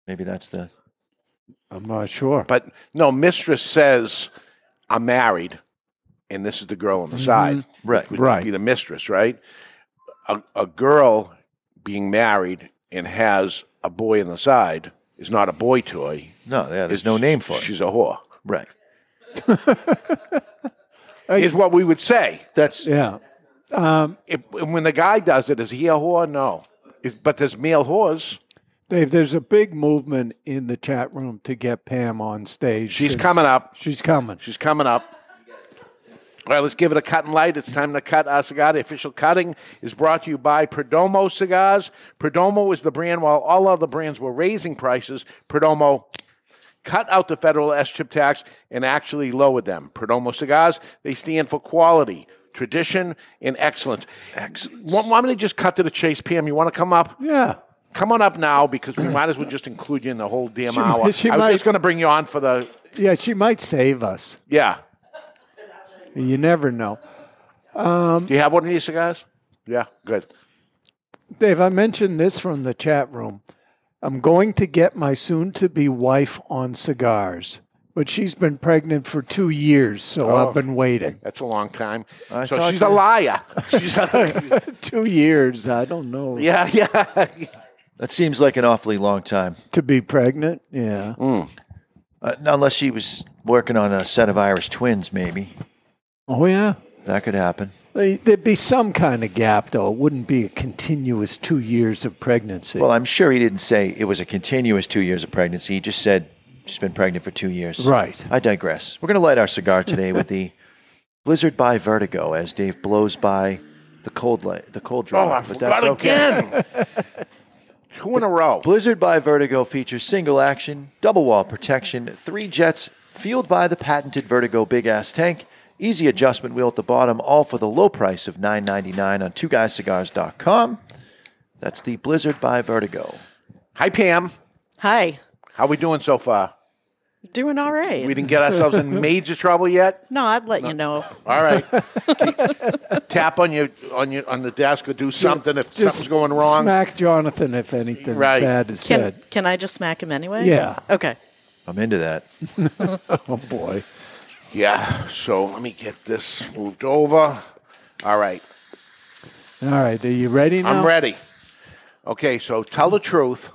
[SPEAKER 3] Maybe that's the.
[SPEAKER 4] I'm not sure.
[SPEAKER 2] But no, mistress says, I'm married, and this is the girl
[SPEAKER 4] Mm-hmm.
[SPEAKER 2] on the side.
[SPEAKER 3] Mhm. Right.
[SPEAKER 2] Which would
[SPEAKER 3] Right.
[SPEAKER 2] Be the mistress, right? A, a girl being married and has a boy on the side is not a boy toy.
[SPEAKER 3] No, yeah, there's no name for it.
[SPEAKER 2] She's a whore.
[SPEAKER 3] Right.
[SPEAKER 2] is what we would say.
[SPEAKER 3] That's
[SPEAKER 4] yeah. Um,
[SPEAKER 2] If- and when the guy does it, is he a whore? No. Is- but there's male whores.
[SPEAKER 4] Dave, there's a big movement in the chat room to get Pam on stage.
[SPEAKER 2] She's
[SPEAKER 4] since-
[SPEAKER 2] coming up.
[SPEAKER 4] She's coming.
[SPEAKER 2] She's coming up. All right, let's give it a cut and light. It's time to cut our cigar. The official cutting is brought to you by Perdomo Cigars. Perdomo is the brand. While all other brands were raising prices, Perdomo cut out the federal S chip tax and actually lowered them. Perdomo Cigars, they stand for quality, tradition, and excellence. Excellence. Want, want me to just cut to the chase, Pam? You want to come up?
[SPEAKER 4] Yeah.
[SPEAKER 2] Come on up now because we might as well just include you in the whole damn
[SPEAKER 4] She
[SPEAKER 2] hour.
[SPEAKER 4] might- she
[SPEAKER 2] I was
[SPEAKER 4] might-
[SPEAKER 2] just going to bring you on for the.
[SPEAKER 4] Yeah, she might save us.
[SPEAKER 2] Yeah.
[SPEAKER 4] You never know. Um,
[SPEAKER 2] Do you have one of these cigars? Yeah, good.
[SPEAKER 4] Dave, I mentioned this from the chat room. I'm going to get my soon to be wife on cigars, but she's been pregnant for two years, so
[SPEAKER 2] Oh.
[SPEAKER 4] I've been waiting.
[SPEAKER 2] That's a long time. so
[SPEAKER 4] thought
[SPEAKER 2] she's
[SPEAKER 4] you-
[SPEAKER 2] a liar. She's a,
[SPEAKER 4] two years, I don't know.
[SPEAKER 2] yeah, yeah.
[SPEAKER 3] That seems like an awfully long time.
[SPEAKER 4] To be pregnant? Yeah.
[SPEAKER 3] Uh, unless she was working on a set of Irish twins, maybe.
[SPEAKER 4] Oh, yeah.
[SPEAKER 3] That could happen.
[SPEAKER 4] They- There'd be some kind of gap, though. It wouldn't be a continuous two years of pregnancy.
[SPEAKER 3] Well, I'm sure he didn't say it was a continuous two years of pregnancy. He just said she's been pregnant for two years.
[SPEAKER 4] Right.
[SPEAKER 3] I digress. We're going to light our cigar today with the Blizzard by Vertigo as Dave blows by the cold light, the cold
[SPEAKER 2] Oh,
[SPEAKER 3] draw.
[SPEAKER 2] I forgot again. Two in a row.
[SPEAKER 3] Blizzard by Vertigo features single action, double wall protection, three jets fueled by the patented Vertigo big ass tank, easy adjustment wheel at the bottom, all for the low price of $9.99 on twoguyscigars.com. That's the Blizzard by Vertigo.
[SPEAKER 2] Hi, Pam.
[SPEAKER 13] Hi.
[SPEAKER 2] How we doing so far?
[SPEAKER 13] Doing all right.
[SPEAKER 2] We didn't get ourselves in major trouble yet.
[SPEAKER 13] No, I'd let you know.
[SPEAKER 4] Oh.
[SPEAKER 2] All right. Tap on your on your on the desk or do something if
[SPEAKER 4] Just
[SPEAKER 2] something's going wrong.
[SPEAKER 4] Smack Jonathan if anything
[SPEAKER 2] Right.
[SPEAKER 4] bad is
[SPEAKER 13] Can,
[SPEAKER 4] said.
[SPEAKER 13] can I just smack him anyway?
[SPEAKER 4] Yeah.
[SPEAKER 13] Okay.
[SPEAKER 3] I'm into that.
[SPEAKER 4] oh, boy.
[SPEAKER 2] Yeah. So let me get this moved over. All right.
[SPEAKER 4] All right. Are you ready now?
[SPEAKER 2] I'm ready. Okay, so tell the truth,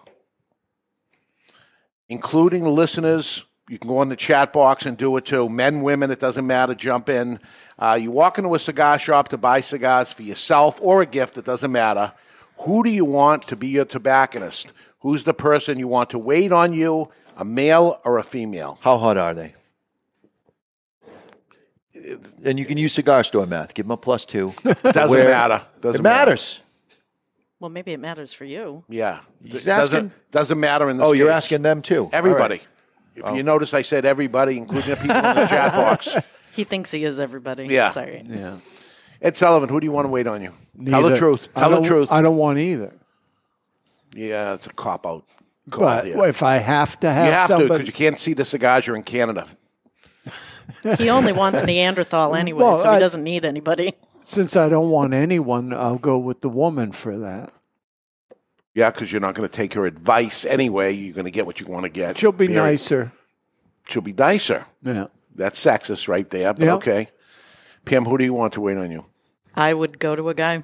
[SPEAKER 2] including the listeners. You can go in the chat box and do it too. Men, women, it doesn't matter. Jump in. Uh, you walk into a cigar shop to buy cigars for yourself or a gift, it doesn't matter. Who do you want to be your tobacconist? Who's the person you want to wait on you, a male or a female?
[SPEAKER 3] How hot are they? And you can use cigar store math. Give them a plus two.
[SPEAKER 2] Doesn't
[SPEAKER 3] Where-
[SPEAKER 2] matter. Doesn't
[SPEAKER 3] it
[SPEAKER 2] matter.
[SPEAKER 3] matters.
[SPEAKER 13] Well, maybe it matters for you.
[SPEAKER 2] Yeah.
[SPEAKER 3] He's asking-
[SPEAKER 2] doesn't, doesn't matter in the
[SPEAKER 3] Oh, you're
[SPEAKER 2] States.
[SPEAKER 3] asking them too. All right.
[SPEAKER 2] Everybody. If you notice, I said everybody, including the people in the chat box.
[SPEAKER 13] He thinks he is everybody.
[SPEAKER 2] Yeah.
[SPEAKER 13] Sorry.
[SPEAKER 4] Yeah.
[SPEAKER 2] Ed Sullivan, who do you want to wait on you? Tell the
[SPEAKER 4] Neither.
[SPEAKER 2] truth.
[SPEAKER 4] I
[SPEAKER 2] Tell the
[SPEAKER 4] don't-
[SPEAKER 2] truth.
[SPEAKER 4] I don't want either.
[SPEAKER 2] Yeah, it's a cop out.
[SPEAKER 4] but if I have to have
[SPEAKER 2] you have to
[SPEAKER 4] somebody,
[SPEAKER 2] because you can't see the cigars. You're in Canada.
[SPEAKER 13] He only wants Neanderthal anyway,
[SPEAKER 4] Well,
[SPEAKER 13] so he
[SPEAKER 4] I-
[SPEAKER 13] doesn't need anybody.
[SPEAKER 4] since I don't want anyone, I'll go with the woman for that.
[SPEAKER 2] Yeah, because you're not going to take her advice anyway. You're going to get what you want to get.
[SPEAKER 4] She'll be
[SPEAKER 2] Mary.
[SPEAKER 4] nicer.
[SPEAKER 2] She'll be nicer.
[SPEAKER 4] Yeah.
[SPEAKER 2] That's sexist right there, but
[SPEAKER 13] Yeah.
[SPEAKER 2] okay. Pam, who do you want to wait on you?
[SPEAKER 13] I would go to a guy.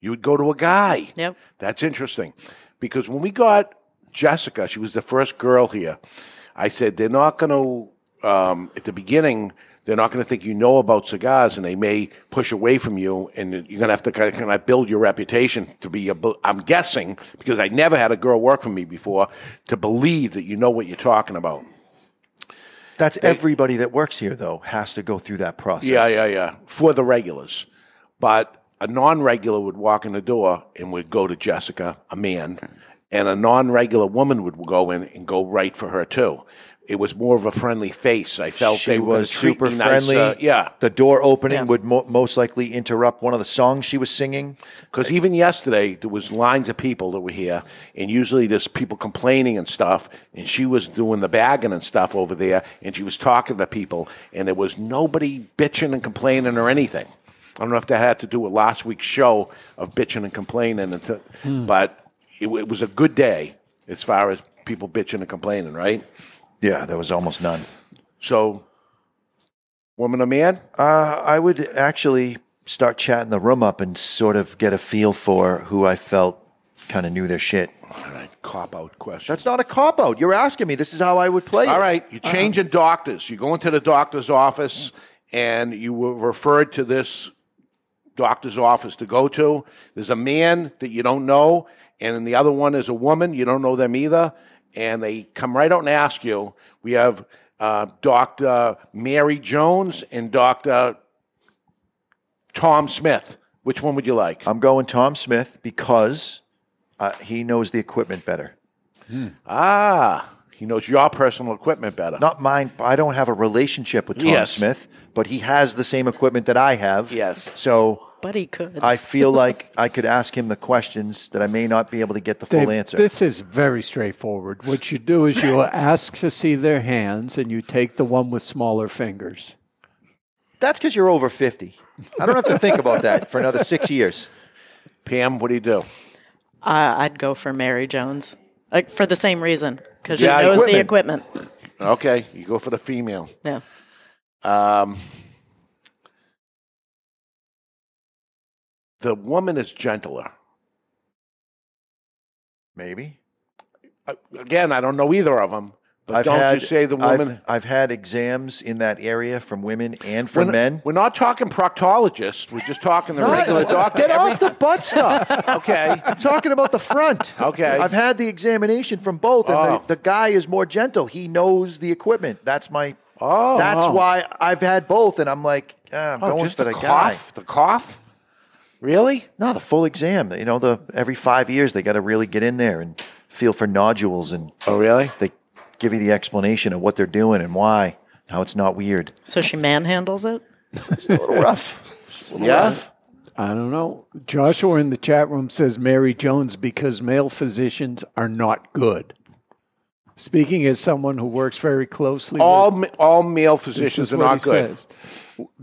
[SPEAKER 2] You would go to a guy.
[SPEAKER 13] Yep.
[SPEAKER 2] That's interesting. Because when we got Jessica, she was the first girl here. I said, they're not going to, um, at the beginning, they're not going to think you know about cigars and they may push away from you and you're going to have to kind of, kind of build your reputation to be, a, bu- I'm guessing, because I never had a girl work for me before, to believe that you know what you're talking about.
[SPEAKER 3] That's
[SPEAKER 2] They-
[SPEAKER 3] everybody that works here, though, has to go through that process.
[SPEAKER 2] Yeah, yeah, yeah. For the regulars. But a non regular would walk in the door and would go to Jessica, a man, and a non regular woman would go in and go right for her too. It was more of a friendly face. I felt
[SPEAKER 3] she
[SPEAKER 2] they were gonna
[SPEAKER 3] was
[SPEAKER 2] treat
[SPEAKER 3] super
[SPEAKER 2] me
[SPEAKER 3] friendly.
[SPEAKER 2] nicer. Yeah.
[SPEAKER 3] The door opening
[SPEAKER 2] Yeah.
[SPEAKER 3] would mo- most likely interrupt one of the songs she was singing.
[SPEAKER 2] Because even yesterday there was lines of people that were here, and usually there's people complaining and stuff. And she was doing the bagging and stuff over there, and she was talking to people, and there was nobody bitching and complaining or anything. I don't know if that had to do with last week's show of bitching and complaining, and t-
[SPEAKER 3] Hmm.
[SPEAKER 2] but it, w- it was a good day as far as people bitching and complaining, right?
[SPEAKER 3] Yeah, there was almost none.
[SPEAKER 2] So, woman or man?
[SPEAKER 3] Uh, I would actually start chatting the room up and sort of get a feel for who I felt kind of knew their shit.
[SPEAKER 2] All right, cop out question.
[SPEAKER 3] That's not a cop out. You're asking me. This is how I would play it. Uh-huh.
[SPEAKER 2] All right, you change in doctors. You go into the doctor's office and you were referred to this doctor's office to go to. There's a man that you don't know, and then the other one is a woman. You don't know them either. And they come right out and ask you. We have uh, Dr. Mary Jones and Dr. Tom Smith. Which one would you like?
[SPEAKER 3] I'm going Tom Smith because uh, he knows the equipment better.
[SPEAKER 2] Ah, he knows your personal equipment better.
[SPEAKER 3] Not mine. I don't have a relationship with Tom
[SPEAKER 2] Yes.
[SPEAKER 3] Smith, but he has the same equipment that I have. Yes. So
[SPEAKER 13] But he could.
[SPEAKER 3] I feel like I could ask him the questions that I may not be able to get the full
[SPEAKER 4] Dave,
[SPEAKER 3] answer.
[SPEAKER 4] This is very straightforward. What you do is you ask to see their hands, and you take the one with smaller fingers.
[SPEAKER 3] That's because you're over 50. I don't have to think about that for another six years.
[SPEAKER 2] Pam, what do you do?
[SPEAKER 13] Uh, I'd go for Mary Jones like, for the same reason because
[SPEAKER 2] Yeah,
[SPEAKER 13] she knows the
[SPEAKER 2] equipment.
[SPEAKER 13] equipment.
[SPEAKER 2] Okay, you go for the female.
[SPEAKER 13] Yeah.
[SPEAKER 2] Um, the woman is gentler.
[SPEAKER 3] Maybe.
[SPEAKER 2] Uh, Again, I don't know either of them. But don't you say the
[SPEAKER 3] I've-
[SPEAKER 2] woman?
[SPEAKER 3] I've, had exams in that area from women and from
[SPEAKER 2] We're-
[SPEAKER 3] men.
[SPEAKER 2] We're not talking proctologists. We're just talking the
[SPEAKER 3] No,
[SPEAKER 2] regular doctor.
[SPEAKER 3] Get
[SPEAKER 2] Every-
[SPEAKER 3] off the butt stuff.
[SPEAKER 2] okay.
[SPEAKER 3] I'm talking about the front.
[SPEAKER 2] Okay.
[SPEAKER 3] I've had the examination from both, and
[SPEAKER 2] Oh.
[SPEAKER 3] the, the guy is more gentle. He knows the equipment. That's my.
[SPEAKER 2] Oh.
[SPEAKER 3] That's why I've had both, and I'm like, ah, I'm
[SPEAKER 2] Oh,
[SPEAKER 3] going
[SPEAKER 2] just
[SPEAKER 3] for
[SPEAKER 2] the
[SPEAKER 3] the,
[SPEAKER 2] cough? guy. The cough. Really?
[SPEAKER 3] No, the full exam. You know, the every five years they got to really get in there and feel for nodules and.
[SPEAKER 2] Oh, really?
[SPEAKER 3] They give you the explanation of what they're doing and why, how it's not weird.
[SPEAKER 13] So she manhandles it.
[SPEAKER 2] Yeah.
[SPEAKER 4] I don't know. Joshua in the chat room says Mary Jones because male physicians are not good. Speaking as someone who works very closely
[SPEAKER 2] all
[SPEAKER 4] with
[SPEAKER 2] ma- all male
[SPEAKER 4] This
[SPEAKER 2] physicians
[SPEAKER 4] is
[SPEAKER 2] are
[SPEAKER 4] what
[SPEAKER 2] not
[SPEAKER 4] he
[SPEAKER 2] good.
[SPEAKER 4] says.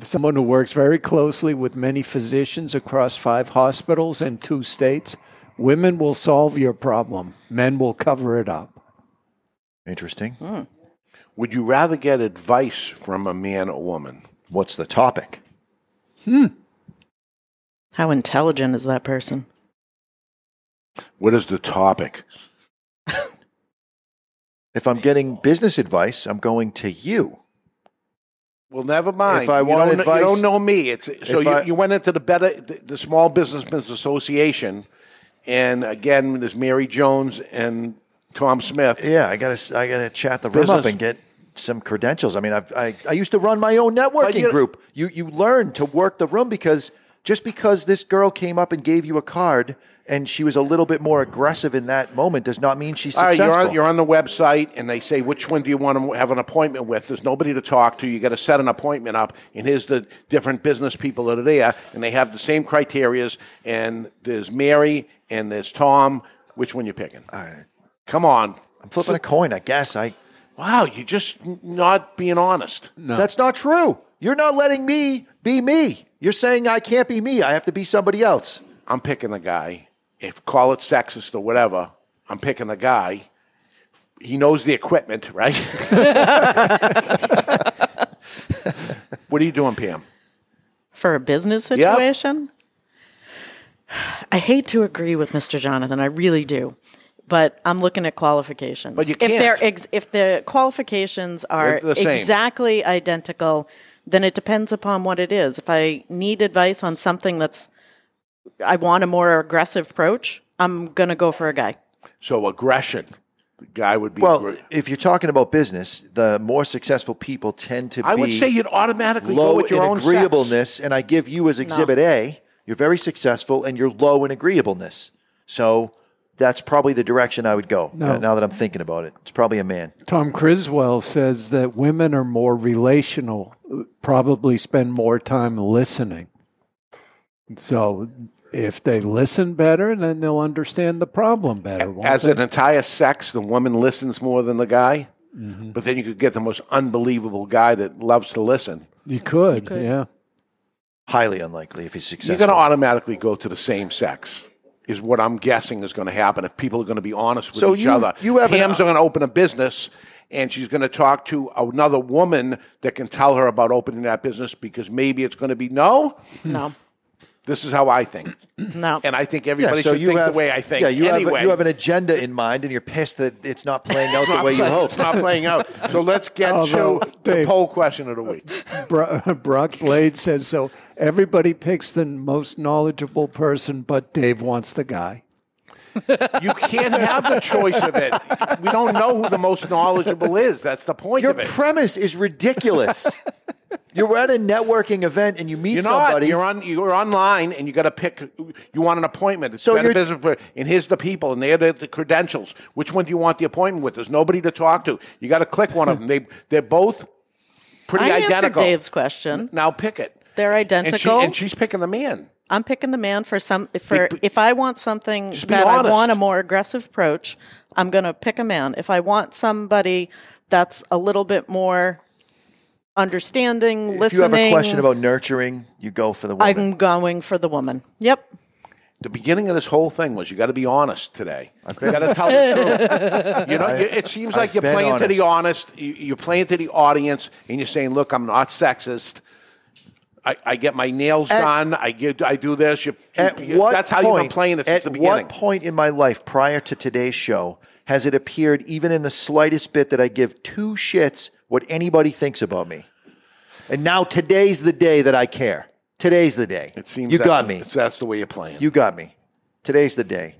[SPEAKER 4] someone who works very closely with many physicians across five hospitals and two states, women will solve your problem. Men will cover it up.
[SPEAKER 3] Interesting.
[SPEAKER 4] Hmm.
[SPEAKER 2] Would you rather get advice from a man or woman?
[SPEAKER 3] What's the topic?
[SPEAKER 4] Hmm.
[SPEAKER 13] How intelligent is that person?
[SPEAKER 2] What is the topic?
[SPEAKER 3] if I'm getting business advice, I'm going to you.
[SPEAKER 2] Well, never mind.
[SPEAKER 3] If I
[SPEAKER 2] you
[SPEAKER 3] want
[SPEAKER 2] don't,
[SPEAKER 3] advice-
[SPEAKER 2] you don't know me. It's so
[SPEAKER 3] If
[SPEAKER 2] you,
[SPEAKER 3] I-
[SPEAKER 2] you went into the better the, the Small Businessmen's Association, and again, there's Mary Jones and Tom Smith.
[SPEAKER 3] Yeah, I gotta I gotta chat the room up
[SPEAKER 2] Business.
[SPEAKER 3] and get some credentials. I mean, I've, I I used to run my own networking
[SPEAKER 2] you-
[SPEAKER 3] group. You you learn to work the room because just because this girl came up and gave you a card and she was a little bit more aggressive in that moment does not mean she's
[SPEAKER 2] All right,
[SPEAKER 3] successful.
[SPEAKER 2] you're on, you're on the website, and they say which one do you want to have an appointment with? There's nobody to talk to. You got to set an appointment up, and here's the different business people that are there, and they have the same criterias. And there's Mary, and there's Tom. Which one you picking? Come on,
[SPEAKER 3] I'm flipping a coin. I guess I.
[SPEAKER 2] Wow, you're just n- not being honest.
[SPEAKER 3] That's not true. You're not letting me be me. You're saying I can't be me. I have to be somebody else.
[SPEAKER 2] I'm picking the guy. If call it sexist or whatever, I'm picking the guy. He knows the equipment, right? what are you doing, Pam?
[SPEAKER 13] For a business situation? I hate to agree with Mr. Jonathan. I really do. But I'm looking at qualifications.
[SPEAKER 2] But you
[SPEAKER 13] If,
[SPEAKER 2] can't.
[SPEAKER 13] they're ex- if the qualifications are
[SPEAKER 2] They're the same.
[SPEAKER 13] exactly identical, then it depends upon what it is. If I need advice on something that's, I want a more aggressive approach, I'm going to go for a guy.
[SPEAKER 2] So aggression, the guy would be.
[SPEAKER 3] Well, if you're talking about business, the more successful people tend to
[SPEAKER 2] I
[SPEAKER 3] be
[SPEAKER 2] would say you'd automatically
[SPEAKER 3] low
[SPEAKER 2] go with your
[SPEAKER 3] in
[SPEAKER 2] own sex.
[SPEAKER 3] agreeableness, and I give you as Exhibit A. You're very successful, and you're low in agreeableness. So that's probably the direction I would go.
[SPEAKER 4] No.
[SPEAKER 3] uh, Now that I'm thinking about it, it's probably a man.
[SPEAKER 4] Tom Criswell says that women are more relational, probably spend more time listening. So if they listen better, then they'll understand the problem better. won't
[SPEAKER 2] As
[SPEAKER 4] they?
[SPEAKER 2] an entire sex, the woman listens more than the guy.
[SPEAKER 4] Mm-hmm.
[SPEAKER 2] But then you could get the most unbelievable guy that loves to listen.
[SPEAKER 4] you could,
[SPEAKER 2] could.
[SPEAKER 4] yeah.
[SPEAKER 3] Highly unlikely if he's successful.
[SPEAKER 2] You're going to automatically go to the same sex. Is what I'm guessing is going to happen if people are going to be honest with
[SPEAKER 3] So
[SPEAKER 2] each
[SPEAKER 3] you-
[SPEAKER 2] other.
[SPEAKER 3] you have an-
[SPEAKER 2] Pam's going to open a business, and she's going to talk to another woman that can tell her about opening that business because maybe it's going to be no,
[SPEAKER 13] No.
[SPEAKER 2] This is how Oh, I think,
[SPEAKER 13] no,
[SPEAKER 2] and I think everybody should think the way I think.
[SPEAKER 3] Yeah, you
[SPEAKER 2] anyway,
[SPEAKER 3] have you have an agenda in mind, and you're pissed that it's not playing out
[SPEAKER 2] It's
[SPEAKER 3] the
[SPEAKER 2] not
[SPEAKER 3] way you
[SPEAKER 2] playing-
[SPEAKER 3] hoped.
[SPEAKER 2] It's not playing out. So let's get
[SPEAKER 4] Although,
[SPEAKER 2] to the
[SPEAKER 4] Dave-
[SPEAKER 2] poll question of the week.
[SPEAKER 4] Bro- Brock Blade says so. Everybody picks the most knowledgeable person, but Dave wants the guy.
[SPEAKER 2] You can't have the choice of it. We don't know who the most knowledgeable is. That's the point
[SPEAKER 3] Your
[SPEAKER 2] of it.
[SPEAKER 3] premise is ridiculous. you're at a networking event and you meet
[SPEAKER 2] You're not.
[SPEAKER 3] somebody.
[SPEAKER 2] You're on. You're online, and you got to pick. You want an appointment. It's
[SPEAKER 3] So
[SPEAKER 2] so better
[SPEAKER 3] you're-
[SPEAKER 2] business, but- and here's the people, and they're the, the credentials. Which one do you want the appointment with? There's nobody to talk to. You got to click one of them. They they're both pretty
[SPEAKER 13] I answered
[SPEAKER 2] identical.
[SPEAKER 13] Dave's question.
[SPEAKER 2] Now pick it.
[SPEAKER 13] They're
[SPEAKER 2] And, she,
[SPEAKER 13] identical.
[SPEAKER 2] and she's picking the man.
[SPEAKER 13] I'm picking the man for some for if I want something
[SPEAKER 2] be
[SPEAKER 13] that I
[SPEAKER 2] honest.
[SPEAKER 13] want a more aggressive approach, I'm going to pick a man. If I want somebody that's a little bit more understanding,
[SPEAKER 3] if you
[SPEAKER 13] listening,
[SPEAKER 3] have a question about nurturing, you go for the woman.
[SPEAKER 13] I'm going for the woman. Yep.
[SPEAKER 2] The beginning of this whole thing was you got to be honest today. You got to tell the truth. You know,
[SPEAKER 3] I-
[SPEAKER 2] you- it seems
[SPEAKER 3] I've
[SPEAKER 2] like you're
[SPEAKER 3] been
[SPEAKER 2] playing to
[SPEAKER 3] honest.
[SPEAKER 2] the honest. you- You're playing to the audience, and you're saying, "Look, I'm not sexist. I, I get my nails done. I get, I do this. You,
[SPEAKER 3] At
[SPEAKER 2] you-
[SPEAKER 3] what
[SPEAKER 2] that's how
[SPEAKER 3] point,
[SPEAKER 2] you've been playing it since
[SPEAKER 3] at
[SPEAKER 2] the beginning."
[SPEAKER 3] what point in my life prior to today's show has it appeared even in the slightest bit that I give two shits what anybody thinks about me? And now today's the day that I care. Today's the day. It
[SPEAKER 2] seems
[SPEAKER 3] you
[SPEAKER 2] that's-
[SPEAKER 3] got me.
[SPEAKER 2] That's the way you're playing.
[SPEAKER 3] You got me. Today's the day.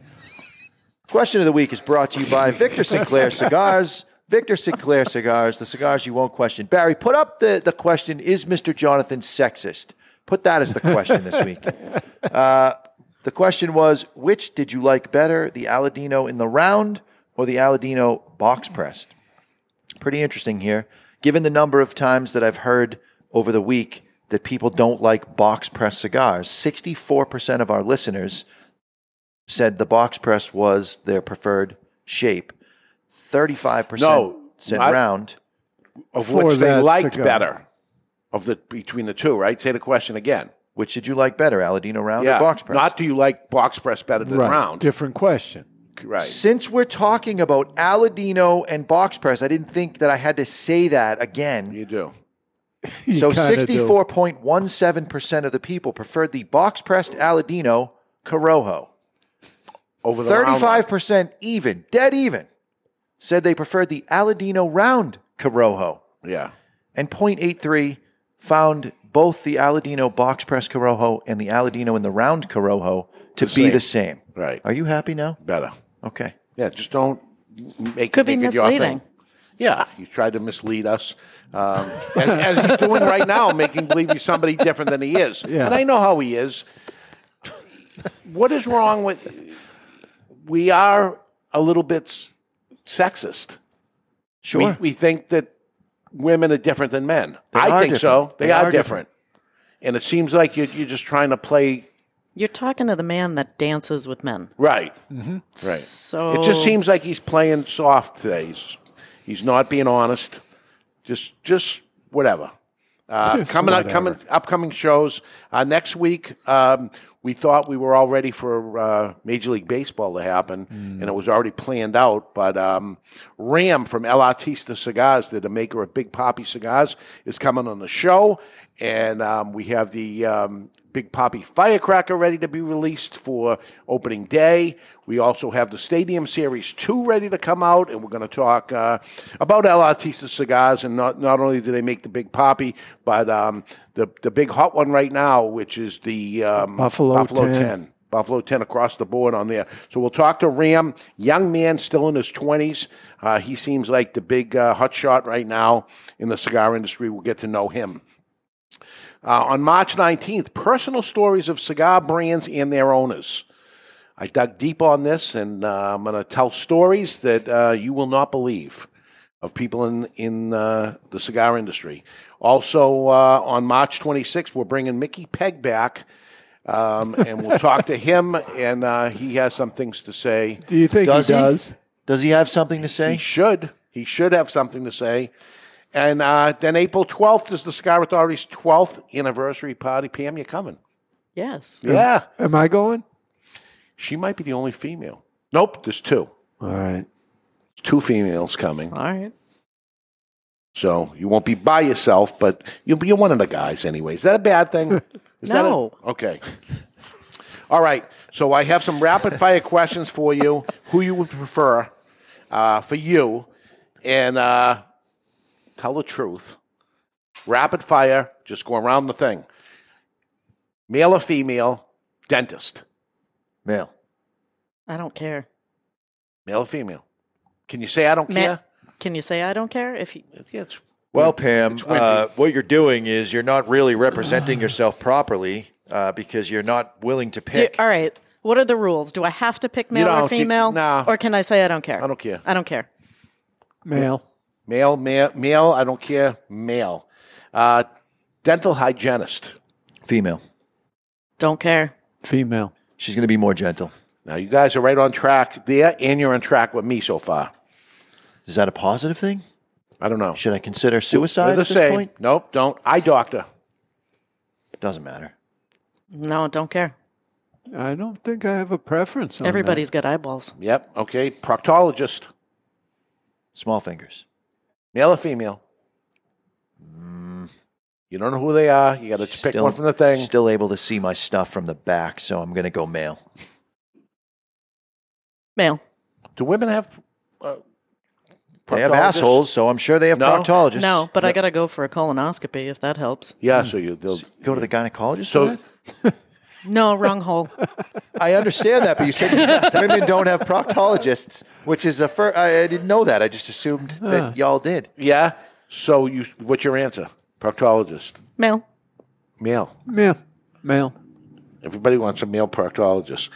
[SPEAKER 3] Question of the week is brought to you by Victor Sinclair Cigars. Victor Sinclair Cigars, the cigars you won't question. Barry, put up the, the question Is Mr. Jonathan sexist? Put that as the question this week. Uh, the question was Which did you like better, the Aladino in the round or the Aladino box pressed? Pretty interesting here. Given the number of times that I've heard over the week that people don't like box press cigars, 64% of our listeners said the box press was their preferred shape. 35%
[SPEAKER 2] No,
[SPEAKER 3] said
[SPEAKER 2] I-
[SPEAKER 3] round.
[SPEAKER 2] of which they liked better of the between the two, right? Say the question again.
[SPEAKER 3] Which did you like better, Aladino round
[SPEAKER 2] yeah.
[SPEAKER 3] or box press?
[SPEAKER 2] Not do you like box press better than
[SPEAKER 4] Right.
[SPEAKER 2] round?
[SPEAKER 4] Different question.
[SPEAKER 2] Right.
[SPEAKER 3] Since we're talking about Aladino and box press, I didn't think that I had to say that again.
[SPEAKER 2] You do.
[SPEAKER 4] You
[SPEAKER 3] so
[SPEAKER 4] kinda do.
[SPEAKER 3] 64.17% of the people preferred the box pressed Aladino Corojo.
[SPEAKER 2] Over the round one.
[SPEAKER 3] 35% even, dead even, said they preferred the Aladino round Corojo.
[SPEAKER 2] Yeah.
[SPEAKER 3] And 0.83 found both the Aladino box press Corojo and the Aladino in the round Corojo to
[SPEAKER 2] The
[SPEAKER 3] be
[SPEAKER 2] same.
[SPEAKER 3] the same.
[SPEAKER 2] Right.
[SPEAKER 3] Are you happy now?
[SPEAKER 2] Better.
[SPEAKER 3] Okay.
[SPEAKER 2] Yeah, just don't make
[SPEAKER 13] Could be
[SPEAKER 2] make it your thing.
[SPEAKER 13] misleading.
[SPEAKER 2] Yeah, you tried to mislead us, um, as, as he's doing right now, making believe he's somebody different than he is.
[SPEAKER 4] Yeah.
[SPEAKER 2] And I know how he is. What is wrong with? We are a little bit s- sexist.
[SPEAKER 3] Sure.
[SPEAKER 2] we, we think that women are different than men.
[SPEAKER 3] They
[SPEAKER 2] I
[SPEAKER 3] are
[SPEAKER 2] think
[SPEAKER 3] different.
[SPEAKER 2] so. They,
[SPEAKER 3] They
[SPEAKER 2] are,
[SPEAKER 3] are
[SPEAKER 2] different.
[SPEAKER 3] different.
[SPEAKER 2] and it seems like you're, you're just trying to play
[SPEAKER 13] You're talking to the man that dances with men.
[SPEAKER 2] Right.
[SPEAKER 13] Mm-hmm.
[SPEAKER 2] Right.
[SPEAKER 13] So-
[SPEAKER 2] it just seems like he's playing soft today. He's, he's not being honest. Just just whatever. Uh,
[SPEAKER 8] Just
[SPEAKER 2] coming up,
[SPEAKER 8] whatever.
[SPEAKER 2] coming upcoming shows uh, next week. Um, we thought we were all ready for uh, Major League Baseball to happen, and it was already planned out. But um, Ram from El Artista Cigars, they're the maker of Big Poppy cigars, is coming on the show, and um, we have the um, Big Poppy Firecracker ready to be released for opening day. We also have the Stadium Series 2 ready to come out, and we're going to talk uh, about El Artista cigars. And not, not only do they make the Big Poppy, but um, the, the big hot one right now, which is the um,
[SPEAKER 4] Buffalo 10.
[SPEAKER 2] 10. Buffalo 10 across the board on there. So we'll talk to Ram, young man, still in his 20s. Uh, he seems like the big uh, hot shot right now in the cigar industry. We'll get to know him. Uh, on March 19th, personal stories of cigar brands and their owners. I dug deep on this, and uh, I'm going to tell stories that uh, you will not believe of people in in uh, the cigar industry. Also, uh, on March 26th, we're bringing Mickey Peg back, um, and we'll talk to him, and uh, he has some things to say.
[SPEAKER 4] Do you think
[SPEAKER 2] Does
[SPEAKER 4] he
[SPEAKER 2] he?
[SPEAKER 4] does?
[SPEAKER 2] Does he have something to say? He should. He should have something to say. And uh, then April 12th is the Cigar Authority's 12th anniversary party. Pam, you coming?
[SPEAKER 13] Yes.
[SPEAKER 2] Yeah.
[SPEAKER 4] Am I going?
[SPEAKER 2] She might be the only female. Nope, there's two.
[SPEAKER 4] All right.
[SPEAKER 2] Two females coming.
[SPEAKER 13] All right.
[SPEAKER 2] So you won't be by yourself, but you'll be you're one of the guys anyway. Is that a bad thing? Is that a-
[SPEAKER 13] No.
[SPEAKER 2] okay. All right. So I have some rapid fire questions for you. Who you would prefer uh, for you, and uh, tell the truth. Rapid fire. Just go around the thing. Male or female? Dentist.
[SPEAKER 3] Male.
[SPEAKER 13] I don't care.
[SPEAKER 2] Male or female? Can you say I don't
[SPEAKER 13] Ma-
[SPEAKER 2] care?
[SPEAKER 13] Can you say I don't care? If you,
[SPEAKER 2] it's
[SPEAKER 3] Well, Pam, uh, what you're doing is you're not really representing yourself properly uh, because you're not willing to
[SPEAKER 13] do,
[SPEAKER 3] pick.
[SPEAKER 13] all right. What are the rules? Do I have to pick
[SPEAKER 3] You
[SPEAKER 13] male
[SPEAKER 3] don't,
[SPEAKER 13] or
[SPEAKER 3] you-
[SPEAKER 13] female?
[SPEAKER 3] nah.
[SPEAKER 13] Or can I say I don't care? I
[SPEAKER 2] don't care.
[SPEAKER 13] I don't care.
[SPEAKER 4] Male.
[SPEAKER 2] Oh, Male, male, male. I don't care. Male. Uh, dental hygienist.
[SPEAKER 3] Female.
[SPEAKER 13] Don't care.
[SPEAKER 4] Female.
[SPEAKER 3] She's going to be more gentle.
[SPEAKER 2] Now you guys are right on track there, and you're on track with me so far.
[SPEAKER 3] Is that a positive thing?
[SPEAKER 2] I don't know.
[SPEAKER 3] Should I consider suicide
[SPEAKER 2] They're
[SPEAKER 3] at this
[SPEAKER 2] the same.
[SPEAKER 3] point?
[SPEAKER 2] Nope, don't. Eye doctor.
[SPEAKER 3] Doesn't matter.
[SPEAKER 13] No, don't care.
[SPEAKER 4] I don't think I have a preference on
[SPEAKER 13] Everybody's
[SPEAKER 4] that.
[SPEAKER 13] got eyeballs.
[SPEAKER 2] Yep. Okay. Proctologist.
[SPEAKER 3] Small fingers.
[SPEAKER 2] Male or female? You don't know who they are. You got to pick
[SPEAKER 3] Still-
[SPEAKER 2] one from the thing.
[SPEAKER 3] Still able to see my stuff from the back, so I'm going to go male.
[SPEAKER 13] Male.
[SPEAKER 2] Do women have? Uh,
[SPEAKER 3] They have
[SPEAKER 2] proctologists?
[SPEAKER 3] assholes, so I'm sure they have proctologists.
[SPEAKER 13] No, but I got to go for a colonoscopy if that helps.
[SPEAKER 2] Yeah, so you they'll,
[SPEAKER 3] go to the gynecologist.
[SPEAKER 2] So-
[SPEAKER 3] for that?
[SPEAKER 13] No, wrong hole.
[SPEAKER 3] I understand that, but you said women don't have proctologists, which is a fir- I, I didn't know that. I just assumed that
[SPEAKER 2] Huh.
[SPEAKER 3] y'all did.
[SPEAKER 2] Yeah. So you, what's your answer? Proctologist.
[SPEAKER 13] Male.
[SPEAKER 2] Male.
[SPEAKER 4] Male. Male.
[SPEAKER 2] Everybody wants a male proctologist.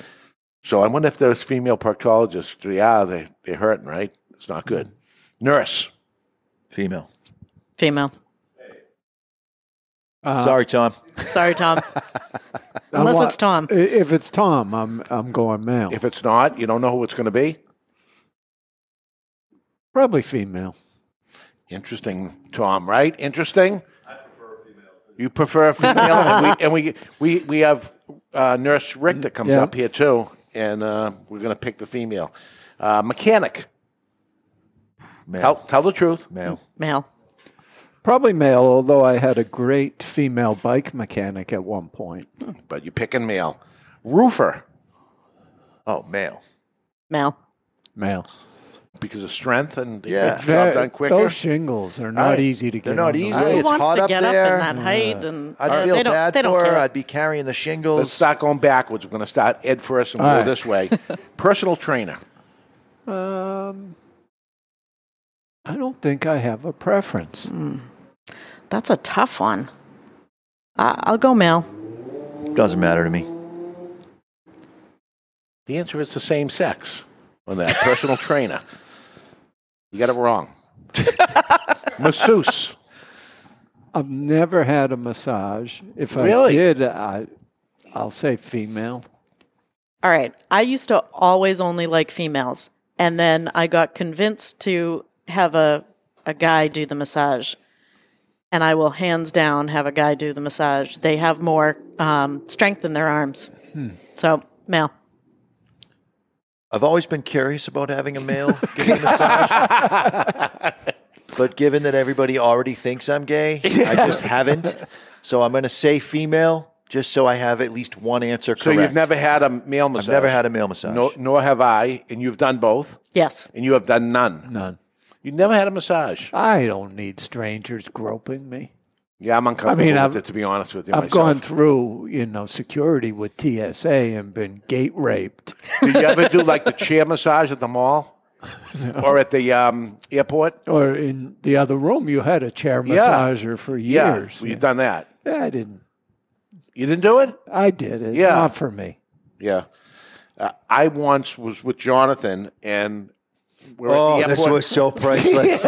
[SPEAKER 2] So I wonder if there's female proctologists. Yeah, they they hurting, right? It's not good. Nurse.
[SPEAKER 3] Female.
[SPEAKER 13] Female.
[SPEAKER 3] Sorry, Tom.
[SPEAKER 13] Sorry, Tom.
[SPEAKER 4] I
[SPEAKER 13] Unless
[SPEAKER 4] wa-
[SPEAKER 13] it's Tom.
[SPEAKER 4] I- If it's Tom, I'm I'm going male.
[SPEAKER 2] If it's not, you don't know who it's going to be.
[SPEAKER 4] Probably female.
[SPEAKER 2] Interesting, Tom. Right? Interesting. I prefer a female. You prefer a female, and we and we, we, we have uh, nurse Rick that comes
[SPEAKER 4] Yeah.
[SPEAKER 2] up here too, and uh, we're going to pick the female uh, mechanic. Tell, tell the truth.
[SPEAKER 3] Male.
[SPEAKER 13] Male.
[SPEAKER 4] Probably male, although I had a great female bike mechanic at one point.
[SPEAKER 2] Hmm, But you're picking male. Roofer.
[SPEAKER 3] Oh, male.
[SPEAKER 13] Male.
[SPEAKER 4] Male.
[SPEAKER 2] Because of strength and they
[SPEAKER 4] Yeah.
[SPEAKER 2] get the job done quicker.
[SPEAKER 4] Those shingles are not
[SPEAKER 2] Right.
[SPEAKER 4] easy to
[SPEAKER 2] They're
[SPEAKER 4] get.
[SPEAKER 2] not
[SPEAKER 4] under.
[SPEAKER 2] easy.
[SPEAKER 13] Who
[SPEAKER 3] It's
[SPEAKER 13] wants
[SPEAKER 3] hot
[SPEAKER 13] to
[SPEAKER 3] up
[SPEAKER 13] get
[SPEAKER 3] there.
[SPEAKER 13] up in that height? And
[SPEAKER 3] I'd
[SPEAKER 13] uh,
[SPEAKER 3] feel
[SPEAKER 13] they don't,
[SPEAKER 3] bad
[SPEAKER 13] they don't
[SPEAKER 3] for her.
[SPEAKER 13] care.
[SPEAKER 3] I'd be carrying the shingles.
[SPEAKER 2] Let's start going backwards. We're going to start Ed first and we'll
[SPEAKER 3] All
[SPEAKER 2] go
[SPEAKER 3] right.
[SPEAKER 2] this way. Personal trainer.
[SPEAKER 4] Um, I don't think I have a preference.
[SPEAKER 13] Hmm. That's a tough one. I- I'll go male.
[SPEAKER 3] Doesn't matter to me.
[SPEAKER 2] The answer is the same sex on that. Personal trainer. You got it wrong. Masseuse.
[SPEAKER 4] I've never had a massage. If I
[SPEAKER 2] Really?
[SPEAKER 4] did, I I'll say female.
[SPEAKER 13] All right. I used to always only like females. And then I got convinced to have a, a guy do the massage. And I will hands down have a guy do the massage. They have more um, strength in their arms.
[SPEAKER 3] Hmm.
[SPEAKER 13] So, male.
[SPEAKER 3] I've always been curious about having a male give me a massage. but given that everybody already thinks I'm gay, I just haven't. So I'm going to say female just so I have at least one answer
[SPEAKER 2] So
[SPEAKER 3] correct.
[SPEAKER 2] you've never had a male massage?
[SPEAKER 3] never had a male massage.
[SPEAKER 2] No, nor have I. And you've done both?
[SPEAKER 13] Yes.
[SPEAKER 2] And you have done none?
[SPEAKER 4] None.
[SPEAKER 2] You never had a massage?
[SPEAKER 4] I don't need strangers groping me.
[SPEAKER 2] Yeah, I'm uncomfortable with
[SPEAKER 4] I've-
[SPEAKER 2] it, to be honest with you,
[SPEAKER 4] I've
[SPEAKER 2] myself.
[SPEAKER 4] gone through, you know, security with TSA and been gate raped.
[SPEAKER 2] Did you ever do like the chair massage at the mall? Or at the um, airport?
[SPEAKER 4] Or in the other room, you had a chair
[SPEAKER 2] Yeah.
[SPEAKER 4] massager for
[SPEAKER 2] Yeah,
[SPEAKER 4] years.
[SPEAKER 2] You've done that?
[SPEAKER 4] Yeah, I didn't.
[SPEAKER 2] You didn't do it?
[SPEAKER 4] I did it.
[SPEAKER 2] Yeah.
[SPEAKER 4] Not for me.
[SPEAKER 2] Yeah. Uh, I once was with Jonathan and we're
[SPEAKER 3] Oh,
[SPEAKER 2] at the
[SPEAKER 3] this
[SPEAKER 2] airport.
[SPEAKER 3] was so priceless.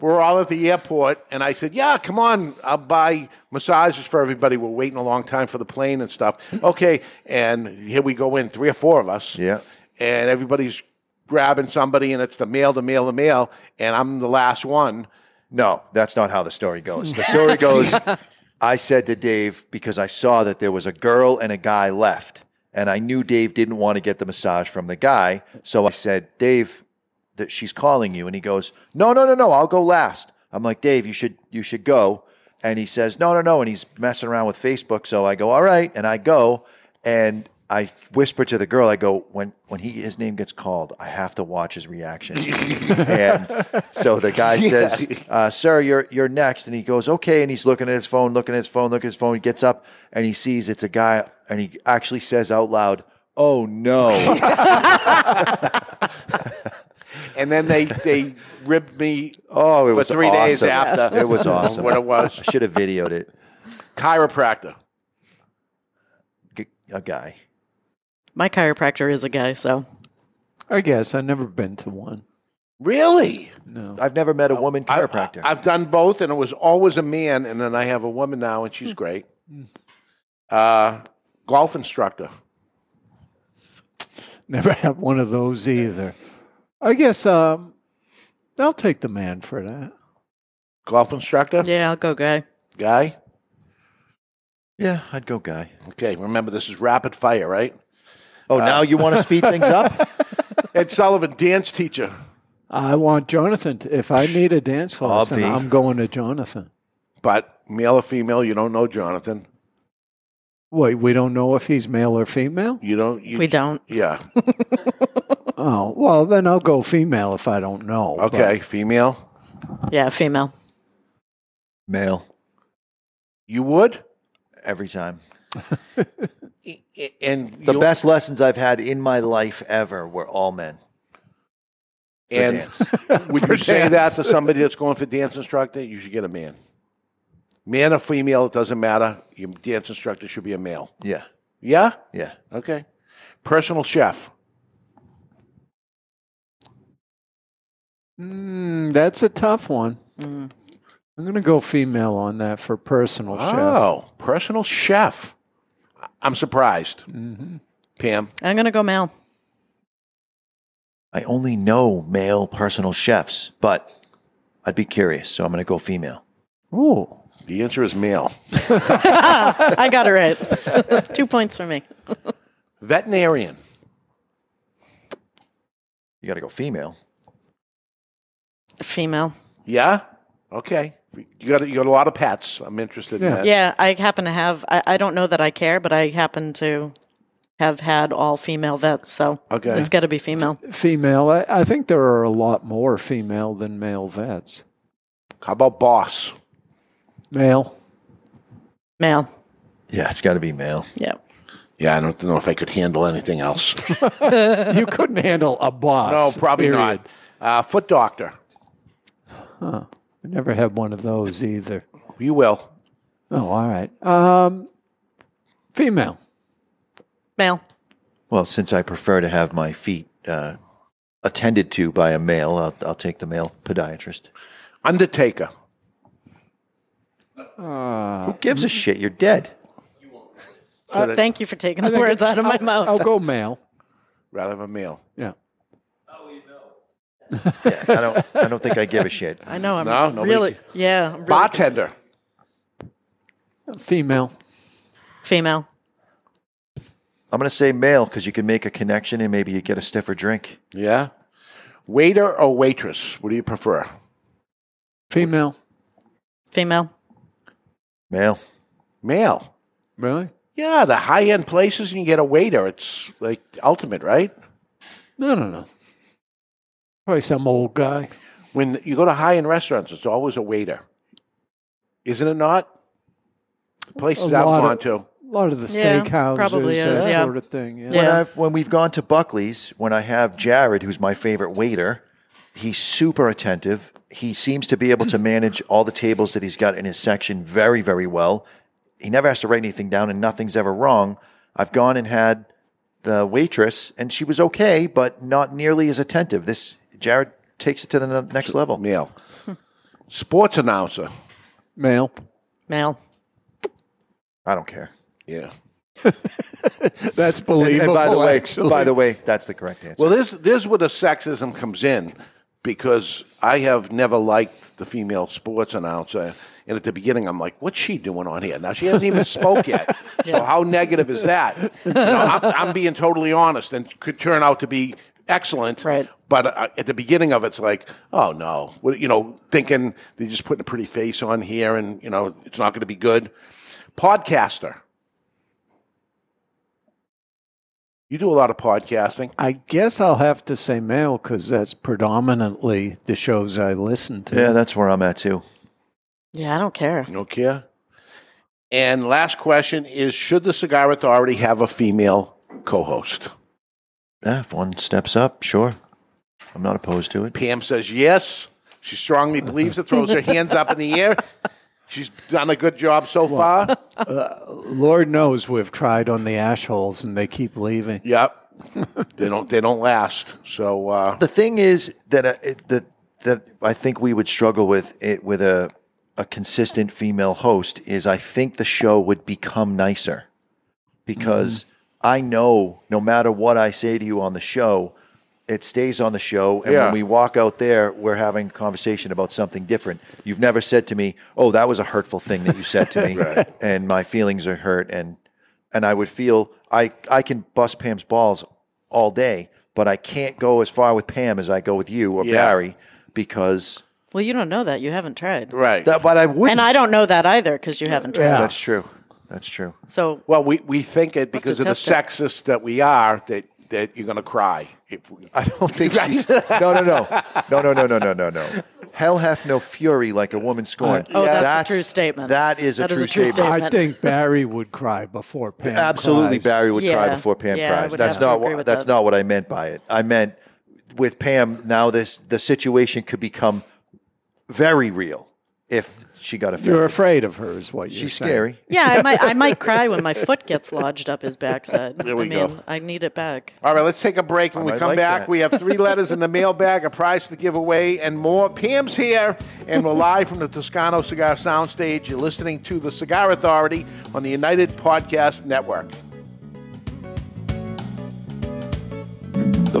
[SPEAKER 2] we're all at the airport, and I said, "Yeah, come on, I'll buy massages for everybody. We're waiting a long time for the plane and stuff." Okay, and here we go in, three or four of us.
[SPEAKER 3] Yeah.
[SPEAKER 2] and everybody's grabbing somebody, and it's the male, the male, the male, and I'm the last one.
[SPEAKER 3] No, that's not how the story goes. The story goes I said to Dave, because I saw that there was a girl and a guy left, and I knew Dave didn't want to get the massage from the guy. So I said, Dave, that she's calling you. And he goes, No, no, no, no, I'll go last. I'm like, Dave, you should you should go. And he says, No, no, no. And he's messing around with Facebook. So I go, All right. And I go and I whisper to the girl, I go, when when he his name gets called, I have to watch his reaction. and so the guy says, uh, "Sir, you're you're next." And he goes, "Okay." And he's looking at his phone, looking at his phone, looking at his phone. He gets up and he sees it's a guy, and he actually says out loud, "Oh no!"
[SPEAKER 2] And then they they ribbed me.
[SPEAKER 3] Oh, it
[SPEAKER 2] for
[SPEAKER 3] was
[SPEAKER 2] three days
[SPEAKER 3] awesome.
[SPEAKER 2] after.
[SPEAKER 3] It was awesome.
[SPEAKER 2] What it was?
[SPEAKER 3] I should have videoed it.
[SPEAKER 2] Chiropractor.
[SPEAKER 3] G- A guy.
[SPEAKER 13] My chiropractor is a guy, so.
[SPEAKER 4] I guess I've never been to one.
[SPEAKER 2] Really?
[SPEAKER 4] No.
[SPEAKER 3] I've never met a woman chiropractor.
[SPEAKER 2] I've done both, and it was always a man, and then I have a woman now, and
[SPEAKER 3] Hmm.
[SPEAKER 2] she's great. Uh, golf instructor.
[SPEAKER 4] Never had one of those either. I guess um, I'll take the man for that.
[SPEAKER 2] Golf instructor?
[SPEAKER 13] Yeah, I'll go guy.
[SPEAKER 2] Guy?
[SPEAKER 3] Yeah, I'd go guy.
[SPEAKER 2] Okay, remember this is rapid fire, right?
[SPEAKER 3] Oh, now you want to speed things up?
[SPEAKER 2] Ed Sullivan, dance teacher.
[SPEAKER 4] I want Jonathan. To, if I need a dance lesson,
[SPEAKER 2] be-
[SPEAKER 4] I'm going to Jonathan.
[SPEAKER 2] But male or female, you don't know Jonathan.
[SPEAKER 4] Wait, we don't know if he's male or female?
[SPEAKER 2] You don't. You,
[SPEAKER 13] We don't.
[SPEAKER 2] Yeah.
[SPEAKER 4] Oh, well, then I'll go female if I don't know. but-
[SPEAKER 2] Okay, female.
[SPEAKER 13] Yeah, female.
[SPEAKER 3] Male.
[SPEAKER 2] You would?
[SPEAKER 3] Every time.
[SPEAKER 2] And
[SPEAKER 3] The
[SPEAKER 2] you'll-
[SPEAKER 3] best lessons I've had in my life ever were all men. For
[SPEAKER 2] And
[SPEAKER 3] dance.
[SPEAKER 2] would
[SPEAKER 3] For
[SPEAKER 2] you say that
[SPEAKER 3] dance.
[SPEAKER 2] to somebody that's going for dance instructor? You should get a man. Man or female, it doesn't matter. Your dance instructor should be a male.
[SPEAKER 3] Yeah.
[SPEAKER 2] Yeah?
[SPEAKER 3] Yeah.
[SPEAKER 2] Okay. Personal chef.
[SPEAKER 4] Mm, that's a tough one.
[SPEAKER 2] Hmm.
[SPEAKER 4] I'm going to go female on that for personal chef.
[SPEAKER 2] Oh, personal chef. I- I'm surprised.
[SPEAKER 4] Mm-hmm.
[SPEAKER 2] Pam.
[SPEAKER 13] I'm going to go male.
[SPEAKER 3] I only know male personal chefs, but I'd be curious, so I'm going to go female.
[SPEAKER 4] Ooh.
[SPEAKER 2] The answer is male.
[SPEAKER 13] I got it right. Two points for me.
[SPEAKER 2] Veterinarian.
[SPEAKER 3] You got to go female.
[SPEAKER 13] Female.
[SPEAKER 2] Yeah? Okay. You got, you got a lot of pets. I'm interested in that.
[SPEAKER 13] Yeah, I happen to have, I, I don't know that I care, but I happen to have had all female vets. So
[SPEAKER 2] Okay.
[SPEAKER 13] it's got to be female.
[SPEAKER 4] Female. I, I think there are a lot more female than male vets.
[SPEAKER 2] How about boss?
[SPEAKER 4] Male.
[SPEAKER 13] Male.
[SPEAKER 3] Yeah, it's got to be male.
[SPEAKER 13] Yeah.
[SPEAKER 2] Yeah, I don't know if I could handle anything else.
[SPEAKER 4] you couldn't handle a boss.
[SPEAKER 2] no, probably
[SPEAKER 4] period.
[SPEAKER 2] not. Uh, foot doctor.
[SPEAKER 4] Huh. I never had one of those either.
[SPEAKER 2] You will.
[SPEAKER 4] Oh, all right. Um, female.
[SPEAKER 13] Male.
[SPEAKER 3] Well, since I prefer to have my feet uh, attended to by a male, I'll, I'll take the male podiatrist.
[SPEAKER 2] Undertaker.
[SPEAKER 3] Who gives a shit? You're dead.
[SPEAKER 13] Oh, thank you for taking the words out of my mouth.
[SPEAKER 4] I'll go male.
[SPEAKER 2] Rather have a meal.
[SPEAKER 4] Yeah.
[SPEAKER 3] yeah, I don't. I don't think I give a shit.
[SPEAKER 13] I know. I'm
[SPEAKER 3] No, nobody
[SPEAKER 13] really.
[SPEAKER 3] ca-
[SPEAKER 13] Yeah. I'm really
[SPEAKER 2] Bartender.
[SPEAKER 4] Female.
[SPEAKER 13] Female.
[SPEAKER 3] I'm going to say male because you can make a connection and maybe you get a stiffer drink.
[SPEAKER 2] Yeah. Waiter or waitress? What do you prefer?
[SPEAKER 4] Female.
[SPEAKER 13] Female.
[SPEAKER 3] Male.
[SPEAKER 2] Male.
[SPEAKER 4] Really?
[SPEAKER 2] Yeah, the high end places you can get a waiter. It's like ultimate, right?
[SPEAKER 4] No, no, no. Probably some old guy.
[SPEAKER 2] When you go to high end restaurants, it's always a waiter. Isn't it not? Places
[SPEAKER 4] A
[SPEAKER 2] I've
[SPEAKER 4] lot
[SPEAKER 2] gone
[SPEAKER 4] of-
[SPEAKER 2] to.
[SPEAKER 4] A lot of the
[SPEAKER 13] Yeah,
[SPEAKER 4] steakhouses,
[SPEAKER 13] probably is,
[SPEAKER 4] that
[SPEAKER 13] yeah.
[SPEAKER 4] sort of thing. Yeah.
[SPEAKER 3] When I've when we've gone to Buckley's, when I have Jared, who's my favorite waiter, he's super attentive. He seems to be able to manage all the tables that he's got in his section very, very well. He never has to write anything down, and nothing's ever wrong. I've gone and had the waitress, and she was okay, but not nearly as attentive. This Jared takes it to the n- next level.
[SPEAKER 2] Male, sports announcer.
[SPEAKER 4] Male.
[SPEAKER 13] Male.
[SPEAKER 3] I don't care.
[SPEAKER 2] Yeah.
[SPEAKER 4] That's
[SPEAKER 3] And-
[SPEAKER 4] believable.
[SPEAKER 3] And, by the way,
[SPEAKER 4] actually.
[SPEAKER 3] by the way, that's the correct answer.
[SPEAKER 2] Well, this this is where the sexism comes in because I have never liked the female sports announcer. And at the beginning, I'm like, "What's she doing on here?" Now she hasn't even spoke yet. So how negative is that? You know, I'm, I'm being totally honest, and could turn out to be excellent. Right. But uh, at the beginning of it, it's like, "Oh no," what, you know, thinking they're just putting a pretty face on here, and you know, it's not going to be good. Podcaster. You do a lot of podcasting.
[SPEAKER 4] I guess I'll have to say male because that's predominantly the shows I listen to.
[SPEAKER 3] yeah, that's where I'm at too.
[SPEAKER 13] Yeah, I don't care.
[SPEAKER 2] No care. And last question is Should the Cigar Authority have a female co host?
[SPEAKER 3] Yeah, if one steps up, sure. I'm not opposed to it.
[SPEAKER 2] Pam says yes. She strongly believes it, throws her hands up in the air. She's done a good job so far.
[SPEAKER 3] uh,
[SPEAKER 4] Lord knows we've tried on the ash holes and they keep leaving.
[SPEAKER 2] Yep. they don't they don't last. So uh,
[SPEAKER 3] The thing is that uh, it, that that I think we would struggle with it with a a consistent female host is I think the show would become nicer because I know no matter what I say to you on the show, it stays on the show, and
[SPEAKER 2] Yeah.
[SPEAKER 3] when we walk out there, we're having a conversation about something different. You've never said to me, "Oh, that was a hurtful thing that you said to me,"
[SPEAKER 2] Right.
[SPEAKER 3] and my feelings are hurt, and and I would feel I I can bust Pam's balls all day, but I can't go as far with Pam as I go with you or Barry because
[SPEAKER 13] Well, you don't know that. You haven't tried.
[SPEAKER 2] Right.
[SPEAKER 3] that. But I wouldn't.
[SPEAKER 13] And I don't know that either because you haven't tried.
[SPEAKER 3] That's true. That's true.
[SPEAKER 13] So
[SPEAKER 2] well we, we think it
[SPEAKER 13] Have to
[SPEAKER 2] because of the
[SPEAKER 13] test it.
[SPEAKER 2] sexist that we are that, that you're gonna cry. If we,
[SPEAKER 3] I don't think she's no, no, no, no, no, no, no, no, no, no. Hell hath no fury like a woman scorned.
[SPEAKER 13] Oh, that's a true statement.
[SPEAKER 3] Uh, That is a,
[SPEAKER 13] That
[SPEAKER 3] true,
[SPEAKER 13] is a true
[SPEAKER 3] statement.
[SPEAKER 13] statement.
[SPEAKER 4] I think Barry would cry before Pam.
[SPEAKER 3] Absolutely,
[SPEAKER 4] cries.
[SPEAKER 3] Barry would cry
[SPEAKER 13] Yeah.
[SPEAKER 3] before Pam
[SPEAKER 13] Yeah, I
[SPEAKER 3] cries.
[SPEAKER 13] would
[SPEAKER 3] That's
[SPEAKER 13] have to
[SPEAKER 3] not
[SPEAKER 13] agree
[SPEAKER 3] what.
[SPEAKER 13] with
[SPEAKER 3] That's
[SPEAKER 13] that.
[SPEAKER 3] not what I meant by it. I meant with Pam. Now this the situation could become very real if she got offended.
[SPEAKER 4] You're afraid of her, is what you're
[SPEAKER 3] She's
[SPEAKER 4] saying.
[SPEAKER 3] scary.
[SPEAKER 13] yeah, I might I might cry when my foot gets lodged up his backside.
[SPEAKER 2] There we
[SPEAKER 13] I mean,
[SPEAKER 2] go.
[SPEAKER 13] I need it back.
[SPEAKER 2] All right, let's take a break. When
[SPEAKER 3] I
[SPEAKER 2] we
[SPEAKER 3] might
[SPEAKER 2] come
[SPEAKER 3] like
[SPEAKER 2] back,
[SPEAKER 3] that.
[SPEAKER 2] we have three letters in the mailbag, a prize to give away, and more. Pam's here, and we're live from the Toscano Cigar Soundstage. You're listening to The Cigar Authority on the United Podcast Network.
[SPEAKER 14] The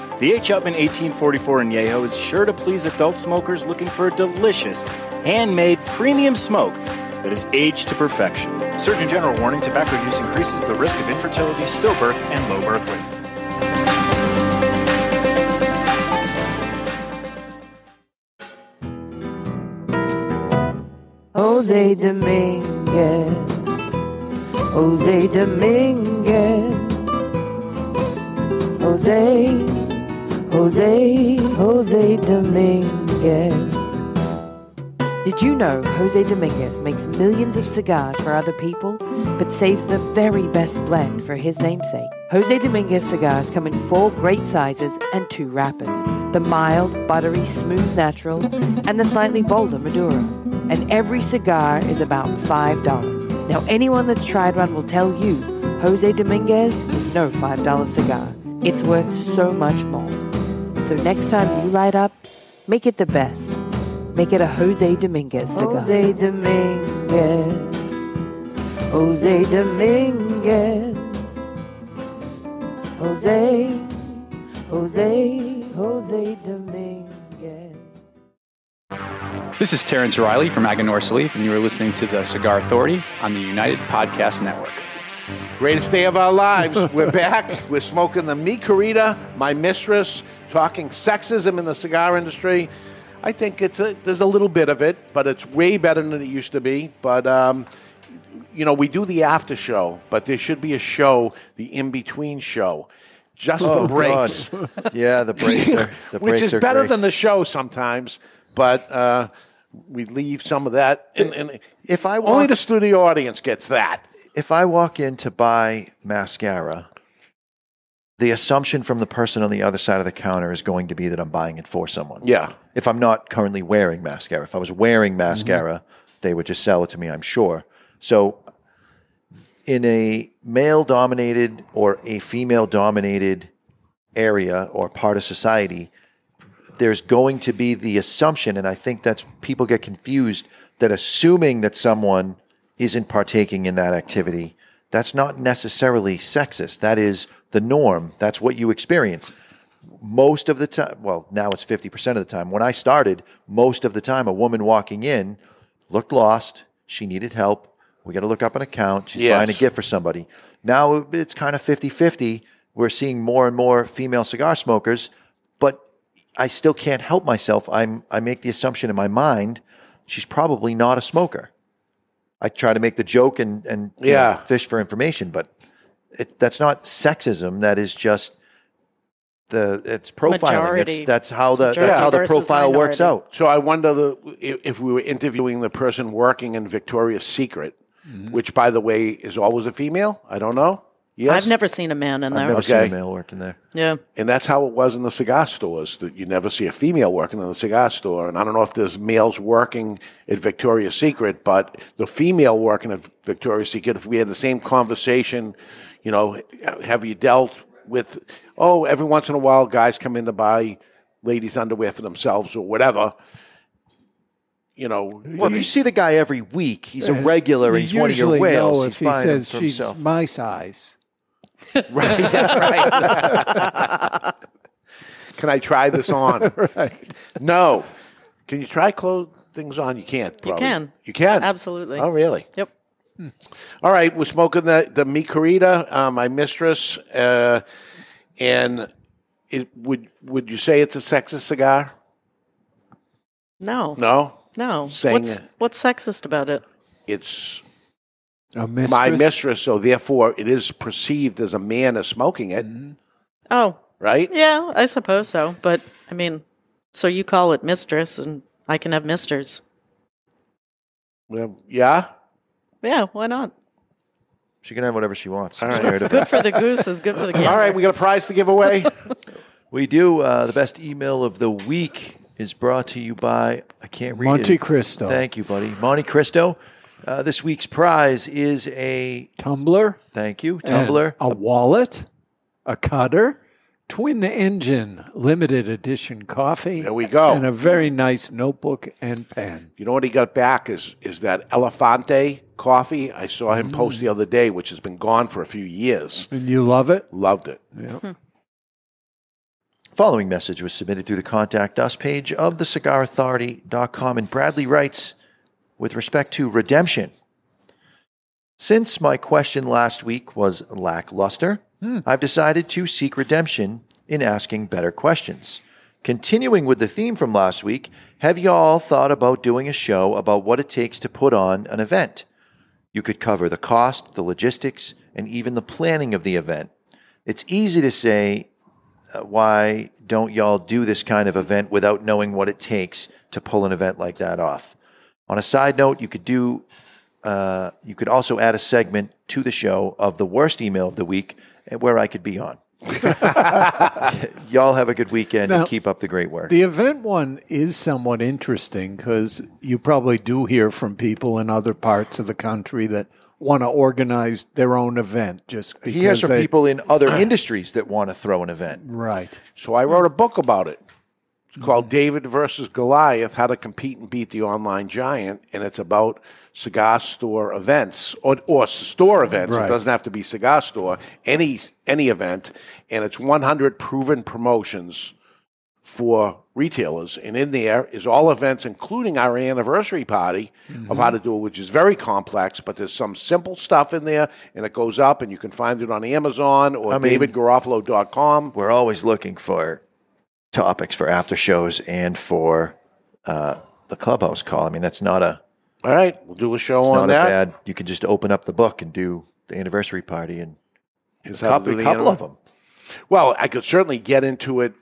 [SPEAKER 10] The H. Upman 1844 Añejo is sure to please adult smokers looking for a delicious, handmade premium smoke that is aged to perfection. Surgeon General warning tobacco use increases the risk of infertility, stillbirth, and low birth weight.
[SPEAKER 15] Jose Dominguez. Jose Dominguez. Jose, Jose, Jose Dominguez. Did you know Jose Dominguez makes millions of cigars for other people, but saves the very best blend for his namesake? Jose Dominguez cigars come in four great sizes and two wrappers the mild, buttery, smooth natural, and the slightly bolder Maduro. And every cigar is about $5. Now, anyone that's tried one will tell you Jose Dominguez is no $5 cigar. It's worth so much more. So, next time you light up, make it the best. Make it a Jose Dominguez cigar. Jose Dominguez. Jose Dominguez. Jose, Jose, Jose Dominguez.
[SPEAKER 16] This is Terrence Riley from Aganor Salif, and you are listening to the Cigar Authority on the United Podcast Network.
[SPEAKER 2] Greatest day of our lives. We're back. We're smoking the Mi Querida, my mistress, talking sexism in the cigar industry. I think it's a, there's a little bit of it, but it's way better than it used to be. But um, you know, we do the after show, but there should be a show, the in between show, just
[SPEAKER 3] Oh,
[SPEAKER 2] the breaks.
[SPEAKER 3] God. Yeah, the breaks are- the
[SPEAKER 2] which
[SPEAKER 3] breaks
[SPEAKER 2] is
[SPEAKER 3] are
[SPEAKER 2] better
[SPEAKER 3] great.
[SPEAKER 2] than the show sometimes, but. Uh, we leave some of that, and, and
[SPEAKER 3] if I
[SPEAKER 2] only
[SPEAKER 3] want-
[SPEAKER 2] the studio audience gets that.
[SPEAKER 3] If I walk in to buy mascara, the assumption from the person on the other side of the counter is going to be that I'm buying it for someone.
[SPEAKER 2] Yeah.
[SPEAKER 3] If I'm not currently wearing mascara, if I was wearing mascara, they would just sell it to me, I'm sure. So, in a male dominated or a female dominated area or part of society, there's going to be the assumption, and I think that's people get confused that assuming that someone isn't partaking in that activity, that's not necessarily sexist. That is the norm. That's what you experience. Most of the time, well, now it's 50% of the time. When I started, most of the time, a woman walking in looked lost. She needed help. We got to look up an account. She's
[SPEAKER 17] Yes.
[SPEAKER 3] buying a gift for somebody. Now it's kind of 50 50. We're seeing more and more female cigar smokers, but I still can't help myself. I'm, I make the assumption in my mind she's probably not a smoker. I try to make the joke and, and you know,
[SPEAKER 2] Yeah.
[SPEAKER 3] fish for information, but it, that's not sexism. That is just the it's profiling. It's,
[SPEAKER 2] Majority.
[SPEAKER 3] that's how the that's how the profile works out.
[SPEAKER 2] So I wonder the, if, if we were interviewing the person working in Victoria's Secret,
[SPEAKER 3] Mm-hmm.
[SPEAKER 2] which by the way is always a female. I don't know. Yes,
[SPEAKER 13] I've never seen a man in there.
[SPEAKER 3] working there.
[SPEAKER 13] Yeah.
[SPEAKER 2] And that's how it was in the cigar stores that you never see a female working in the cigar store. And I don't know if there's males working at Victoria's Secret, but the female working at Victoria's Secret, if we had the same conversation, you know, have you dealt with, oh, every once in a while guys come in to buy ladies' underwear for themselves or whatever. You know,
[SPEAKER 3] Well, if you see the guy every week, he's a
[SPEAKER 2] Yeah.
[SPEAKER 3] regular. He's one of your
[SPEAKER 4] usually
[SPEAKER 3] whales.
[SPEAKER 4] know
[SPEAKER 3] he's
[SPEAKER 4] if he
[SPEAKER 3] buying them
[SPEAKER 4] says
[SPEAKER 3] for
[SPEAKER 4] she's
[SPEAKER 3] himself.
[SPEAKER 4] my size.
[SPEAKER 2] Can I try this on?
[SPEAKER 4] Right.
[SPEAKER 2] No. Can you try clothes? things on? You can't. Probably.
[SPEAKER 13] can.
[SPEAKER 2] You can.
[SPEAKER 13] Absolutely.
[SPEAKER 2] Oh, really?
[SPEAKER 13] Yep.
[SPEAKER 2] All right, we're smoking the the mi querida, uh, my mistress, uh, and it would would you say it's a sexist cigar?
[SPEAKER 13] No.
[SPEAKER 2] No,
[SPEAKER 13] No.
[SPEAKER 2] Saying
[SPEAKER 13] what's
[SPEAKER 2] that-
[SPEAKER 13] what's sexist about it?
[SPEAKER 2] it's
[SPEAKER 4] A
[SPEAKER 2] my
[SPEAKER 4] mistress?
[SPEAKER 2] mistress, so therefore it is perceived as a man is smoking it,
[SPEAKER 4] Mm-hmm.
[SPEAKER 13] Oh,
[SPEAKER 2] right?
[SPEAKER 13] yeah, I suppose so. But I mean, so you call it mistress, and I can have misters.
[SPEAKER 2] Well, yeah.
[SPEAKER 13] Yeah, why not?
[SPEAKER 3] She can have whatever she wants.
[SPEAKER 2] All
[SPEAKER 3] I'm
[SPEAKER 2] right.
[SPEAKER 3] scared
[SPEAKER 13] It's
[SPEAKER 3] of
[SPEAKER 13] good
[SPEAKER 3] it.
[SPEAKER 13] for the goose. It's good for the gander.
[SPEAKER 2] All right, we got a prize to give away.
[SPEAKER 3] We do. Uh, the best email of the week is brought to you by, I can't read
[SPEAKER 4] Monte
[SPEAKER 3] it.
[SPEAKER 4] Cristo.
[SPEAKER 3] Thank you, buddy. Monte Cristo. Uh, this week's prize is a
[SPEAKER 4] tumbler.
[SPEAKER 3] Thank you.
[SPEAKER 4] And
[SPEAKER 3] Tumbler.
[SPEAKER 4] a wallet, a cutter, twin engine limited edition coffee. There
[SPEAKER 2] we go.
[SPEAKER 4] And a very nice notebook and pen.
[SPEAKER 2] You know what he got back is is that Elefante coffee. I saw him post the other day, which has been gone for a few years.
[SPEAKER 4] And you love it?
[SPEAKER 2] Loved it.
[SPEAKER 4] Yeah.
[SPEAKER 3] Following message was submitted through the contact us page of the cigarauthority.com and Bradley writes with respect to redemption. Since my question last week was lackluster, I've decided to seek redemption in asking better questions. Continuing with the theme from last week, have y'all thought about doing a show about what it takes to put on an event? You could cover the cost, the logistics, and even the planning of the event. It's easy to say uh, why don't y'all do this kind of event without knowing what it takes to pull an event like that off? On a side note, you could do, uh, you could also add a segment to the show of the worst email of the week, uh, where I could be on. y'all have a good weekend
[SPEAKER 4] Now-
[SPEAKER 3] and keep up the great work.
[SPEAKER 4] The event one is somewhat interesting because you probably do hear from people in other parts of the country that want to organize their own event just because
[SPEAKER 3] he hears from
[SPEAKER 4] they-
[SPEAKER 3] people in other industries that want to throw an event.
[SPEAKER 4] Right.
[SPEAKER 2] So I wrote a book about it. It's called David versus Goliath: How to Compete and Beat the Online Giant, and it's about cigar store events or, or store events.
[SPEAKER 4] Right.
[SPEAKER 2] It doesn't have to be cigar store. Any any event, and it's 100 proven promotions for retailers. And in there is all events, including our anniversary party, of how to do it, which is very complex. But there's some simple stuff in there, and it goes up, and you can find it on Amazon or
[SPEAKER 3] I mean-
[SPEAKER 2] DavidGarofalo.com.
[SPEAKER 3] We're always looking for topics for after shows and for uh, the clubhouse call. I mean, that's not a
[SPEAKER 2] All right, we'll do a show
[SPEAKER 3] it's
[SPEAKER 2] on
[SPEAKER 3] not
[SPEAKER 2] that.
[SPEAKER 3] a bad. You can just open up the book and do the anniversary party and a
[SPEAKER 2] how to
[SPEAKER 3] couple,
[SPEAKER 2] do the
[SPEAKER 3] couple of
[SPEAKER 2] anniversary.
[SPEAKER 3] them.
[SPEAKER 2] Well, I could certainly get into it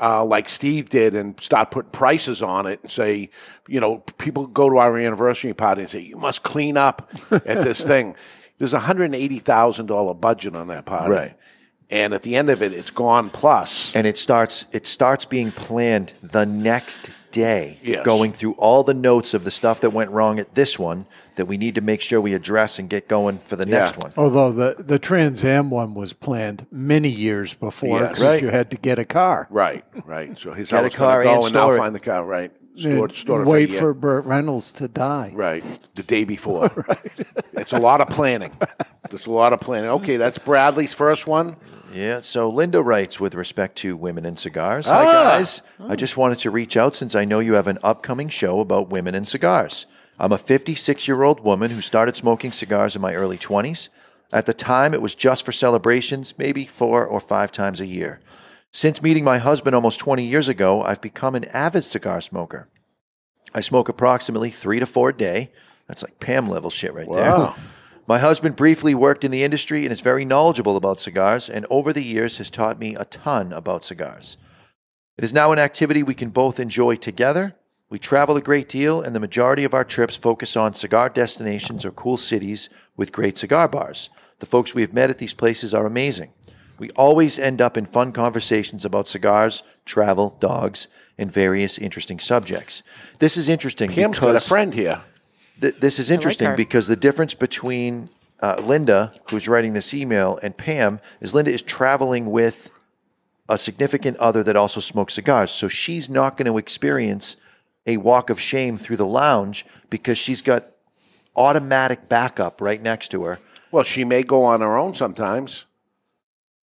[SPEAKER 2] uh, like Steve did and start putting prices on it and say, you know, people go to our anniversary party and say, you must clean up at this thing. There's a $180,000 budget on that party.
[SPEAKER 3] Right.
[SPEAKER 2] And at the end of it, it's gone plus.
[SPEAKER 3] And it starts it starts being planned the next day.
[SPEAKER 2] Yes.
[SPEAKER 3] Going through all the notes of the stuff that went wrong at this one that we need to make sure we address and get going for the next one.
[SPEAKER 4] Although the, the Trans Am one was planned many years before
[SPEAKER 3] Yes.
[SPEAKER 4] 'cause
[SPEAKER 3] Right.
[SPEAKER 4] you had to get a car.
[SPEAKER 2] Right, right. So here's
[SPEAKER 3] Get
[SPEAKER 2] how
[SPEAKER 3] a
[SPEAKER 2] it's going
[SPEAKER 3] car
[SPEAKER 2] to go,
[SPEAKER 3] and
[SPEAKER 2] and now
[SPEAKER 3] store it.
[SPEAKER 2] find the car. Right,
[SPEAKER 4] And
[SPEAKER 2] stored, stored it
[SPEAKER 4] wait
[SPEAKER 2] for, a year.
[SPEAKER 4] for Burt Reynolds to die.
[SPEAKER 2] Right. The day before. It's a lot of planning. It's a lot of planning. Okay, that's Bradley's first one.
[SPEAKER 3] Yeah, so Linda writes with respect to women and cigars.
[SPEAKER 2] Ah.
[SPEAKER 3] Hi, guys. I just wanted to reach out since I know you have an upcoming show about women and cigars. I'm a 56 year old woman who started smoking cigars in my early 20s. At the time, it was just for celebrations, maybe four or five times a year. Since meeting my husband almost 20 years ago, I've become an avid cigar smoker. I smoke approximately three to four a day. That's like Pam level shit right
[SPEAKER 2] Wow.
[SPEAKER 3] there. My husband briefly worked in the industry and is very knowledgeable about cigars, and over the years has taught me a ton about cigars. It is now an activity we can both enjoy together. We travel a great deal, and the majority of our trips focus on cigar destinations or cool cities with great cigar bars. The folks we have met at these places are amazing. We always end up in fun conversations about cigars, travel, dogs, and various interesting subjects. This is interesting
[SPEAKER 2] Pam's got a
[SPEAKER 3] because
[SPEAKER 2] friend here.
[SPEAKER 3] Th- this is
[SPEAKER 2] I like
[SPEAKER 3] interesting
[SPEAKER 2] her.
[SPEAKER 3] because the difference between uh, Linda, who's writing this email, and Pam is Linda is traveling with a significant other that also smokes cigars. So she's not going to experience a walk of shame through the lounge because she's got automatic backup right next to her.
[SPEAKER 2] Well, she may go on her own sometimes.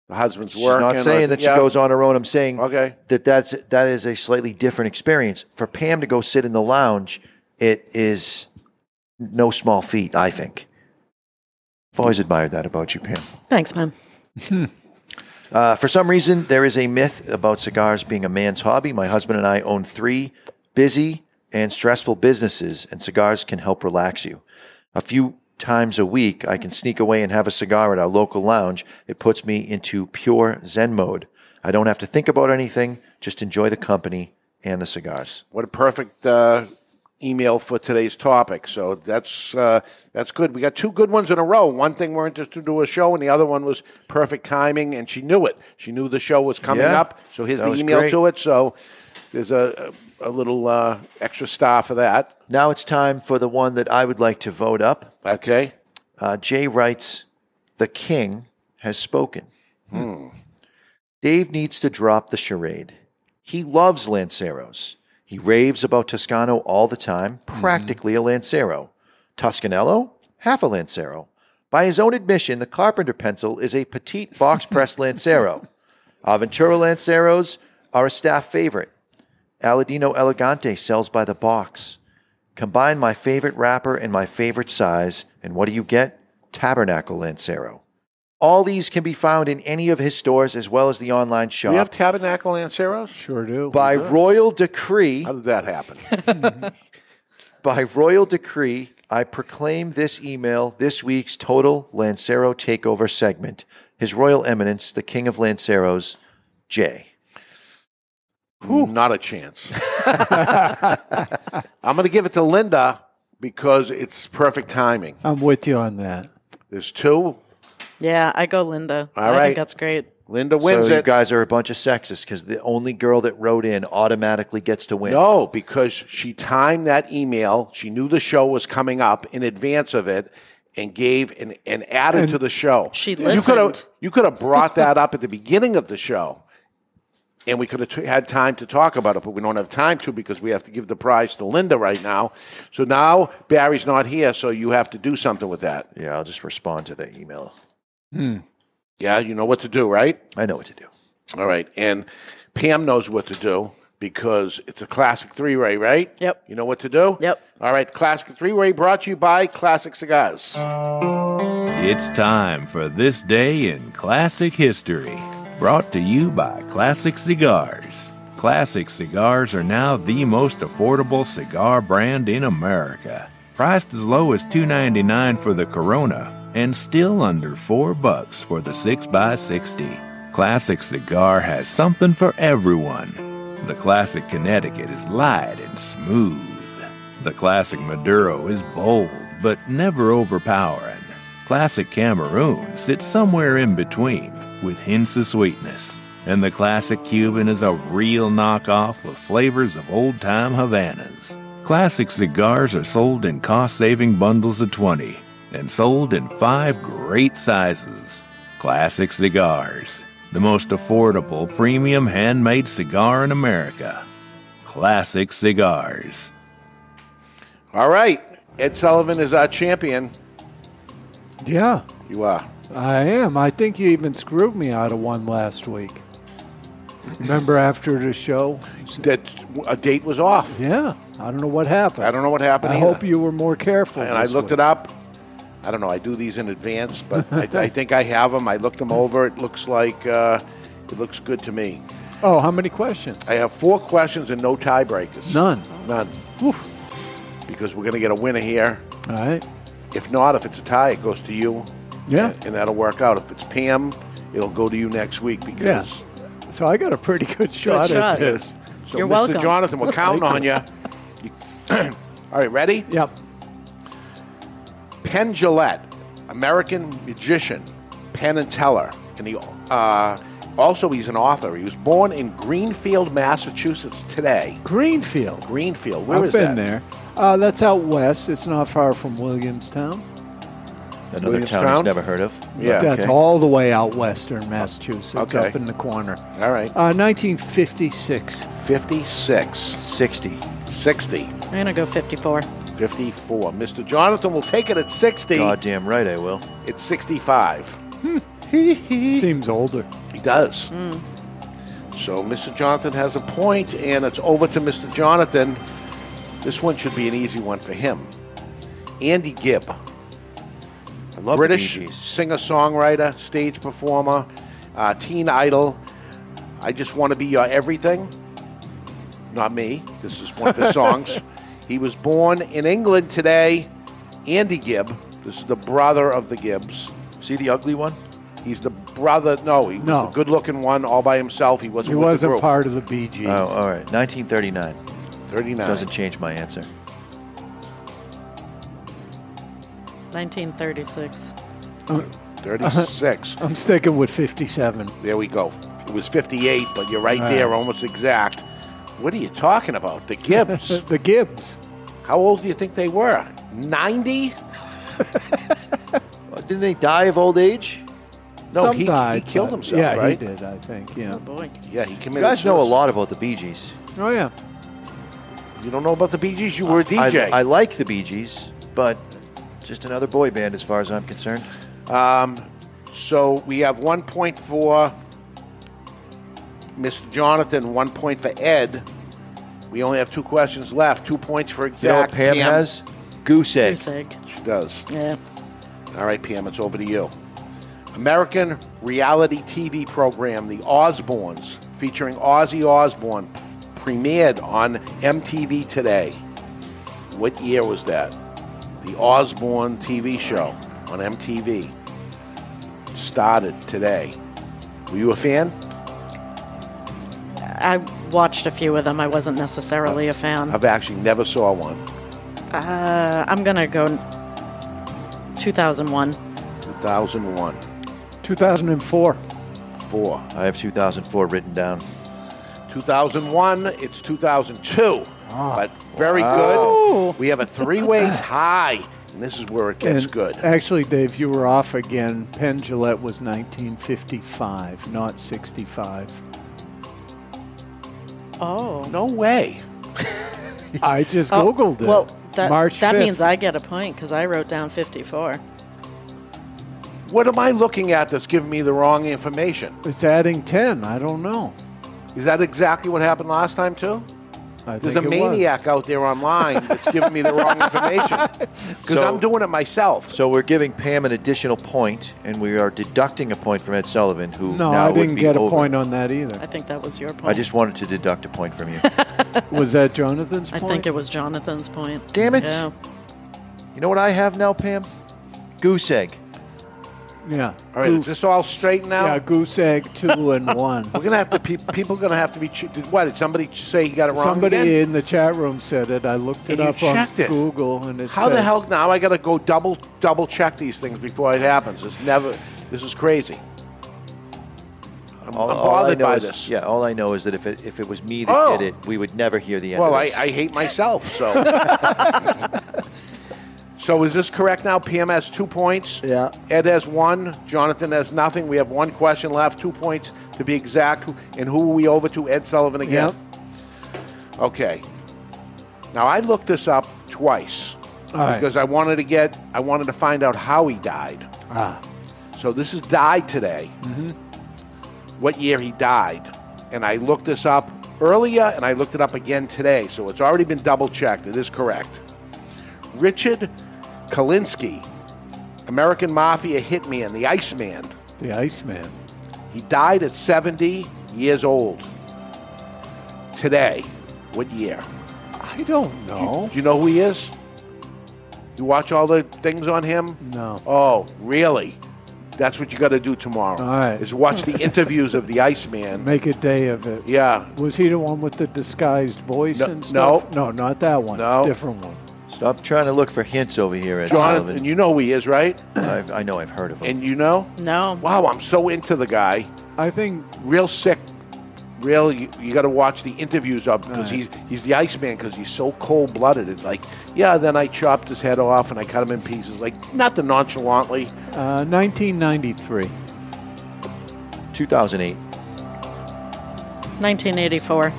[SPEAKER 2] The husband's
[SPEAKER 3] She's
[SPEAKER 2] working.
[SPEAKER 3] not saying that she goes on her own. I'm saying
[SPEAKER 2] Okay.
[SPEAKER 3] that that's that is a slightly different experience for Pam to go sit in the lounge it is no small feat, I think. I've always admired that about you, Pam.
[SPEAKER 13] Thanks, man.
[SPEAKER 3] Uh, for some reason, there is a myth about cigars being a man's hobby. My husband and I own three busy and stressful businesses, and cigars can help relax you. A few times a week, I can sneak away and have a cigar at our local lounge. It puts me into pure Zen mode. I don't have to think about anything, just enjoy the company and the cigars.
[SPEAKER 2] What a perfect uh, email for today's topic. So that's uh, that's good. We got two good ones in a row. One thing we're interested to do a show, and the other one was perfect timing, and she knew it. She knew the show was coming
[SPEAKER 3] Yeah.
[SPEAKER 2] up. So here's
[SPEAKER 3] That
[SPEAKER 2] the
[SPEAKER 3] was
[SPEAKER 2] email
[SPEAKER 3] great.
[SPEAKER 2] to it. So there's a a, a little uh, extra star for that.
[SPEAKER 3] Now it's time for the one that I would like to vote up.
[SPEAKER 2] Okay.
[SPEAKER 3] Uh, Jay writes, The king has spoken.
[SPEAKER 2] Hmm.
[SPEAKER 3] Dave needs to drop the charade. He loves Lanceros. He raves about Toscano all the time, practically a Lancero. Toscanello, half a Lancero. By his own admission, the Carpenter pencil is a petite box press Lancero. Aventura Lanceros are a staff favorite. Aladino Elegante sells by the box. Combine my favorite wrapper and my favorite size, and what do you get? Tabernacle Lancero. All these can be found in any of his stores as well as the online
[SPEAKER 2] Do you have
[SPEAKER 3] shop.
[SPEAKER 2] Tabernacle Lanceros? Sure do.
[SPEAKER 3] By royal decree.
[SPEAKER 2] How did that happen?
[SPEAKER 3] By royal decree, I proclaim this email this week's total Lancero takeover segment. His Royal Eminence, the King of Lanceros, Jay.
[SPEAKER 2] Not a chance. I'm going to give it to Linda because it's perfect timing.
[SPEAKER 4] I'm with you on that.
[SPEAKER 2] There's two.
[SPEAKER 13] Yeah, I go Linda.
[SPEAKER 3] All
[SPEAKER 13] I
[SPEAKER 3] right.
[SPEAKER 13] think that's great.
[SPEAKER 2] Linda
[SPEAKER 3] so
[SPEAKER 2] wins
[SPEAKER 3] you
[SPEAKER 2] it.
[SPEAKER 3] guys are a bunch of sexists because the only girl that wrote in automatically gets to win.
[SPEAKER 2] No, because she timed that email. She knew the show was coming up in advance of it and gave and, and added
[SPEAKER 4] And
[SPEAKER 2] to the show.
[SPEAKER 13] she
[SPEAKER 2] You could have
[SPEAKER 13] listened.
[SPEAKER 2] you could have brought that up at the beginning of the show. And we could have t- had time to talk about it, but we don't have time to because we have to give the prize to Linda right now. So now Barry's not here, so you have to do something with that.
[SPEAKER 3] Yeah, I'll just respond to the email.
[SPEAKER 4] Hmm.
[SPEAKER 2] Yeah, you know what to do, right?
[SPEAKER 3] I know what to do.
[SPEAKER 2] All right. And Pam knows what to do because it's a classic three way, right? Yep. You know what to do? Yep. All right. Classic three way brought to you by Classic Cigars.
[SPEAKER 1] It's time for This Day in Classic History, brought to you by Classic Cigars. Classic Cigars are now the most affordable cigar brand in America, priced as low as $2.99 for the Corona and still under 4 bucks for the 6x60. Classic Cigar has something for everyone. The Classic Connecticut is light and smooth. The Classic Maduro is bold but never overpowering. Classic Cameroon sits somewhere in between with hints of sweetness. And the classic Cuban is a real knockoff with flavors of old time Havanas. Classic cigars are sold in cost saving bundles of 20 and sold in five great sizes. Classic Cigars, the most affordable premium handmade cigar in America. Classic Cigars.
[SPEAKER 2] All right. Ed Sullivan is our champion.
[SPEAKER 4] Yeah,
[SPEAKER 2] You are.
[SPEAKER 4] I am. I think you even screwed me out of one last week. Remember after the show?
[SPEAKER 2] That a date was off.
[SPEAKER 4] Yeah. I don't know what happened.
[SPEAKER 2] I don't know what happened
[SPEAKER 4] I
[SPEAKER 2] either.
[SPEAKER 4] hope you were more careful.
[SPEAKER 2] And I
[SPEAKER 4] this
[SPEAKER 2] looked
[SPEAKER 4] week.
[SPEAKER 2] it up. I don't know. I do these in advance, but I, I think I have them. I looked them over. It looks like uh, it looks good to me.
[SPEAKER 4] Oh, how many questions?
[SPEAKER 2] I have four questions and no tiebreakers.
[SPEAKER 4] None.
[SPEAKER 2] None. Oof. Because we're going to get a winner here.
[SPEAKER 4] All right.
[SPEAKER 2] If not, if it's a tie, it goes to you.
[SPEAKER 4] Yeah.
[SPEAKER 2] And that'll work out. If it's Pam, it'll go to you next week
[SPEAKER 4] Yeah.
[SPEAKER 2] because.
[SPEAKER 4] So I got a pretty good shot, at this.
[SPEAKER 2] So, Mr. Jonathan, we're counting on you. You- All right, ready?
[SPEAKER 4] Yep.
[SPEAKER 2] Penn Gillette, American magician, Penn and Teller, and he uh, also he's an author. He was born in Greenfield, Massachusetts, today.
[SPEAKER 4] Greenfield.
[SPEAKER 2] Greenfield. Where
[SPEAKER 4] I've
[SPEAKER 2] is
[SPEAKER 4] been there.
[SPEAKER 2] that?
[SPEAKER 4] Uh, that's out west. It's not far from Williamstown.
[SPEAKER 3] Another town he's never heard of.
[SPEAKER 4] But That's
[SPEAKER 3] Okay.
[SPEAKER 4] all the way out western Massachusetts,
[SPEAKER 3] Okay.
[SPEAKER 4] up in the corner.
[SPEAKER 2] All right.
[SPEAKER 4] Uh, 1956.
[SPEAKER 2] 56.
[SPEAKER 3] 60.
[SPEAKER 2] 60.
[SPEAKER 13] I'm going to go 54.
[SPEAKER 2] 54. Mr. Jonathan will take it at 60.
[SPEAKER 3] Goddamn right I will.
[SPEAKER 2] It's 65.
[SPEAKER 4] Seems older.
[SPEAKER 2] He does. So Mr. Jonathan has a point, and it's over to Mr. Jonathan. This one should be an easy one for him. Andy Gibb.
[SPEAKER 3] I love
[SPEAKER 2] British
[SPEAKER 3] the Bee Gees.
[SPEAKER 2] singer songwriter, stage performer, uh, teen idol. I just want to be your everything. Not me. This is one of his songs. He was born in England today. Andy Gibb. This is the brother of the Gibbs.
[SPEAKER 3] See the ugly one?
[SPEAKER 2] He's the brother. No, he was
[SPEAKER 4] No.
[SPEAKER 2] the good-looking one all by himself. He wasn't.
[SPEAKER 4] He
[SPEAKER 2] with the
[SPEAKER 4] wasn't
[SPEAKER 2] group.
[SPEAKER 4] part of the Bee Gees.
[SPEAKER 3] Oh, all right. 1939.
[SPEAKER 2] 39.
[SPEAKER 3] Doesn't change my answer.
[SPEAKER 13] 1936.
[SPEAKER 4] I'm-
[SPEAKER 2] 36.
[SPEAKER 4] Uh, I'm sticking with 57.
[SPEAKER 2] There we go. It was 58, but you're right,
[SPEAKER 4] Right.
[SPEAKER 2] there, almost exact. What are you talking about? The Gibbs.
[SPEAKER 4] the Gibbs.
[SPEAKER 2] How old do you think they were? 90?
[SPEAKER 3] Didn't they die of old age?
[SPEAKER 2] No,
[SPEAKER 4] Some
[SPEAKER 2] he,
[SPEAKER 4] died,
[SPEAKER 2] he killed
[SPEAKER 4] but-
[SPEAKER 2] himself,
[SPEAKER 4] yeah, he
[SPEAKER 2] right?
[SPEAKER 4] did, I think, yeah. Oh, boy.
[SPEAKER 2] Yeah, he
[SPEAKER 3] You
[SPEAKER 2] committed
[SPEAKER 3] guys know a
[SPEAKER 2] suicide.
[SPEAKER 3] lot about the Bee Gees.
[SPEAKER 4] Oh, yeah.
[SPEAKER 2] You don't know about the Bee Gees? You were a DJ.
[SPEAKER 3] I, I like the Bee Gees, but just another boy band as far as I'm concerned.
[SPEAKER 2] Um, so we have one point for Mr. Jonathan, one point for Ed. We only have two questions left. Two points for exact.
[SPEAKER 3] You know what Pam has? Goose egg.
[SPEAKER 13] Goose egg.
[SPEAKER 2] She does.
[SPEAKER 13] Yeah.
[SPEAKER 2] All right, Pam, it's over to you. American reality TV program, The Osbournes, featuring Ozzy Osbourne, premiered on MTV today. What year was that? The Osbourne TV show on MTV started today. Were you a fan?
[SPEAKER 13] I watched a few of them. I wasn't necessarily a fan.
[SPEAKER 2] I've actually never saw one.
[SPEAKER 13] Uh, I'm going to go 2001.
[SPEAKER 2] 2001.
[SPEAKER 4] 2004.
[SPEAKER 2] Four.
[SPEAKER 3] I have 2004 written down.
[SPEAKER 2] 2001. It's 2002.
[SPEAKER 4] Ah.
[SPEAKER 2] But very
[SPEAKER 3] Wow.
[SPEAKER 2] good. We have a three-way tie, and this is where it gets
[SPEAKER 4] And
[SPEAKER 2] good.
[SPEAKER 4] Actually, Dave, you were off again. Penn Gillette was 1955, not 65.
[SPEAKER 13] Oh.
[SPEAKER 2] No way.
[SPEAKER 4] I just
[SPEAKER 13] Oh,
[SPEAKER 4] Googled it.
[SPEAKER 13] Well, that,
[SPEAKER 4] March
[SPEAKER 13] that
[SPEAKER 4] 5th.
[SPEAKER 13] means I get a point because I wrote down 54.
[SPEAKER 2] What am I looking at that's giving me the wrong information?
[SPEAKER 4] It's adding 10. I don't know.
[SPEAKER 2] Is that exactly what happened last time too?
[SPEAKER 4] I
[SPEAKER 2] There's a
[SPEAKER 4] think it was.
[SPEAKER 2] maniac out there online that's giving me the wrong information because
[SPEAKER 3] So-
[SPEAKER 2] I'm doing it myself.
[SPEAKER 3] So we're giving Pam an additional point, and we are deducting a point from Ed Sullivan, who
[SPEAKER 4] No,
[SPEAKER 3] now
[SPEAKER 4] I didn't
[SPEAKER 3] would be
[SPEAKER 4] get a
[SPEAKER 3] over.
[SPEAKER 4] point on that either.
[SPEAKER 13] I think that was your point.
[SPEAKER 3] I just wanted to deduct a point from you.
[SPEAKER 4] Was that Jonathan's
[SPEAKER 13] I
[SPEAKER 4] point?
[SPEAKER 13] think it was Jonathan's point.
[SPEAKER 3] Damn it.
[SPEAKER 13] Yeah.
[SPEAKER 3] You know what I have now, Pam? Goose egg.
[SPEAKER 4] Yeah.
[SPEAKER 2] All right, is this all straight now?
[SPEAKER 4] Yeah, goose egg, two and one.
[SPEAKER 2] We're gonna have to. Pe- people are gonna have to be. Che- did- what did somebody say he got it wrong?
[SPEAKER 4] Somebody
[SPEAKER 2] again?
[SPEAKER 4] in the chat room said it. I looked it
[SPEAKER 2] And you
[SPEAKER 4] up on
[SPEAKER 2] checked it.
[SPEAKER 4] Google, and it
[SPEAKER 2] How the
[SPEAKER 4] says-
[SPEAKER 2] hell now? I gotta go double double check these things before it happens. It's never. This is crazy. I'm,
[SPEAKER 3] All,
[SPEAKER 2] I'm
[SPEAKER 3] all I
[SPEAKER 2] bothered
[SPEAKER 3] know
[SPEAKER 2] by
[SPEAKER 3] is,
[SPEAKER 2] this.
[SPEAKER 3] Yeah, all I know is that if it, if it was me that
[SPEAKER 2] Oh.
[SPEAKER 3] did it, we would never hear the end
[SPEAKER 2] Well,
[SPEAKER 3] of
[SPEAKER 2] I,
[SPEAKER 3] this.
[SPEAKER 2] I hate myself, so. so is this correct now? PM has two points. Yeah. Ed has one. Jonathan has nothing. We have one question left, two points to be exact. And who are we over to? Ed Sullivan again. Okay. Now I looked this up twice
[SPEAKER 4] All right.
[SPEAKER 2] because I wanted to get I wanted to find out how he died.
[SPEAKER 4] Ah.
[SPEAKER 2] So this is died today.
[SPEAKER 4] "Mm-hmm."
[SPEAKER 2] What year he died, and I looked this up earlier, and I looked it up again today. So it's already been double checked. It is correct. Richard Kalinsky, American Mafia hitman, the Iceman.
[SPEAKER 4] The Iceman.
[SPEAKER 2] He died at 70 years old. Today, what year?
[SPEAKER 4] I don't know.
[SPEAKER 2] Do you know who he is? You watch all the things on him?
[SPEAKER 4] No.
[SPEAKER 2] Oh, really? That's what you got to do tomorrow.
[SPEAKER 4] All right.
[SPEAKER 2] Is watch the interviews of the Iceman.
[SPEAKER 4] Make a day of it.
[SPEAKER 2] Yeah.
[SPEAKER 4] Was he the one with the disguised voice
[SPEAKER 2] No-
[SPEAKER 4] and stuff?
[SPEAKER 3] no.
[SPEAKER 4] No, not that one.
[SPEAKER 3] No.
[SPEAKER 4] Different one.
[SPEAKER 3] Stop trying to look for hints over here, Ed
[SPEAKER 2] Jonathan,
[SPEAKER 3] Sullivan.
[SPEAKER 2] you know who he is, right?
[SPEAKER 3] I've, I know I've heard of him.
[SPEAKER 2] And you know?
[SPEAKER 13] No.
[SPEAKER 2] Wow, I'm so into the guy.
[SPEAKER 4] I think
[SPEAKER 2] real sick. Real, you, you got to watch the interviews up because
[SPEAKER 4] All right.
[SPEAKER 2] he's he's the Iceman because he's so cold blooded. It's like, yeah, then I chopped his head off and I cut him in pieces, like nothing nonchalantly.
[SPEAKER 4] Uh, 1993.
[SPEAKER 3] 2008.
[SPEAKER 13] 1984.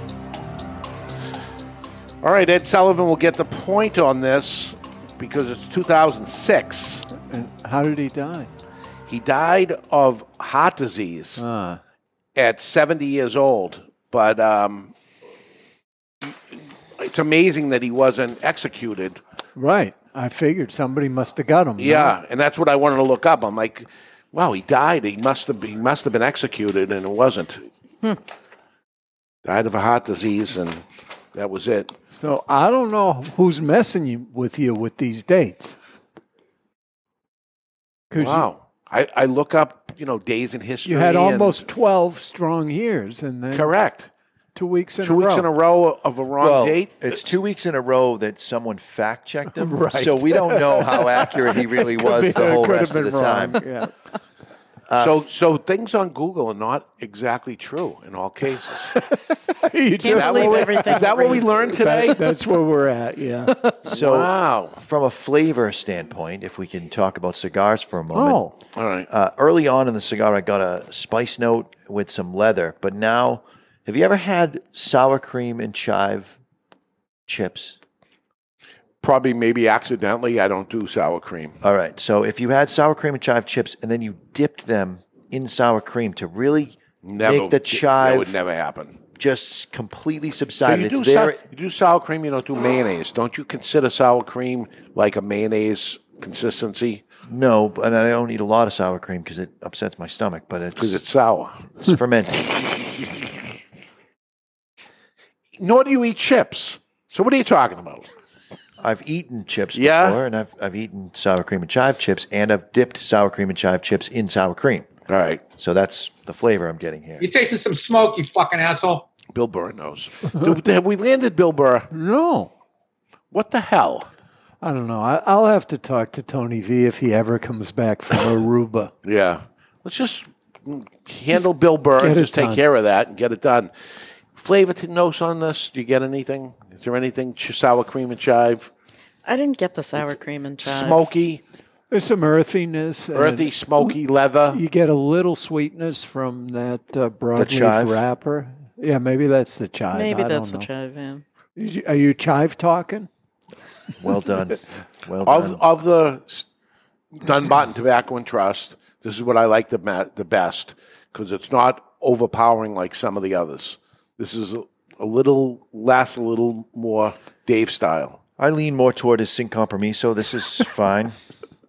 [SPEAKER 2] All right, Ed Sullivan will get the point on this because it's 2006.
[SPEAKER 4] And how did he die?
[SPEAKER 2] He died of heart disease
[SPEAKER 4] Ah.
[SPEAKER 2] at 70 years old. But um, it's amazing that he wasn't executed.
[SPEAKER 4] Right. I figured somebody must have got him. no?
[SPEAKER 2] Yeah, and that's what I wanted to look up. I'm like, wow, he died. He must have he must have been executed, and it wasn't.
[SPEAKER 4] Hmm.
[SPEAKER 2] Died of a heart disease, and that was it.
[SPEAKER 4] So I don't know who's messing you, with you with these dates. 'Cause you-
[SPEAKER 2] Wow. I, I look up, you know, days in history.
[SPEAKER 4] You had
[SPEAKER 2] and
[SPEAKER 4] almost 12 strong years and then.
[SPEAKER 2] Correct.
[SPEAKER 4] Two weeks in
[SPEAKER 2] two
[SPEAKER 4] a row.
[SPEAKER 2] weeks in a row of a wrong
[SPEAKER 3] well,
[SPEAKER 2] date.
[SPEAKER 3] It's two weeks in a row that someone fact checked him,
[SPEAKER 2] Right.
[SPEAKER 3] so we don't know how accurate he really
[SPEAKER 2] Could be-
[SPEAKER 3] was the whole
[SPEAKER 2] could have
[SPEAKER 3] rest of the
[SPEAKER 2] been wrong,
[SPEAKER 3] time.
[SPEAKER 4] yeah.
[SPEAKER 3] Uh,
[SPEAKER 2] so, so things on Google are not exactly true in all cases.
[SPEAKER 4] you
[SPEAKER 2] Can't just- believe everything Is that what we we read. learned today?
[SPEAKER 4] That- that's where we're at, yeah.
[SPEAKER 3] So,
[SPEAKER 2] Wow.
[SPEAKER 3] from a flavor standpoint, if we can talk about cigars for a moment.
[SPEAKER 4] Oh.
[SPEAKER 2] all right.
[SPEAKER 3] Uh, early on in the cigar, I got a spice note with some leather. But now, have you ever had sour cream and chive chips?
[SPEAKER 2] Probably, maybe accidentally. I don't do sour cream.
[SPEAKER 3] All right. So, if you had sour cream and chive chips and then you dipped them in sour cream to really
[SPEAKER 2] Never
[SPEAKER 3] make the
[SPEAKER 2] did-
[SPEAKER 3] chive
[SPEAKER 2] That would never happen.
[SPEAKER 3] just completely
[SPEAKER 2] So
[SPEAKER 3] subsided.
[SPEAKER 2] you do,
[SPEAKER 3] it's there.
[SPEAKER 2] sour, you do sour cream, you don't do mayonnaise. Don't you consider sour cream like a mayonnaise consistency?
[SPEAKER 3] No, but I don't eat a lot of sour cream because it upsets my stomach. But it's
[SPEAKER 2] 'Cause it's sour.
[SPEAKER 3] It's fermented.
[SPEAKER 2] Nor do you eat chips. So what are you talking about?
[SPEAKER 3] I've eaten chips
[SPEAKER 2] Yeah?
[SPEAKER 3] before, and I've I've eaten sour cream and chive chips, and I've dipped sour cream and chive chips in sour cream.
[SPEAKER 2] All right.
[SPEAKER 3] So that's the flavor I'm getting here.
[SPEAKER 5] You tasting some smoke, you fucking asshole.
[SPEAKER 2] Bill Burr knows. Do- have we landed Bill Burr?
[SPEAKER 4] No.
[SPEAKER 2] What the hell?
[SPEAKER 4] I don't know. I, I'll have to talk to Tony V if he ever comes back from Aruba.
[SPEAKER 2] Yeah. Let's just mm, handle Bill Burr
[SPEAKER 4] get
[SPEAKER 2] and
[SPEAKER 4] it
[SPEAKER 2] just take
[SPEAKER 4] done.
[SPEAKER 2] care of that and get it done. Flavor to notes on this? Do you get anything? Is there anything ch- sour cream and chive?
[SPEAKER 13] I didn't get the sour cream and chive.
[SPEAKER 2] Smoky.
[SPEAKER 4] There's some earthiness, and
[SPEAKER 2] Earthy, smoky leather.
[SPEAKER 4] You get a little sweetness from that uh,
[SPEAKER 2] chive?
[SPEAKER 4] broadleaf wrapper. Yeah, maybe that's the chive.
[SPEAKER 13] Maybe
[SPEAKER 4] I
[SPEAKER 13] that's the
[SPEAKER 4] don't know.
[SPEAKER 13] chive. Yeah.
[SPEAKER 4] Did you- Are you chive talking?
[SPEAKER 3] Well done. Well
[SPEAKER 2] of,
[SPEAKER 3] done.
[SPEAKER 2] Of the s- Dunbarton Tobacco and Trust, this is what I like the, ma- the best because it's not overpowering like some of the others. This is a, a little less, a little more Dave style.
[SPEAKER 3] I lean more toward a sin compromiso. This is fine.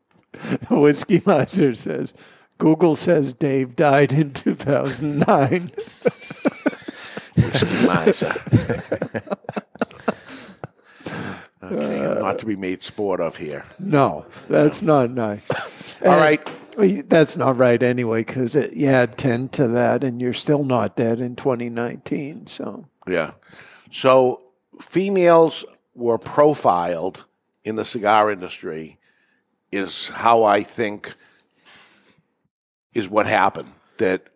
[SPEAKER 4] Whiskey Miser says Google says Dave died in 2009.
[SPEAKER 2] Whiskey Miser. Okay,
[SPEAKER 3] Uh,
[SPEAKER 2] I'm not to be made sport of here.
[SPEAKER 4] No, that's not nice.
[SPEAKER 2] All
[SPEAKER 4] And-
[SPEAKER 2] right.
[SPEAKER 4] well, That's not right anyway, because you add 10 to that and you're still not dead in 2019. So,
[SPEAKER 2] Yeah. So females were profiled in the cigar industry is how I think is what happened that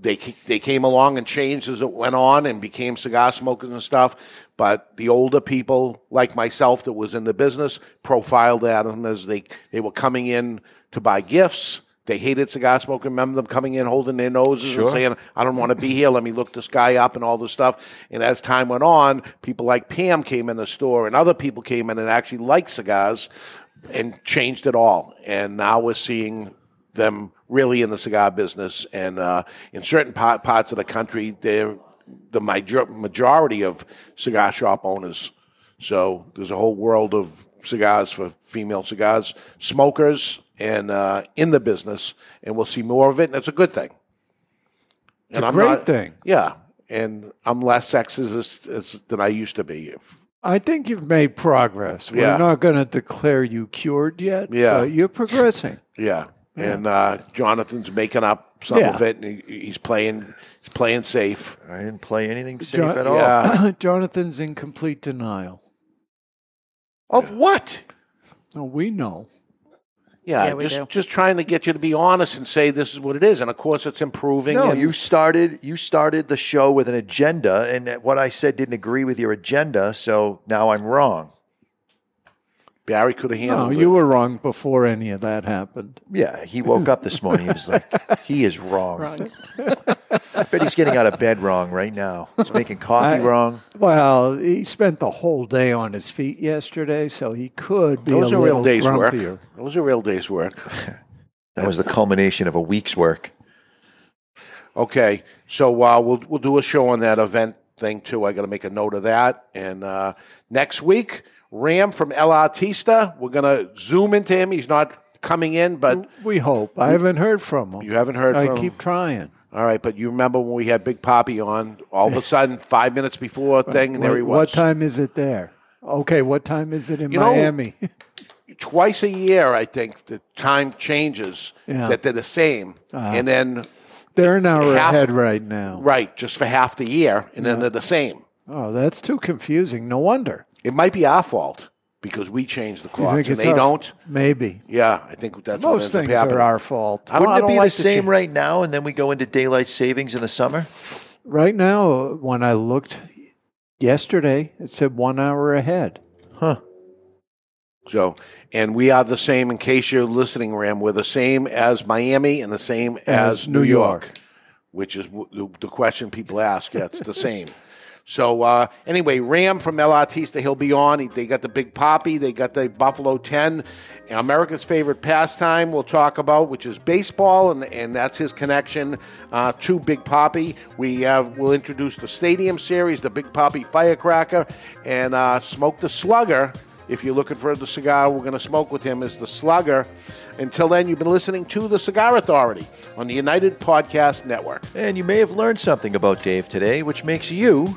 [SPEAKER 2] they ca- they came along and changed as it went on and became cigar smokers and stuff but the older people like myself that was in the business profiled at them as they they were coming in to buy gifts they hated cigar smoking. Remember them coming in holding their noses
[SPEAKER 3] Sure.
[SPEAKER 2] and saying, I don't want to be here. Let me look this guy up and all this stuff. And as time went on, people like Pam came in the store and other people came in and actually liked cigars and changed it all. And now we're seeing them really in the cigar business. And uh, in certain pa- parts of the country, they're the major- majority of cigar shop owners. So there's a whole world of cigars for female cigars smokers and uh, in the business, and we'll see more of it. And it's a good thing.
[SPEAKER 4] It's a great thing.
[SPEAKER 2] Yeah, and I'm less sexist as- than I used to be.
[SPEAKER 4] I think you've made progress. We're
[SPEAKER 2] Yeah.
[SPEAKER 4] not going to declare you cured yet.
[SPEAKER 2] Yeah.
[SPEAKER 4] but you're progressing.
[SPEAKER 2] Yeah,
[SPEAKER 4] Yeah.
[SPEAKER 2] and uh, Jonathan's making up some
[SPEAKER 4] Yeah.
[SPEAKER 2] of it, and he, he's playing he's playing safe.
[SPEAKER 3] I didn't play anything
[SPEAKER 4] Jon-
[SPEAKER 2] Yeah.
[SPEAKER 4] Jonathan's in complete denial.
[SPEAKER 3] Of what?
[SPEAKER 4] Oh, we know.
[SPEAKER 2] Yeah,
[SPEAKER 4] Yeah, we
[SPEAKER 2] just
[SPEAKER 4] do.
[SPEAKER 2] just trying to get you to be honest and say this is what it is, and of course it's improving.
[SPEAKER 3] No,
[SPEAKER 2] and-
[SPEAKER 3] you started you started the show with an agenda, and what I said didn't agree with your agenda, so now I'm wrong.
[SPEAKER 2] Barry could have
[SPEAKER 4] No, you were wrong before any of that happened.
[SPEAKER 3] Yeah, he woke up this morning. He was like, "He is wrong." I bet he's getting out of bed wrong right now. He's making coffee
[SPEAKER 4] I-
[SPEAKER 3] wrong.
[SPEAKER 4] Well, he spent the whole day on his feet yesterday, so he could be
[SPEAKER 2] Those
[SPEAKER 4] a
[SPEAKER 2] are
[SPEAKER 4] little
[SPEAKER 2] real days
[SPEAKER 4] grumpier.
[SPEAKER 2] work. Those are real days work.
[SPEAKER 3] That was the culmination of a week's work.
[SPEAKER 2] Okay, so uh, we'll we'll do a show on that event thing too. I got to make a note of that. And uh, next week, Ram from El Artista. We're gonna zoom into him. He's not coming in, but
[SPEAKER 4] we hope. I haven't heard from him.
[SPEAKER 2] You haven't heard.
[SPEAKER 4] I
[SPEAKER 2] from him?
[SPEAKER 4] keep trying.
[SPEAKER 2] All right, but you remember when we had Big Poppy on? All of a sudden, five minutes before thing, and there he
[SPEAKER 4] What- What
[SPEAKER 2] was.
[SPEAKER 4] time is it there? Okay, what time is it in
[SPEAKER 2] You know-
[SPEAKER 4] Miami?
[SPEAKER 2] Twice a year, I think the time changes
[SPEAKER 4] Yeah.
[SPEAKER 2] that they're the same,
[SPEAKER 4] Ah.
[SPEAKER 2] and then
[SPEAKER 4] They're an hour
[SPEAKER 2] half-
[SPEAKER 4] ahead right now.
[SPEAKER 2] right just for half the year, and then they're the same.
[SPEAKER 4] Oh, that's too confusing. No wonder.
[SPEAKER 2] It might be our fault because we change the
[SPEAKER 4] You
[SPEAKER 2] clocks, and they
[SPEAKER 4] our-
[SPEAKER 2] don't.
[SPEAKER 4] Maybe.
[SPEAKER 2] Yeah, I think that's what
[SPEAKER 4] Most
[SPEAKER 2] ends up
[SPEAKER 4] things are
[SPEAKER 2] happening.
[SPEAKER 4] our fault.
[SPEAKER 2] I don't-
[SPEAKER 3] Wouldn't
[SPEAKER 2] I
[SPEAKER 3] it
[SPEAKER 2] don't
[SPEAKER 3] be
[SPEAKER 2] like
[SPEAKER 3] the
[SPEAKER 2] to
[SPEAKER 3] same
[SPEAKER 2] change-
[SPEAKER 3] right now, and then we go into daylight savings in the summer?
[SPEAKER 4] Right now, when I looked yesterday, it said one hour ahead.
[SPEAKER 3] Huh.
[SPEAKER 2] So, and we are the same. In case you're listening, Ram, we're the same as Miami and the same as,
[SPEAKER 4] As
[SPEAKER 2] New
[SPEAKER 4] New
[SPEAKER 2] York, which is w- the the question people ask. Yeah, it's the same. So uh, anyway, Ram from El Artista, he'll be on. He, they got the Big Poppy, they got the Buffalo Ten, and America's favorite pastime. We'll talk about which is baseball, and and that's his connection uh, to Big Poppy. We have we'll introduce the Stadium Series, the Big Poppy Firecracker, and uh, Smoke the Slugger. If you're looking for the cigar, we're going to smoke with him is the Slugger. Until then, you've been listening to the Cigar Authority on the United Podcast Network.
[SPEAKER 3] And you may have learned something about Dave today, which makes you